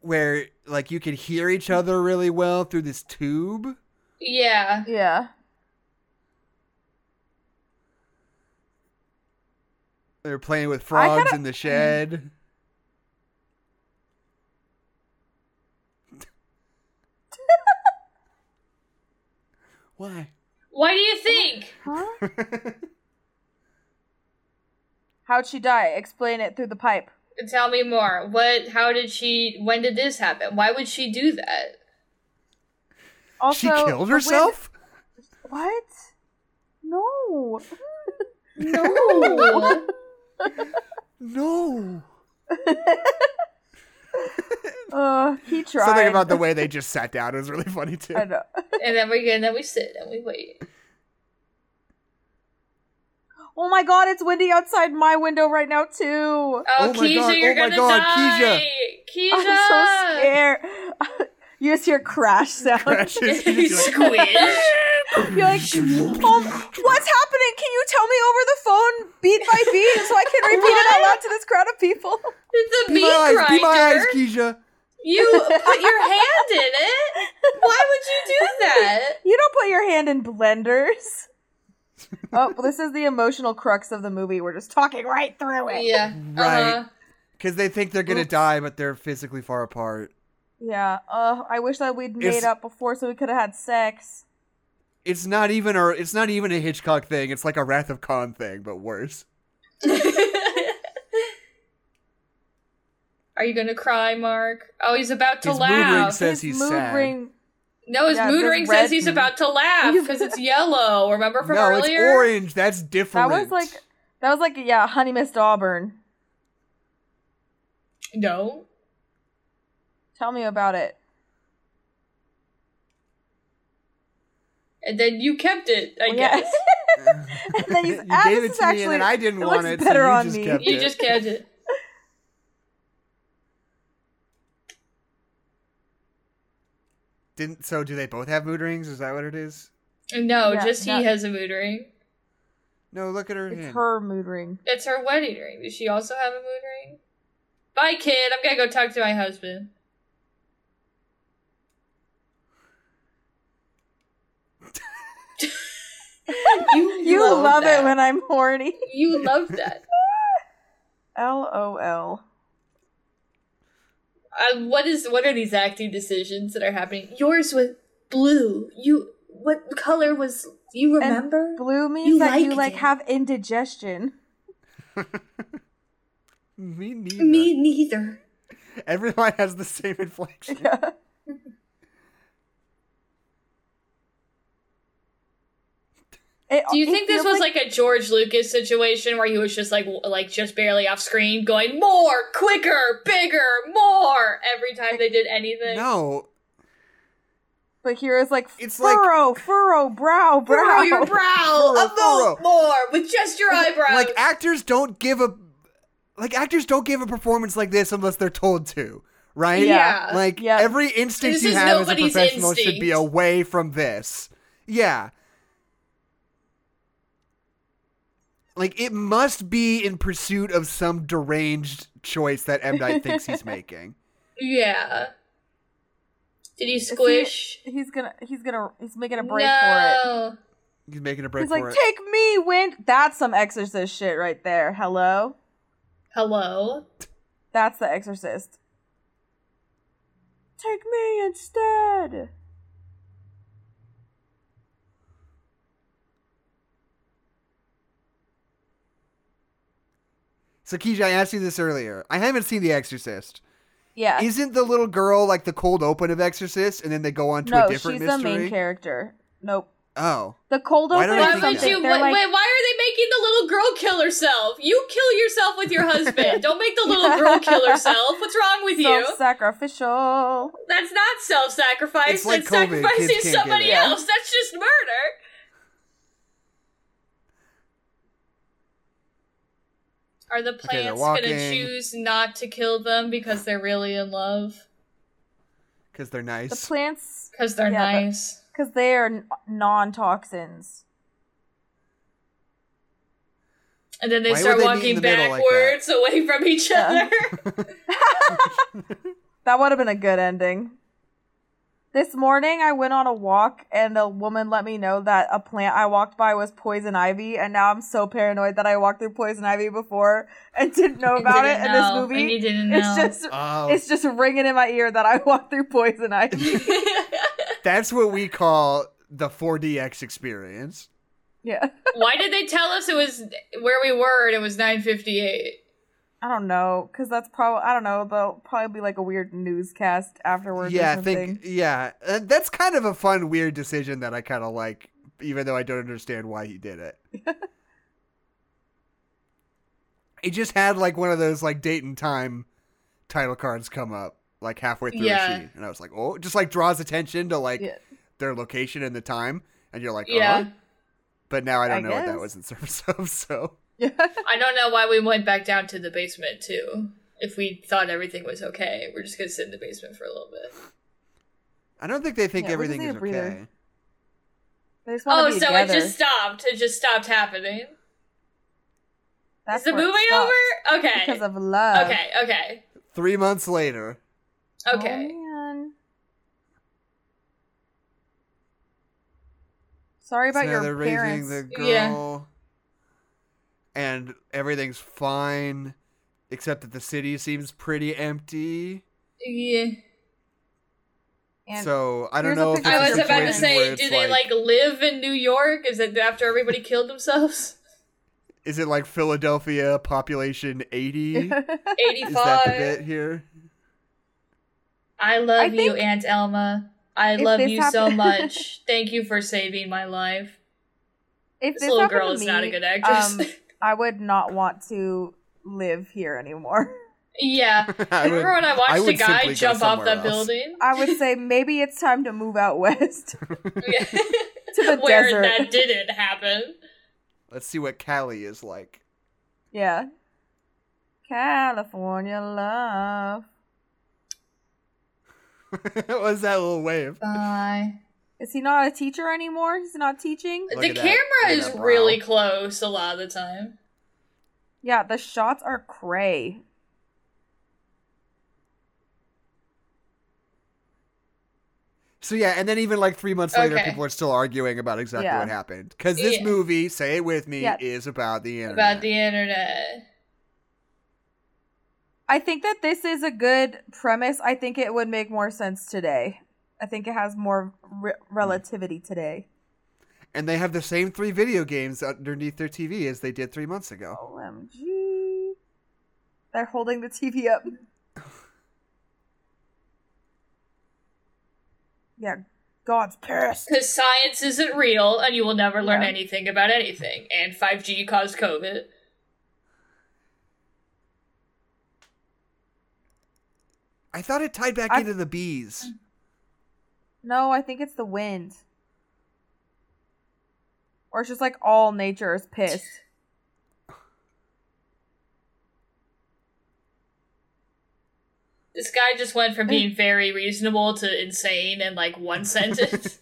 [SPEAKER 3] where like you can hear each other really well through this tube.
[SPEAKER 4] Yeah.
[SPEAKER 5] yeah.
[SPEAKER 3] They're playing with frogs
[SPEAKER 5] kinda-
[SPEAKER 3] in the shed. Why?
[SPEAKER 4] Why do you think?
[SPEAKER 5] Huh? How'd she die? Explain it through the pipe.
[SPEAKER 4] Tell me more. What, how did she, when did this happen? Why would she do that?
[SPEAKER 5] Also,
[SPEAKER 3] she
[SPEAKER 5] the
[SPEAKER 3] killed
[SPEAKER 5] wind-
[SPEAKER 3] herself?
[SPEAKER 5] what?
[SPEAKER 4] No.
[SPEAKER 3] No.
[SPEAKER 5] Uh, he tried.
[SPEAKER 3] Something about the way they just sat down was really funny too.
[SPEAKER 5] I know.
[SPEAKER 4] and then we and then we sit and we wait.
[SPEAKER 5] Oh my god, it's windy outside my window right now too.
[SPEAKER 4] Oh,
[SPEAKER 3] Oh my
[SPEAKER 4] Keisha,
[SPEAKER 3] God,
[SPEAKER 4] you're
[SPEAKER 3] oh my
[SPEAKER 4] gonna
[SPEAKER 3] God,
[SPEAKER 4] die. Keisha.
[SPEAKER 5] I'm so scared. You just hear crash sound.
[SPEAKER 3] Crashes.
[SPEAKER 4] You squish.
[SPEAKER 5] You're like, oh, what's happening? Can you tell me over the phone, beat by beat, so I can repeat it out loud to this crowd of people?
[SPEAKER 4] It's a
[SPEAKER 3] Be
[SPEAKER 4] meat
[SPEAKER 3] my eyes, be my eyes,
[SPEAKER 4] grinder.
[SPEAKER 3] Keisha.
[SPEAKER 4] You put your hand in it. Why would you do that?
[SPEAKER 5] You don't put your hand in blenders. oh, well, this is the emotional crux of the movie. We're just talking right through it.
[SPEAKER 4] Yeah.
[SPEAKER 3] Right.
[SPEAKER 4] Uh-huh.
[SPEAKER 3] Because they think they're gonna die, but they're physically far apart.
[SPEAKER 5] Yeah. Uh, I wish that we'd made
[SPEAKER 3] It's-
[SPEAKER 5] up before so we could have had sex.
[SPEAKER 3] It's not even a it's not even a Hitchcock thing. It's like a Wrath of Khan thing, but worse.
[SPEAKER 4] Uh-huh. Are you gonna cry, Mark? Oh, he's about to
[SPEAKER 3] His mood
[SPEAKER 4] laugh.
[SPEAKER 3] ring says he's sad.
[SPEAKER 4] no, his
[SPEAKER 5] yeah,
[SPEAKER 4] mood
[SPEAKER 5] this
[SPEAKER 4] ring
[SPEAKER 5] red-
[SPEAKER 4] says he's about to laugh because it's yellow. Remember from
[SPEAKER 3] no,
[SPEAKER 4] earlier?
[SPEAKER 3] it's orange. That's
[SPEAKER 5] That
[SPEAKER 3] different.
[SPEAKER 5] was like that was like yeah, honey missed Auburn.
[SPEAKER 4] No.
[SPEAKER 5] Tell me about it.
[SPEAKER 4] And then you kept it, I
[SPEAKER 5] Well, yeah.
[SPEAKER 4] guess.
[SPEAKER 5] and then he's
[SPEAKER 3] you
[SPEAKER 5] ah,
[SPEAKER 3] gave
[SPEAKER 5] this
[SPEAKER 3] it
[SPEAKER 5] is
[SPEAKER 3] to
[SPEAKER 5] actually
[SPEAKER 3] me, and then I didn't
[SPEAKER 5] it
[SPEAKER 3] want it.
[SPEAKER 5] looks better
[SPEAKER 3] so you
[SPEAKER 5] on
[SPEAKER 3] just
[SPEAKER 5] me.
[SPEAKER 3] kept
[SPEAKER 4] You
[SPEAKER 3] it.
[SPEAKER 4] just kept it.
[SPEAKER 3] didn't. So do they both have mood rings? Is that what it is?
[SPEAKER 4] No,
[SPEAKER 5] Yeah,
[SPEAKER 4] just
[SPEAKER 5] that-
[SPEAKER 4] he has a mood ring.
[SPEAKER 3] No, look at her
[SPEAKER 5] it's
[SPEAKER 3] hand.
[SPEAKER 5] her mood ring.
[SPEAKER 4] It's her wedding ring. Does she also have a mood ring? Bye, kid. I'm gonna go talk to my husband. you
[SPEAKER 5] You
[SPEAKER 4] love,
[SPEAKER 5] love,
[SPEAKER 4] that.
[SPEAKER 5] it when I'm horny.
[SPEAKER 4] you love that.
[SPEAKER 5] LOL.
[SPEAKER 4] Uh, what is? What are these acting decisions that are happening? Yours was blue. You what color was? You
[SPEAKER 5] And
[SPEAKER 4] remember?
[SPEAKER 5] Blue means
[SPEAKER 4] You
[SPEAKER 5] that you
[SPEAKER 4] liked
[SPEAKER 5] like
[SPEAKER 4] it.
[SPEAKER 5] have indigestion.
[SPEAKER 3] me neither.
[SPEAKER 4] Me neither.
[SPEAKER 3] Everyone has the same inflection.
[SPEAKER 5] It-
[SPEAKER 4] Do you
[SPEAKER 5] it
[SPEAKER 4] think this
[SPEAKER 5] feels
[SPEAKER 4] was like, a George Lucas situation where he was just like w- like just barely off screen going more, quicker, bigger, more every time they did anything?
[SPEAKER 3] No,
[SPEAKER 5] But here is like
[SPEAKER 3] It's like-
[SPEAKER 5] furrow, furrow, brow, brow.
[SPEAKER 4] Furrow your brow,
[SPEAKER 3] Furrow,
[SPEAKER 4] a vote
[SPEAKER 3] furrow.
[SPEAKER 4] more with just your eyebrows.
[SPEAKER 3] like actors don't give a like actors don't give a performance like this unless they're told to, right?
[SPEAKER 4] Yeah. Yeah.
[SPEAKER 3] Like
[SPEAKER 5] Yeah.
[SPEAKER 3] every instinct
[SPEAKER 4] This
[SPEAKER 3] you
[SPEAKER 4] is
[SPEAKER 3] have as a
[SPEAKER 4] nobody's
[SPEAKER 3] professional should be
[SPEAKER 4] instinct.
[SPEAKER 3] away from this. Yeah. Like it must be in pursuit of some deranged choice that M Night thinks he's making.
[SPEAKER 4] yeah. Did he squish?
[SPEAKER 5] He's gonna, he's gonna, he's making a break for it.
[SPEAKER 4] no.
[SPEAKER 3] He's making a break
[SPEAKER 5] He's
[SPEAKER 3] for
[SPEAKER 5] like,
[SPEAKER 3] it.
[SPEAKER 5] take me, wind. That's some Exorcist shit right there. Hello,
[SPEAKER 4] Hello.
[SPEAKER 5] that's the Exorcist. Take me instead.
[SPEAKER 3] so Keisha, I asked you this earlier. I haven't seen The Exorcist.
[SPEAKER 5] Yeah,
[SPEAKER 3] Isn't the little girl like the cold open of Exorcist, and then they go on to
[SPEAKER 5] no,
[SPEAKER 3] a
[SPEAKER 5] she's
[SPEAKER 3] different
[SPEAKER 5] the
[SPEAKER 3] mystery?
[SPEAKER 5] main character. Nope.
[SPEAKER 3] Oh,
[SPEAKER 5] The cold
[SPEAKER 3] Why
[SPEAKER 5] open.
[SPEAKER 3] don't
[SPEAKER 5] is
[SPEAKER 4] Why
[SPEAKER 3] think
[SPEAKER 4] would
[SPEAKER 5] something-
[SPEAKER 4] you?
[SPEAKER 5] They're
[SPEAKER 4] wait,
[SPEAKER 5] like,
[SPEAKER 4] wait, why are they making the little girl kill herself? You kill yourself with your husband. Don't make the little girl kill herself. What's wrong with you?
[SPEAKER 5] self-sacrificial.
[SPEAKER 4] That's not self-sacrifice.
[SPEAKER 3] It's like
[SPEAKER 4] That's
[SPEAKER 3] COVID. Kids
[SPEAKER 4] sacrificing
[SPEAKER 3] can't get
[SPEAKER 4] somebody
[SPEAKER 3] it.
[SPEAKER 4] else. That's just murder. Are the
[SPEAKER 3] they're
[SPEAKER 4] plants
[SPEAKER 3] walking.
[SPEAKER 4] gonna choose not to kill them because they're really in love?
[SPEAKER 3] because they're
[SPEAKER 5] The
[SPEAKER 3] nice.
[SPEAKER 5] plants,
[SPEAKER 4] Because they're
[SPEAKER 5] Yeah, but-
[SPEAKER 4] nice.
[SPEAKER 5] because they are n- non-toxins.
[SPEAKER 4] And then they
[SPEAKER 3] Why would
[SPEAKER 4] start
[SPEAKER 3] they meet in
[SPEAKER 4] walking
[SPEAKER 3] the middle like that?
[SPEAKER 4] backwards away from each
[SPEAKER 5] Yeah.
[SPEAKER 4] other.
[SPEAKER 5] That would have been a good ending. This morning, I went on a walk, and a woman let me know that a plant I walked by was poison ivy, and now I'm so paranoid that I walked through poison ivy before and didn't know about it
[SPEAKER 4] Didn't
[SPEAKER 5] in this
[SPEAKER 4] know,
[SPEAKER 5] movie.
[SPEAKER 4] And you didn't know.
[SPEAKER 5] it's just,
[SPEAKER 3] Oh,
[SPEAKER 5] it's just ringing in my ear that I walked through poison ivy.
[SPEAKER 3] that's what we call the 4DX experience.
[SPEAKER 5] yeah,
[SPEAKER 4] Why did they tell us it was where we were and it was 958?
[SPEAKER 5] I don't know, because that's probably I don't know. There'll probably be like a weird newscast afterwards.
[SPEAKER 3] yeah,
[SPEAKER 5] or
[SPEAKER 3] I
[SPEAKER 5] something.
[SPEAKER 3] think yeah, Uh, that's kind of a fun, weird decision that I kind of like, even though I don't understand why he did it. It just had like one of those like date and time title cards come up like halfway through
[SPEAKER 4] Yeah.
[SPEAKER 3] the sheet, and I was like, oh, it just like draws attention to like
[SPEAKER 5] Yeah.
[SPEAKER 3] their location and the time, and you're like, uh
[SPEAKER 4] Yeah.
[SPEAKER 3] But now I don't
[SPEAKER 5] I
[SPEAKER 3] know what that
[SPEAKER 5] guess.
[SPEAKER 3] was in service of. So
[SPEAKER 4] I don't know why we went back down to the basement too. If we thought everything was okay, we're just gonna sit in the basement for a little bit.
[SPEAKER 3] I don't think they think
[SPEAKER 5] Yeah, we just
[SPEAKER 3] everything
[SPEAKER 5] need
[SPEAKER 3] is
[SPEAKER 5] a breather.
[SPEAKER 3] okay.
[SPEAKER 5] They just wanna
[SPEAKER 4] Oh,
[SPEAKER 5] be
[SPEAKER 4] so
[SPEAKER 5] together.
[SPEAKER 4] it just stopped. It just stopped happening.
[SPEAKER 5] That's
[SPEAKER 4] Is the
[SPEAKER 5] where it
[SPEAKER 4] movie
[SPEAKER 5] stopped.
[SPEAKER 4] over? Okay.
[SPEAKER 5] Because of love.
[SPEAKER 4] okay. Okay.
[SPEAKER 3] Three months later,
[SPEAKER 4] Okay.
[SPEAKER 5] Oh, man. Sorry
[SPEAKER 3] so
[SPEAKER 5] about
[SPEAKER 3] now
[SPEAKER 5] your
[SPEAKER 3] they're
[SPEAKER 5] parents.
[SPEAKER 3] raising the
[SPEAKER 4] Yeah.
[SPEAKER 3] girl, and everything's fine, except that the city seems pretty empty.
[SPEAKER 4] yeah.
[SPEAKER 5] And
[SPEAKER 3] so I don't
[SPEAKER 5] here's a
[SPEAKER 3] know. If
[SPEAKER 5] picture
[SPEAKER 3] it's a
[SPEAKER 4] I was about to
[SPEAKER 3] situation
[SPEAKER 4] say,
[SPEAKER 3] where
[SPEAKER 4] do
[SPEAKER 3] it's
[SPEAKER 4] they like live in New York? Is it after everybody killed themselves?
[SPEAKER 3] Is it like Philadelphia population eighty? Is that the bit
[SPEAKER 4] Eighty-five.
[SPEAKER 3] here?
[SPEAKER 4] I love
[SPEAKER 5] I
[SPEAKER 4] you,
[SPEAKER 5] think-
[SPEAKER 4] Aunt Elma. I
[SPEAKER 5] If
[SPEAKER 4] love
[SPEAKER 5] this
[SPEAKER 4] you so
[SPEAKER 5] happen-
[SPEAKER 4] much. Thank you for saving my life.
[SPEAKER 5] if
[SPEAKER 4] This
[SPEAKER 5] this
[SPEAKER 4] little
[SPEAKER 5] happened
[SPEAKER 4] girl
[SPEAKER 5] to
[SPEAKER 4] is not a
[SPEAKER 5] me,
[SPEAKER 4] good actress.
[SPEAKER 5] um, I would not want to live here anymore.
[SPEAKER 4] yeah.
[SPEAKER 3] I would-
[SPEAKER 4] Remember when I watched
[SPEAKER 3] I
[SPEAKER 4] a
[SPEAKER 3] would simply
[SPEAKER 4] guy
[SPEAKER 3] go
[SPEAKER 4] jump off
[SPEAKER 3] somewhere
[SPEAKER 4] that
[SPEAKER 3] else.
[SPEAKER 4] building?
[SPEAKER 5] I would say maybe it's time to move out west.
[SPEAKER 4] Yeah.
[SPEAKER 5] the
[SPEAKER 4] Where
[SPEAKER 5] desert.
[SPEAKER 4] that didn't happen.
[SPEAKER 3] Let's see what Cali is like.
[SPEAKER 5] yeah. California love.
[SPEAKER 3] what was that little wave?
[SPEAKER 4] Bye.
[SPEAKER 5] Is he not a teacher anymore? He's not teaching?
[SPEAKER 3] Look
[SPEAKER 4] the
[SPEAKER 3] at that.
[SPEAKER 4] camera
[SPEAKER 3] Look at
[SPEAKER 4] is
[SPEAKER 3] that brow.
[SPEAKER 4] really close a lot of the time.
[SPEAKER 5] Yeah, the shots are cray.
[SPEAKER 3] So yeah, and then even like three months later,
[SPEAKER 4] Okay.
[SPEAKER 3] people are still arguing about exactly
[SPEAKER 5] Yeah.
[SPEAKER 3] what happened because this
[SPEAKER 4] Yeah.
[SPEAKER 3] movie, say it with me,
[SPEAKER 5] Yeah.
[SPEAKER 3] is about the internet.
[SPEAKER 4] About the internet.
[SPEAKER 5] I think that this is a good premise. I think it would make more sense today. I think it has more re- relativity today.
[SPEAKER 3] and they have the same three video games underneath their TV as they did three months ago.
[SPEAKER 5] OMG. They're holding the TV up. Yeah, God's pissed.
[SPEAKER 4] Because science isn't real and you will never learn
[SPEAKER 5] Yeah.
[SPEAKER 4] anything about anything. And 5G caused COVID.
[SPEAKER 3] I thought it tied back
[SPEAKER 5] I-
[SPEAKER 3] into the bees.
[SPEAKER 5] No, I think it's the wind. Or it's just like all nature is pissed.
[SPEAKER 4] This guy just went from being very reasonable to insane in like one sentence.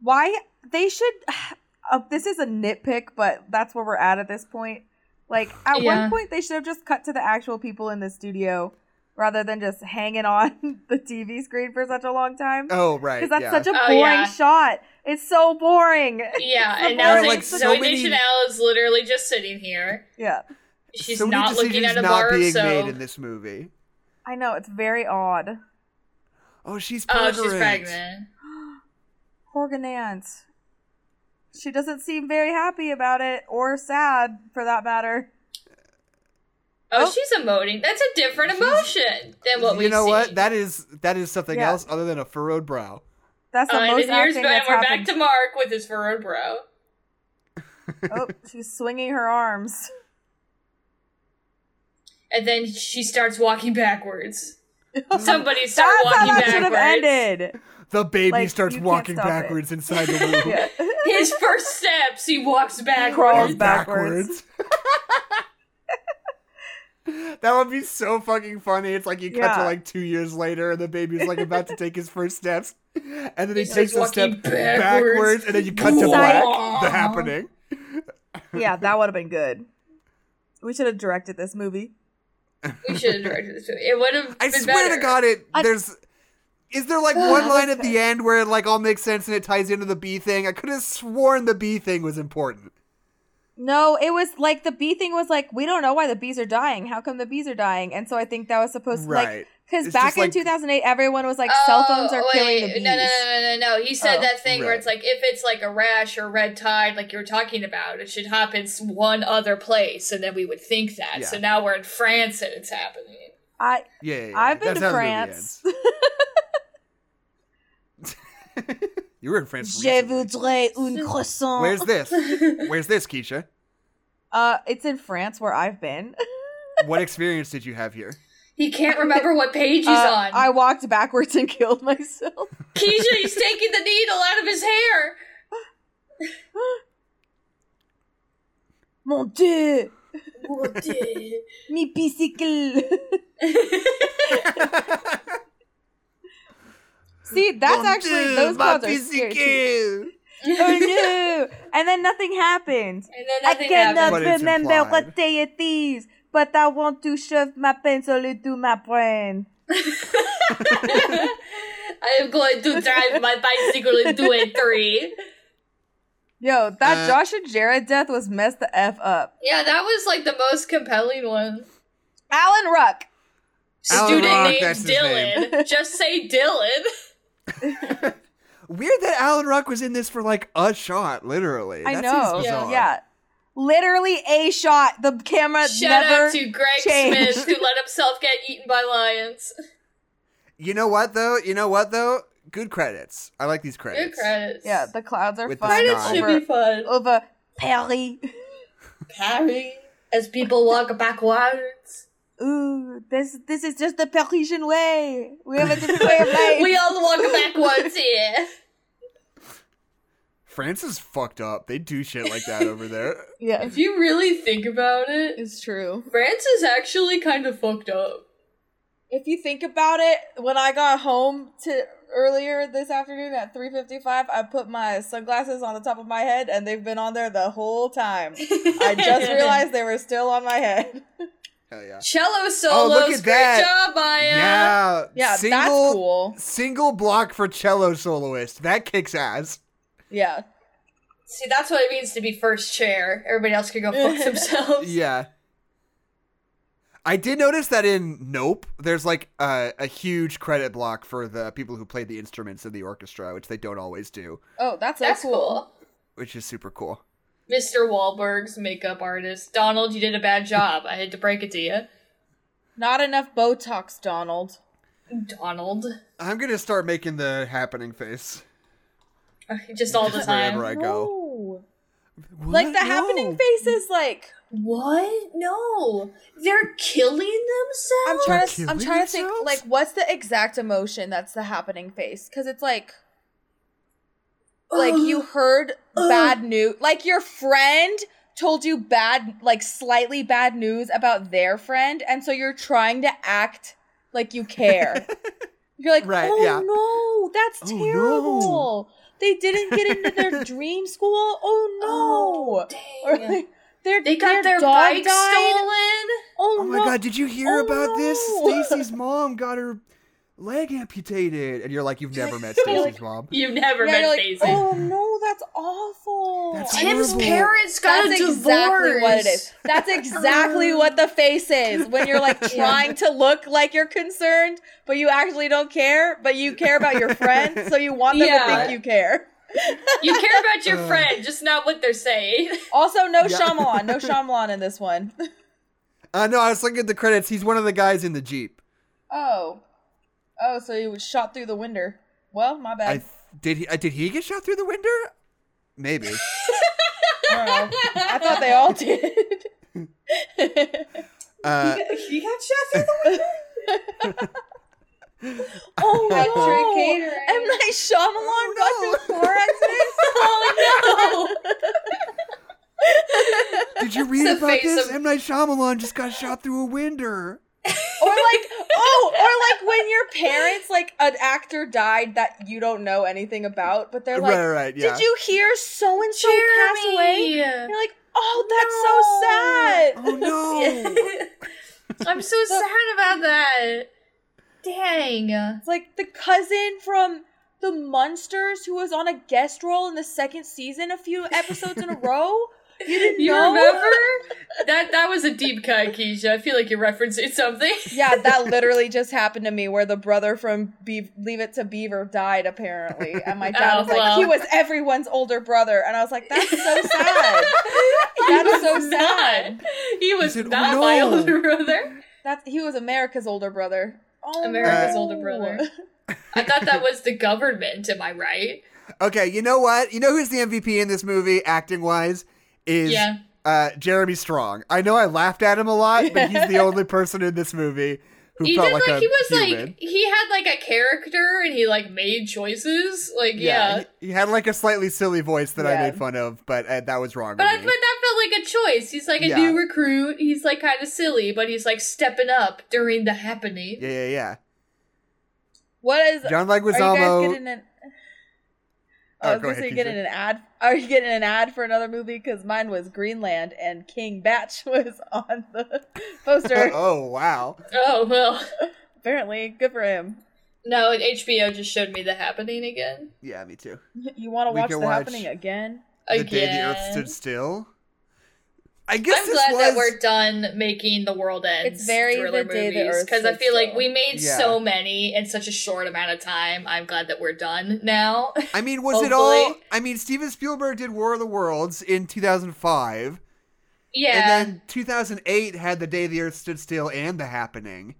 [SPEAKER 5] Why they should? Uh, this is a nitpick, but that's where we're at at this point. Like at
[SPEAKER 4] Yeah.
[SPEAKER 5] one point, they should have just cut to the actual people in the studio rather than just hanging on the TV screen for such a long time.
[SPEAKER 3] Oh right,
[SPEAKER 5] Because that's
[SPEAKER 3] yeah.
[SPEAKER 5] such a
[SPEAKER 4] Oh,
[SPEAKER 5] boring
[SPEAKER 4] yeah.
[SPEAKER 5] shot. It's so boring.
[SPEAKER 4] yeah, and
[SPEAKER 5] the
[SPEAKER 4] now
[SPEAKER 5] bar,
[SPEAKER 4] like,
[SPEAKER 5] like,
[SPEAKER 4] Zoe
[SPEAKER 5] so
[SPEAKER 3] many-
[SPEAKER 4] Deschanel is literally just sitting here.
[SPEAKER 5] Yeah,
[SPEAKER 4] She's
[SPEAKER 3] so many
[SPEAKER 4] not looking
[SPEAKER 3] decisions
[SPEAKER 4] at a
[SPEAKER 3] not
[SPEAKER 4] bar,
[SPEAKER 3] being
[SPEAKER 4] so
[SPEAKER 3] made in this movie.
[SPEAKER 5] I know it's very odd.
[SPEAKER 3] Oh, she's
[SPEAKER 4] oh,
[SPEAKER 3] pregnant.
[SPEAKER 4] she's pregnant.
[SPEAKER 5] Horganant. She doesn't seem very happy about it, or sad for that matter.
[SPEAKER 4] Oh,
[SPEAKER 5] Oh.
[SPEAKER 4] she's emoting. That's a different
[SPEAKER 3] She's-
[SPEAKER 4] emotion than what we.
[SPEAKER 3] you know what?
[SPEAKER 4] seen.
[SPEAKER 3] That is that is something
[SPEAKER 5] Yeah.
[SPEAKER 3] else other than a furrowed brow.
[SPEAKER 5] That's the
[SPEAKER 4] Uh, and
[SPEAKER 5] most
[SPEAKER 4] here's-
[SPEAKER 5] acting
[SPEAKER 4] and
[SPEAKER 5] that's
[SPEAKER 4] we're
[SPEAKER 5] happened.
[SPEAKER 4] back to Mark with his furrowed brow.
[SPEAKER 5] oh, she's swinging her arms.
[SPEAKER 4] And then she starts walking backwards. Somebody start
[SPEAKER 5] That's how
[SPEAKER 4] walking
[SPEAKER 5] that should have
[SPEAKER 4] backwards.
[SPEAKER 5] ended.
[SPEAKER 3] The baby
[SPEAKER 5] Like,
[SPEAKER 3] starts
[SPEAKER 5] you can't
[SPEAKER 3] walking
[SPEAKER 5] stop it.
[SPEAKER 3] backwards inside the womb.
[SPEAKER 5] Yeah.
[SPEAKER 4] His first steps, he walks backwards.
[SPEAKER 5] Crawls backwards.
[SPEAKER 3] backwards. that would be so fucking funny. It's like you cut to
[SPEAKER 5] Yeah.
[SPEAKER 3] like two years later, and the baby's like about to take his first steps, and then he
[SPEAKER 4] He's
[SPEAKER 3] takes a
[SPEAKER 4] just
[SPEAKER 3] step
[SPEAKER 4] walking backwards.
[SPEAKER 3] backwards, and then you cut to
[SPEAKER 5] Whoa.
[SPEAKER 3] black. The happening.
[SPEAKER 5] yeah, that would have been good. We should have directed this movie.
[SPEAKER 4] We should have directed this movie. It would have.
[SPEAKER 3] I
[SPEAKER 4] been
[SPEAKER 3] swear
[SPEAKER 4] better.
[SPEAKER 3] to God, it
[SPEAKER 5] I-
[SPEAKER 3] there's. Is there like one line at the end where it like all makes sense and it ties into the bee thing? I could have sworn the bee thing was important.
[SPEAKER 5] No, it was like the bee thing was like, we don't know why the bees are dying. How come the bees are dying? And so I think that was supposed to
[SPEAKER 3] Right.
[SPEAKER 5] like because
[SPEAKER 3] It's
[SPEAKER 5] back
[SPEAKER 3] just
[SPEAKER 5] in
[SPEAKER 3] like-
[SPEAKER 5] 2008, everyone was like, cell phones are
[SPEAKER 4] Oh,
[SPEAKER 5] killing the
[SPEAKER 4] wait.
[SPEAKER 5] bees.
[SPEAKER 4] No, no, no, no, no, no. He said
[SPEAKER 5] Oh.
[SPEAKER 4] that thing where
[SPEAKER 3] Right.
[SPEAKER 4] it's like if it's like a rash or red tide, like you were talking about, it should happen s- one other place, and then we would think that.
[SPEAKER 3] Yeah.
[SPEAKER 4] So now we're in France and it's happening.
[SPEAKER 5] I
[SPEAKER 3] Yeah, yeah, yeah.
[SPEAKER 5] I've been
[SPEAKER 3] That's
[SPEAKER 5] to
[SPEAKER 3] how the movie
[SPEAKER 5] France.
[SPEAKER 3] ends. You were in France.
[SPEAKER 5] Je
[SPEAKER 3] recently.
[SPEAKER 5] voudrais un croissant.
[SPEAKER 3] Where's this? Where's this, Keisha?
[SPEAKER 5] uh, it's in France where I've been.
[SPEAKER 3] What experience did you have here?
[SPEAKER 4] he can't remember what page he's
[SPEAKER 5] Uh,
[SPEAKER 4] on.
[SPEAKER 5] I walked backwards and killed myself.
[SPEAKER 4] Keisha, he's taking the needle out of his hair.
[SPEAKER 5] Mon dieu,
[SPEAKER 4] What the-
[SPEAKER 5] mi bicycle. See, that's actually those clouds are scary. too. Oh no! And then nothing
[SPEAKER 4] and
[SPEAKER 5] happened.
[SPEAKER 4] then
[SPEAKER 5] I
[SPEAKER 4] nothing happened.
[SPEAKER 5] cannot
[SPEAKER 3] But it's
[SPEAKER 5] remember
[SPEAKER 3] implied.
[SPEAKER 5] what day it is, but I want to shove my pencil into my brain.
[SPEAKER 4] I am going to drive my bicycle into a tree.
[SPEAKER 5] Yo, that
[SPEAKER 3] Uh,
[SPEAKER 5] Josh and Jared death was messed the f up.
[SPEAKER 4] Yeah, that was like the most compelling one.
[SPEAKER 5] Alan Ruck.
[SPEAKER 3] Alan
[SPEAKER 4] Student
[SPEAKER 3] Rock,
[SPEAKER 4] named
[SPEAKER 3] that's his
[SPEAKER 4] Dylan.
[SPEAKER 3] name.
[SPEAKER 4] Just say Dylan.
[SPEAKER 3] Weird that Alan Rock was in this for like a shot, literally.
[SPEAKER 5] I
[SPEAKER 3] that
[SPEAKER 5] know.
[SPEAKER 3] Seems
[SPEAKER 5] Yeah.
[SPEAKER 3] bizarre.
[SPEAKER 5] Literally a shot. The camera
[SPEAKER 4] Shout
[SPEAKER 5] never.
[SPEAKER 4] out to Greg
[SPEAKER 5] changed.
[SPEAKER 4] Smith who let himself get eaten by lions.
[SPEAKER 3] You know what though? You know what though? Good credits. I like these
[SPEAKER 4] Good
[SPEAKER 3] credits.
[SPEAKER 4] credits.
[SPEAKER 5] yeah, the clouds are
[SPEAKER 3] With the
[SPEAKER 5] fun.
[SPEAKER 3] sky.
[SPEAKER 4] credits
[SPEAKER 3] God.
[SPEAKER 4] should
[SPEAKER 5] over, Oh.
[SPEAKER 4] be fun.
[SPEAKER 5] over Paris.
[SPEAKER 4] Harry, as people walk backwards,
[SPEAKER 5] Ooh, this this is just the Parisian way. We have a different way of life.
[SPEAKER 4] we all walk backwards here.
[SPEAKER 3] France is fucked up. They do shit like that over there.
[SPEAKER 5] yeah,
[SPEAKER 4] If you really think about it,
[SPEAKER 5] it's true.
[SPEAKER 4] France is actually kind of fucked up.
[SPEAKER 5] If you think about it, when I got home to earlier this afternoon at 3:55, I put my sunglasses on the top of my head and they've been on there the whole time. I just realized they were still on my head.
[SPEAKER 3] Hell yeah.
[SPEAKER 4] Cello
[SPEAKER 3] Oh,
[SPEAKER 4] solos.
[SPEAKER 3] look at
[SPEAKER 4] Great
[SPEAKER 3] that.
[SPEAKER 4] job, Maya.
[SPEAKER 3] Yeah.
[SPEAKER 5] Yeah,
[SPEAKER 3] Single,
[SPEAKER 5] that's cool.
[SPEAKER 3] Single block for cello soloist. That kicks ass.
[SPEAKER 5] Yeah.
[SPEAKER 4] See, that's what it means to be first chair. Everybody else can go fuck themselves.
[SPEAKER 3] Yeah. I did notice that in Nope, there's like a, a huge credit block for the people who played the instruments in the orchestra, which they don't always do,
[SPEAKER 5] Oh, that's so
[SPEAKER 4] That's
[SPEAKER 5] cool.
[SPEAKER 4] cool.
[SPEAKER 3] which is super cool.
[SPEAKER 4] Mr. Wahlberg's makeup artist. Donald, you did a bad job. I had to break it to you.
[SPEAKER 5] Not enough Botox, Donald.
[SPEAKER 4] Donald.
[SPEAKER 3] I'm gonna start making the happening face
[SPEAKER 4] Uh, Just all the
[SPEAKER 3] wherever I
[SPEAKER 4] time.
[SPEAKER 3] go.
[SPEAKER 5] No.
[SPEAKER 3] What?
[SPEAKER 5] Like the
[SPEAKER 3] No.
[SPEAKER 5] happening face is like
[SPEAKER 4] What? No. They're killing themselves?
[SPEAKER 5] I'm trying to
[SPEAKER 3] Killing
[SPEAKER 5] I'm trying to think
[SPEAKER 3] themselves?
[SPEAKER 5] like what's the exact emotion that's the happening face cuz it's like like you heard
[SPEAKER 4] Ugh.
[SPEAKER 5] bad news like your friend told you bad like slightly bad news about their friend and so you're trying to act like you care. you're like,
[SPEAKER 3] Right,
[SPEAKER 5] "Oh
[SPEAKER 3] yeah.
[SPEAKER 5] no, that's
[SPEAKER 3] Oh, no.
[SPEAKER 5] terrible. They didn't get into their dream school. Oh no."
[SPEAKER 4] Oh,
[SPEAKER 5] Or
[SPEAKER 4] dang.
[SPEAKER 5] like, their,
[SPEAKER 4] They got their,
[SPEAKER 5] dog
[SPEAKER 4] bike
[SPEAKER 5] died.
[SPEAKER 4] stolen.
[SPEAKER 5] Oh,
[SPEAKER 3] Oh my
[SPEAKER 5] no.
[SPEAKER 3] god, did you hear
[SPEAKER 5] Oh
[SPEAKER 3] about this?
[SPEAKER 5] no.
[SPEAKER 3] Stacy's mom got her leg amputated. And you're like, you've never met Stacy's mom.
[SPEAKER 4] You never
[SPEAKER 5] Yeah,
[SPEAKER 4] met
[SPEAKER 5] you're like,
[SPEAKER 4] Daisy.
[SPEAKER 5] oh no, that's awful.
[SPEAKER 3] That's
[SPEAKER 5] I-
[SPEAKER 3] terrible.
[SPEAKER 4] Tim's parents got
[SPEAKER 5] That's
[SPEAKER 4] a divorce.
[SPEAKER 5] exactly what it is. That's exactly what the face is when you're like trying to look like you're concerned, but you actually don't care, but you care about your friend, so you want them to
[SPEAKER 4] Yeah.
[SPEAKER 5] think you care.
[SPEAKER 4] You care about your
[SPEAKER 3] Uh.
[SPEAKER 4] friend, just not what they're saying.
[SPEAKER 5] Also, no
[SPEAKER 3] Yeah.
[SPEAKER 5] Shyamalan, no Shyamalan in this one.
[SPEAKER 3] Uh, no, I was looking at the credits. He's one of the guys in the Jeep.
[SPEAKER 5] Oh, oh, so you was shot through the window. Well, my
[SPEAKER 3] I
[SPEAKER 5] bad.
[SPEAKER 3] did he uh, did he get shot through the window? Maybe.
[SPEAKER 5] I, don't know. I thought they all did.
[SPEAKER 3] Uh,
[SPEAKER 4] he got shot through
[SPEAKER 5] Oh
[SPEAKER 3] Patrick
[SPEAKER 5] no!
[SPEAKER 4] Catering.
[SPEAKER 5] M Night Shyamalan
[SPEAKER 3] Oh,
[SPEAKER 5] got divorced.
[SPEAKER 4] Oh
[SPEAKER 3] did you read
[SPEAKER 4] The
[SPEAKER 3] about
[SPEAKER 4] face
[SPEAKER 3] this?
[SPEAKER 4] of-
[SPEAKER 3] M Night Shyamalan just got shot through a window.
[SPEAKER 5] or like oh, or like when your parents like an actor died that you don't know anything about, but they're like,
[SPEAKER 3] right, right, yeah.
[SPEAKER 5] "Did you hear so and so
[SPEAKER 4] no!
[SPEAKER 5] pass away?" And You're like, "Oh, that's so
[SPEAKER 3] Oh
[SPEAKER 5] sad."
[SPEAKER 3] no!
[SPEAKER 4] I'm so sad about that. Dang.
[SPEAKER 5] It's like the cousin from the Munsters who was on a guest role in the second season a few episodes in a row. You didn't
[SPEAKER 4] You
[SPEAKER 5] know?
[SPEAKER 4] remember? That that was a deep cut, Keisha. I feel like you're referencing something.
[SPEAKER 5] Yeah, that literally just happened to me where the brother from Be- Leave It to Beaver died, apparently. And my dad
[SPEAKER 4] Oh,
[SPEAKER 5] was like,
[SPEAKER 4] well.
[SPEAKER 5] he was everyone's older brother. And I was like, that's so sad. that's so
[SPEAKER 4] Not.
[SPEAKER 5] sad.
[SPEAKER 4] He was
[SPEAKER 3] said, "Oh,
[SPEAKER 4] not my
[SPEAKER 3] no."
[SPEAKER 4] older brother.
[SPEAKER 5] That's He was America's older brother. Oh,
[SPEAKER 4] America's
[SPEAKER 3] Uh,
[SPEAKER 5] no.
[SPEAKER 4] older brother. I thought that was the government, am I right?
[SPEAKER 3] Okay, you know what? You know who's the MVP in this movie, acting wise, is
[SPEAKER 4] Yeah.
[SPEAKER 3] uh, Jeremy Strong. I know I laughed at him a lot, but he's the only person in this movie who
[SPEAKER 4] He
[SPEAKER 3] felt
[SPEAKER 4] did
[SPEAKER 3] like,
[SPEAKER 4] like,
[SPEAKER 3] a
[SPEAKER 4] he was
[SPEAKER 3] human.
[SPEAKER 4] like he had like a character and he like made choices. Like yeah.
[SPEAKER 3] he, he had like a slightly silly voice that I
[SPEAKER 5] Yeah.
[SPEAKER 3] made fun of, but uh, that was wrong.
[SPEAKER 4] But I,
[SPEAKER 3] of
[SPEAKER 4] but
[SPEAKER 3] me.
[SPEAKER 4] that felt like a choice. He's like a
[SPEAKER 3] Yeah.
[SPEAKER 4] new recruit. He's like kind of silly, but he's like stepping up during the happening.
[SPEAKER 3] yeah, yeah, yeah.
[SPEAKER 5] What is?
[SPEAKER 3] John
[SPEAKER 5] Are you guys
[SPEAKER 3] Leguizamo.
[SPEAKER 5] getting an?
[SPEAKER 3] Oh,
[SPEAKER 5] Oh, I was
[SPEAKER 3] go
[SPEAKER 5] gonna
[SPEAKER 3] ahead,
[SPEAKER 5] say, you
[SPEAKER 3] Keisha.
[SPEAKER 5] getting an ad? Are you getting an ad for another movie? Because mine was Greenland, and King Batch was on the poster.
[SPEAKER 3] oh wow.
[SPEAKER 4] Oh well.
[SPEAKER 5] Apparently, good for him.
[SPEAKER 4] No, HBO just showed me the happening again.
[SPEAKER 3] Yeah, me too.
[SPEAKER 5] You want to
[SPEAKER 3] We
[SPEAKER 5] watch
[SPEAKER 3] can
[SPEAKER 5] the
[SPEAKER 3] watch-
[SPEAKER 5] happening again?
[SPEAKER 3] The day the Earth
[SPEAKER 4] Again.
[SPEAKER 3] stood still. I guess
[SPEAKER 4] I'm
[SPEAKER 3] this
[SPEAKER 4] glad
[SPEAKER 3] was
[SPEAKER 4] that we're done making the world ends.
[SPEAKER 5] It's very
[SPEAKER 4] thriller
[SPEAKER 5] the day the
[SPEAKER 4] movies
[SPEAKER 5] earth
[SPEAKER 4] because I
[SPEAKER 5] stood
[SPEAKER 4] feel like
[SPEAKER 5] still.
[SPEAKER 4] we made
[SPEAKER 3] Yeah.
[SPEAKER 4] so many in such a short amount of time. I'm glad that we're done now.
[SPEAKER 3] I mean, was it all?
[SPEAKER 4] Hopefully.
[SPEAKER 3] I mean, Steven Spielberg did War of the Worlds in 2005,
[SPEAKER 4] yeah,
[SPEAKER 3] and then 2008 had The Day the Earth Stood Still and The Happening.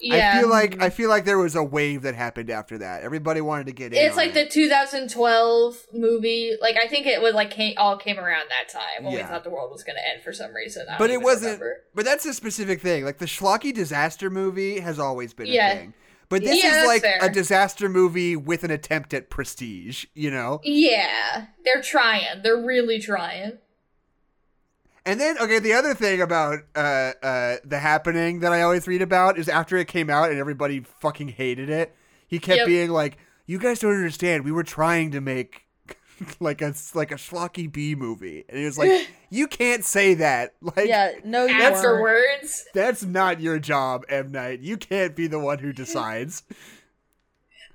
[SPEAKER 4] yeah. Mm-hmm.
[SPEAKER 3] I feel like I feel like there was a wave that happened after that. Everybody wanted to get in.
[SPEAKER 4] it's
[SPEAKER 3] on
[SPEAKER 4] like
[SPEAKER 3] it.
[SPEAKER 4] the 2012 movie. Like I think it was like came, all came around that time when we
[SPEAKER 3] Yeah.
[SPEAKER 4] thought the world was going to end for some reason. I
[SPEAKER 3] but
[SPEAKER 4] don't
[SPEAKER 3] it
[SPEAKER 4] even
[SPEAKER 3] wasn't.
[SPEAKER 4] remember.
[SPEAKER 3] But that's a specific thing. Like the schlocky disaster movie has always been
[SPEAKER 4] Yeah.
[SPEAKER 3] a thing. But this
[SPEAKER 4] Yeah,
[SPEAKER 3] is
[SPEAKER 4] that's
[SPEAKER 3] like
[SPEAKER 4] fair.
[SPEAKER 3] a disaster movie with an attempt at prestige, you know.
[SPEAKER 4] Yeah, they're trying. They're really trying.
[SPEAKER 3] And then okay, the other thing about uh, uh, the happening that I always read about is after it came out and everybody fucking hated it. He kept
[SPEAKER 4] Yep.
[SPEAKER 3] being like, "You guys don't understand. We were trying to make like a like a schlocky B movie," and he was like, "You can't say that. Like,
[SPEAKER 5] yeah. No, you weren't.
[SPEAKER 4] Afterwards,
[SPEAKER 3] that's not your job, M Night. You can't be the one who decides."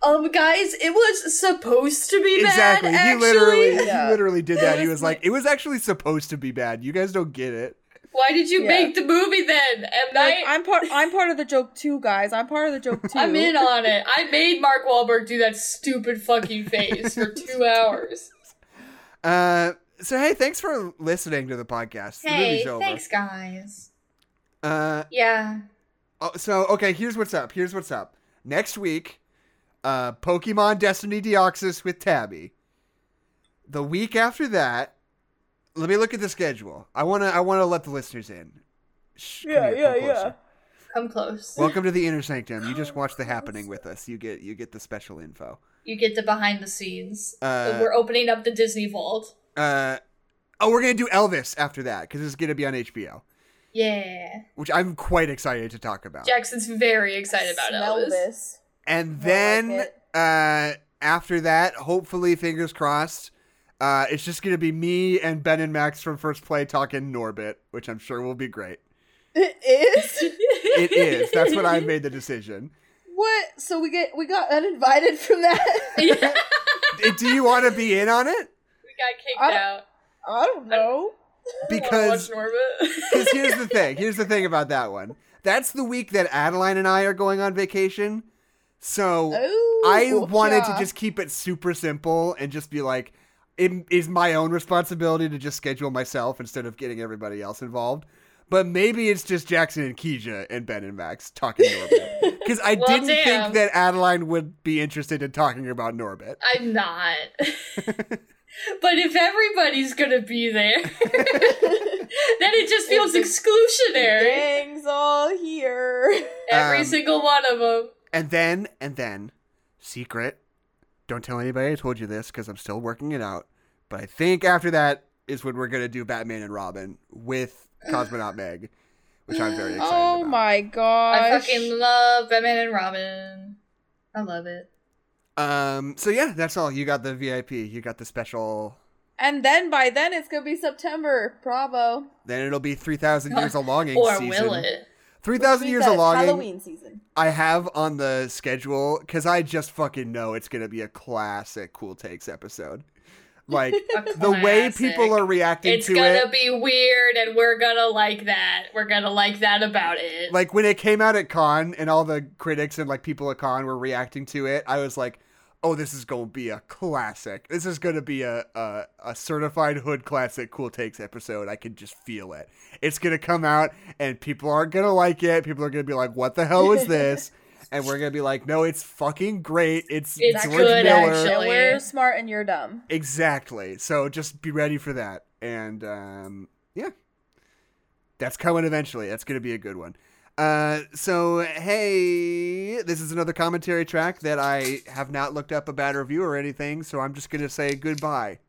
[SPEAKER 4] um, guys, it was supposed to be
[SPEAKER 3] exactly.
[SPEAKER 4] bad. Actually,
[SPEAKER 3] he literally
[SPEAKER 5] Yeah.
[SPEAKER 3] he literally did that. He
[SPEAKER 5] was
[SPEAKER 3] was like, "It was actually supposed to be bad. You guys don't get it."
[SPEAKER 4] Why did you
[SPEAKER 5] Yeah.
[SPEAKER 4] make the movie then, M
[SPEAKER 5] Like,
[SPEAKER 4] Night?
[SPEAKER 5] I'm part. I'm part of the joke too, guys. I'm part of the joke too.
[SPEAKER 4] I'm in on it. I made Mark Wahlberg do that stupid fucking face for two hours.
[SPEAKER 3] Uh, so hey, thanks for listening to the podcast. the movie's over.
[SPEAKER 4] guys.
[SPEAKER 3] Uh,
[SPEAKER 4] Yeah.
[SPEAKER 3] oh, so okay, here's what's up. Here's what's up. Next week, uh, Pokemon Destiny Deoxys with Tabby. The week after that, let me look at the schedule. I wanna I wanna let the listeners in. Shh, come
[SPEAKER 5] Yeah,
[SPEAKER 3] here,
[SPEAKER 5] yeah,
[SPEAKER 3] come closer.
[SPEAKER 5] yeah.
[SPEAKER 4] Come close.
[SPEAKER 3] Welcome to the inner sanctum. You just watched the happening with us. You get you get the special info.
[SPEAKER 4] you get the behind the scenes.
[SPEAKER 3] Uh,
[SPEAKER 4] We're opening up the Disney Vault.
[SPEAKER 3] Uh, oh, we're gonna do Elvis after that because it's gonna be on HBO,
[SPEAKER 4] Yeah.
[SPEAKER 3] which I'm quite excited to talk about.
[SPEAKER 4] Jackson's very excited about
[SPEAKER 5] Smell
[SPEAKER 4] Elvis.
[SPEAKER 5] this.
[SPEAKER 3] And
[SPEAKER 5] I
[SPEAKER 3] then
[SPEAKER 5] like
[SPEAKER 3] uh, after that, hopefully, fingers crossed, uh, it's just gonna be me and Ben and Max from First Play talking Norbit, which I'm sure will be great.
[SPEAKER 5] It is.
[SPEAKER 3] It is. That's what I made the decision.
[SPEAKER 5] What? So we get we got uninvited from that?
[SPEAKER 4] yeah, we got
[SPEAKER 3] Do you want to be in on it?
[SPEAKER 4] kicked
[SPEAKER 5] I-
[SPEAKER 4] out.
[SPEAKER 5] I don't know.
[SPEAKER 3] Because
[SPEAKER 4] Wanna watch Norma.
[SPEAKER 3] Because here's the thing. Here's the thing about that one. That's the week that Adeline and I are going on vacation. So
[SPEAKER 5] Oh,
[SPEAKER 3] I wanted
[SPEAKER 5] yeah.
[SPEAKER 3] to just keep it super simple and just be like, it is my own responsibility to just schedule myself instead of getting everybody else involved. But maybe it's just Jackson and Keisha and Ben and Max talking Norbit. Because I
[SPEAKER 4] Well,
[SPEAKER 3] didn't
[SPEAKER 4] damn.
[SPEAKER 3] think that Adeline would be interested in talking about Norbit.
[SPEAKER 4] I'm not. but if everybody's gonna be there, then it just feels
[SPEAKER 5] It's
[SPEAKER 4] exclusionary.
[SPEAKER 5] Gang's all here.
[SPEAKER 4] Every
[SPEAKER 3] Um,
[SPEAKER 4] single one of them.
[SPEAKER 3] And then, and then, secret. Don't tell anybody I told you this because I'm still working it out. But I think after that is when we're gonna do Batman and Robin with Cosmonaut Meg, which I'm very excited
[SPEAKER 5] Oh
[SPEAKER 3] about.
[SPEAKER 5] my gosh.
[SPEAKER 4] I fucking love Batman and Robin. I love it.
[SPEAKER 3] Um. So yeah, that's all. You got the VIP. You got the special.
[SPEAKER 5] and then by then it's gonna be September. Bravo.
[SPEAKER 3] Then it'll be three thousand years a longing
[SPEAKER 4] Or
[SPEAKER 3] season.
[SPEAKER 4] will it?
[SPEAKER 3] Three
[SPEAKER 5] Which
[SPEAKER 3] thousand
[SPEAKER 5] means
[SPEAKER 3] years
[SPEAKER 5] that
[SPEAKER 3] a
[SPEAKER 5] it's
[SPEAKER 3] longing.
[SPEAKER 5] Halloween season.
[SPEAKER 3] I have on the schedule because I just fucking know it's gonna be a classic Cool Takes episode. Like the way people are reacting
[SPEAKER 4] It's
[SPEAKER 3] to
[SPEAKER 4] gonna
[SPEAKER 3] it.
[SPEAKER 4] be weird, and we're gonna like that. We're gonna like that about it.
[SPEAKER 3] like when it came out at con and all the critics and like people at con were reacting to it i was like oh this is gonna be a classic this is gonna be a a, a certified hood classic cool takes episode i can just feel it it's gonna come out and people aren't gonna like it people are gonna be like what the hell is this and we're gonna be like, no, it's fucking great. It's,
[SPEAKER 4] It's
[SPEAKER 3] George
[SPEAKER 4] good,
[SPEAKER 3] Miller.
[SPEAKER 4] actually.
[SPEAKER 5] And we're smart and you're dumb.
[SPEAKER 3] Exactly. So just be ready for that. And um, yeah, that's coming eventually. That's going to be a good one. Uh, so, hey, this is another commentary track that I have not looked up a bad review or anything. So I'm just going to say goodbye.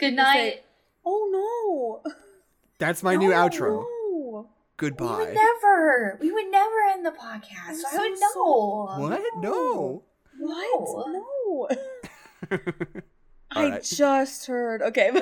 [SPEAKER 4] Good night.
[SPEAKER 5] Oh no. Oh,
[SPEAKER 3] That's my new outro.
[SPEAKER 5] No.
[SPEAKER 4] We
[SPEAKER 3] Goodbye.
[SPEAKER 4] would never. We would never end the podcast. so I
[SPEAKER 5] so
[SPEAKER 4] would know.
[SPEAKER 3] what? No.
[SPEAKER 5] What?
[SPEAKER 4] No.
[SPEAKER 5] No.
[SPEAKER 3] All
[SPEAKER 5] I
[SPEAKER 3] right.
[SPEAKER 5] just heard. Okay.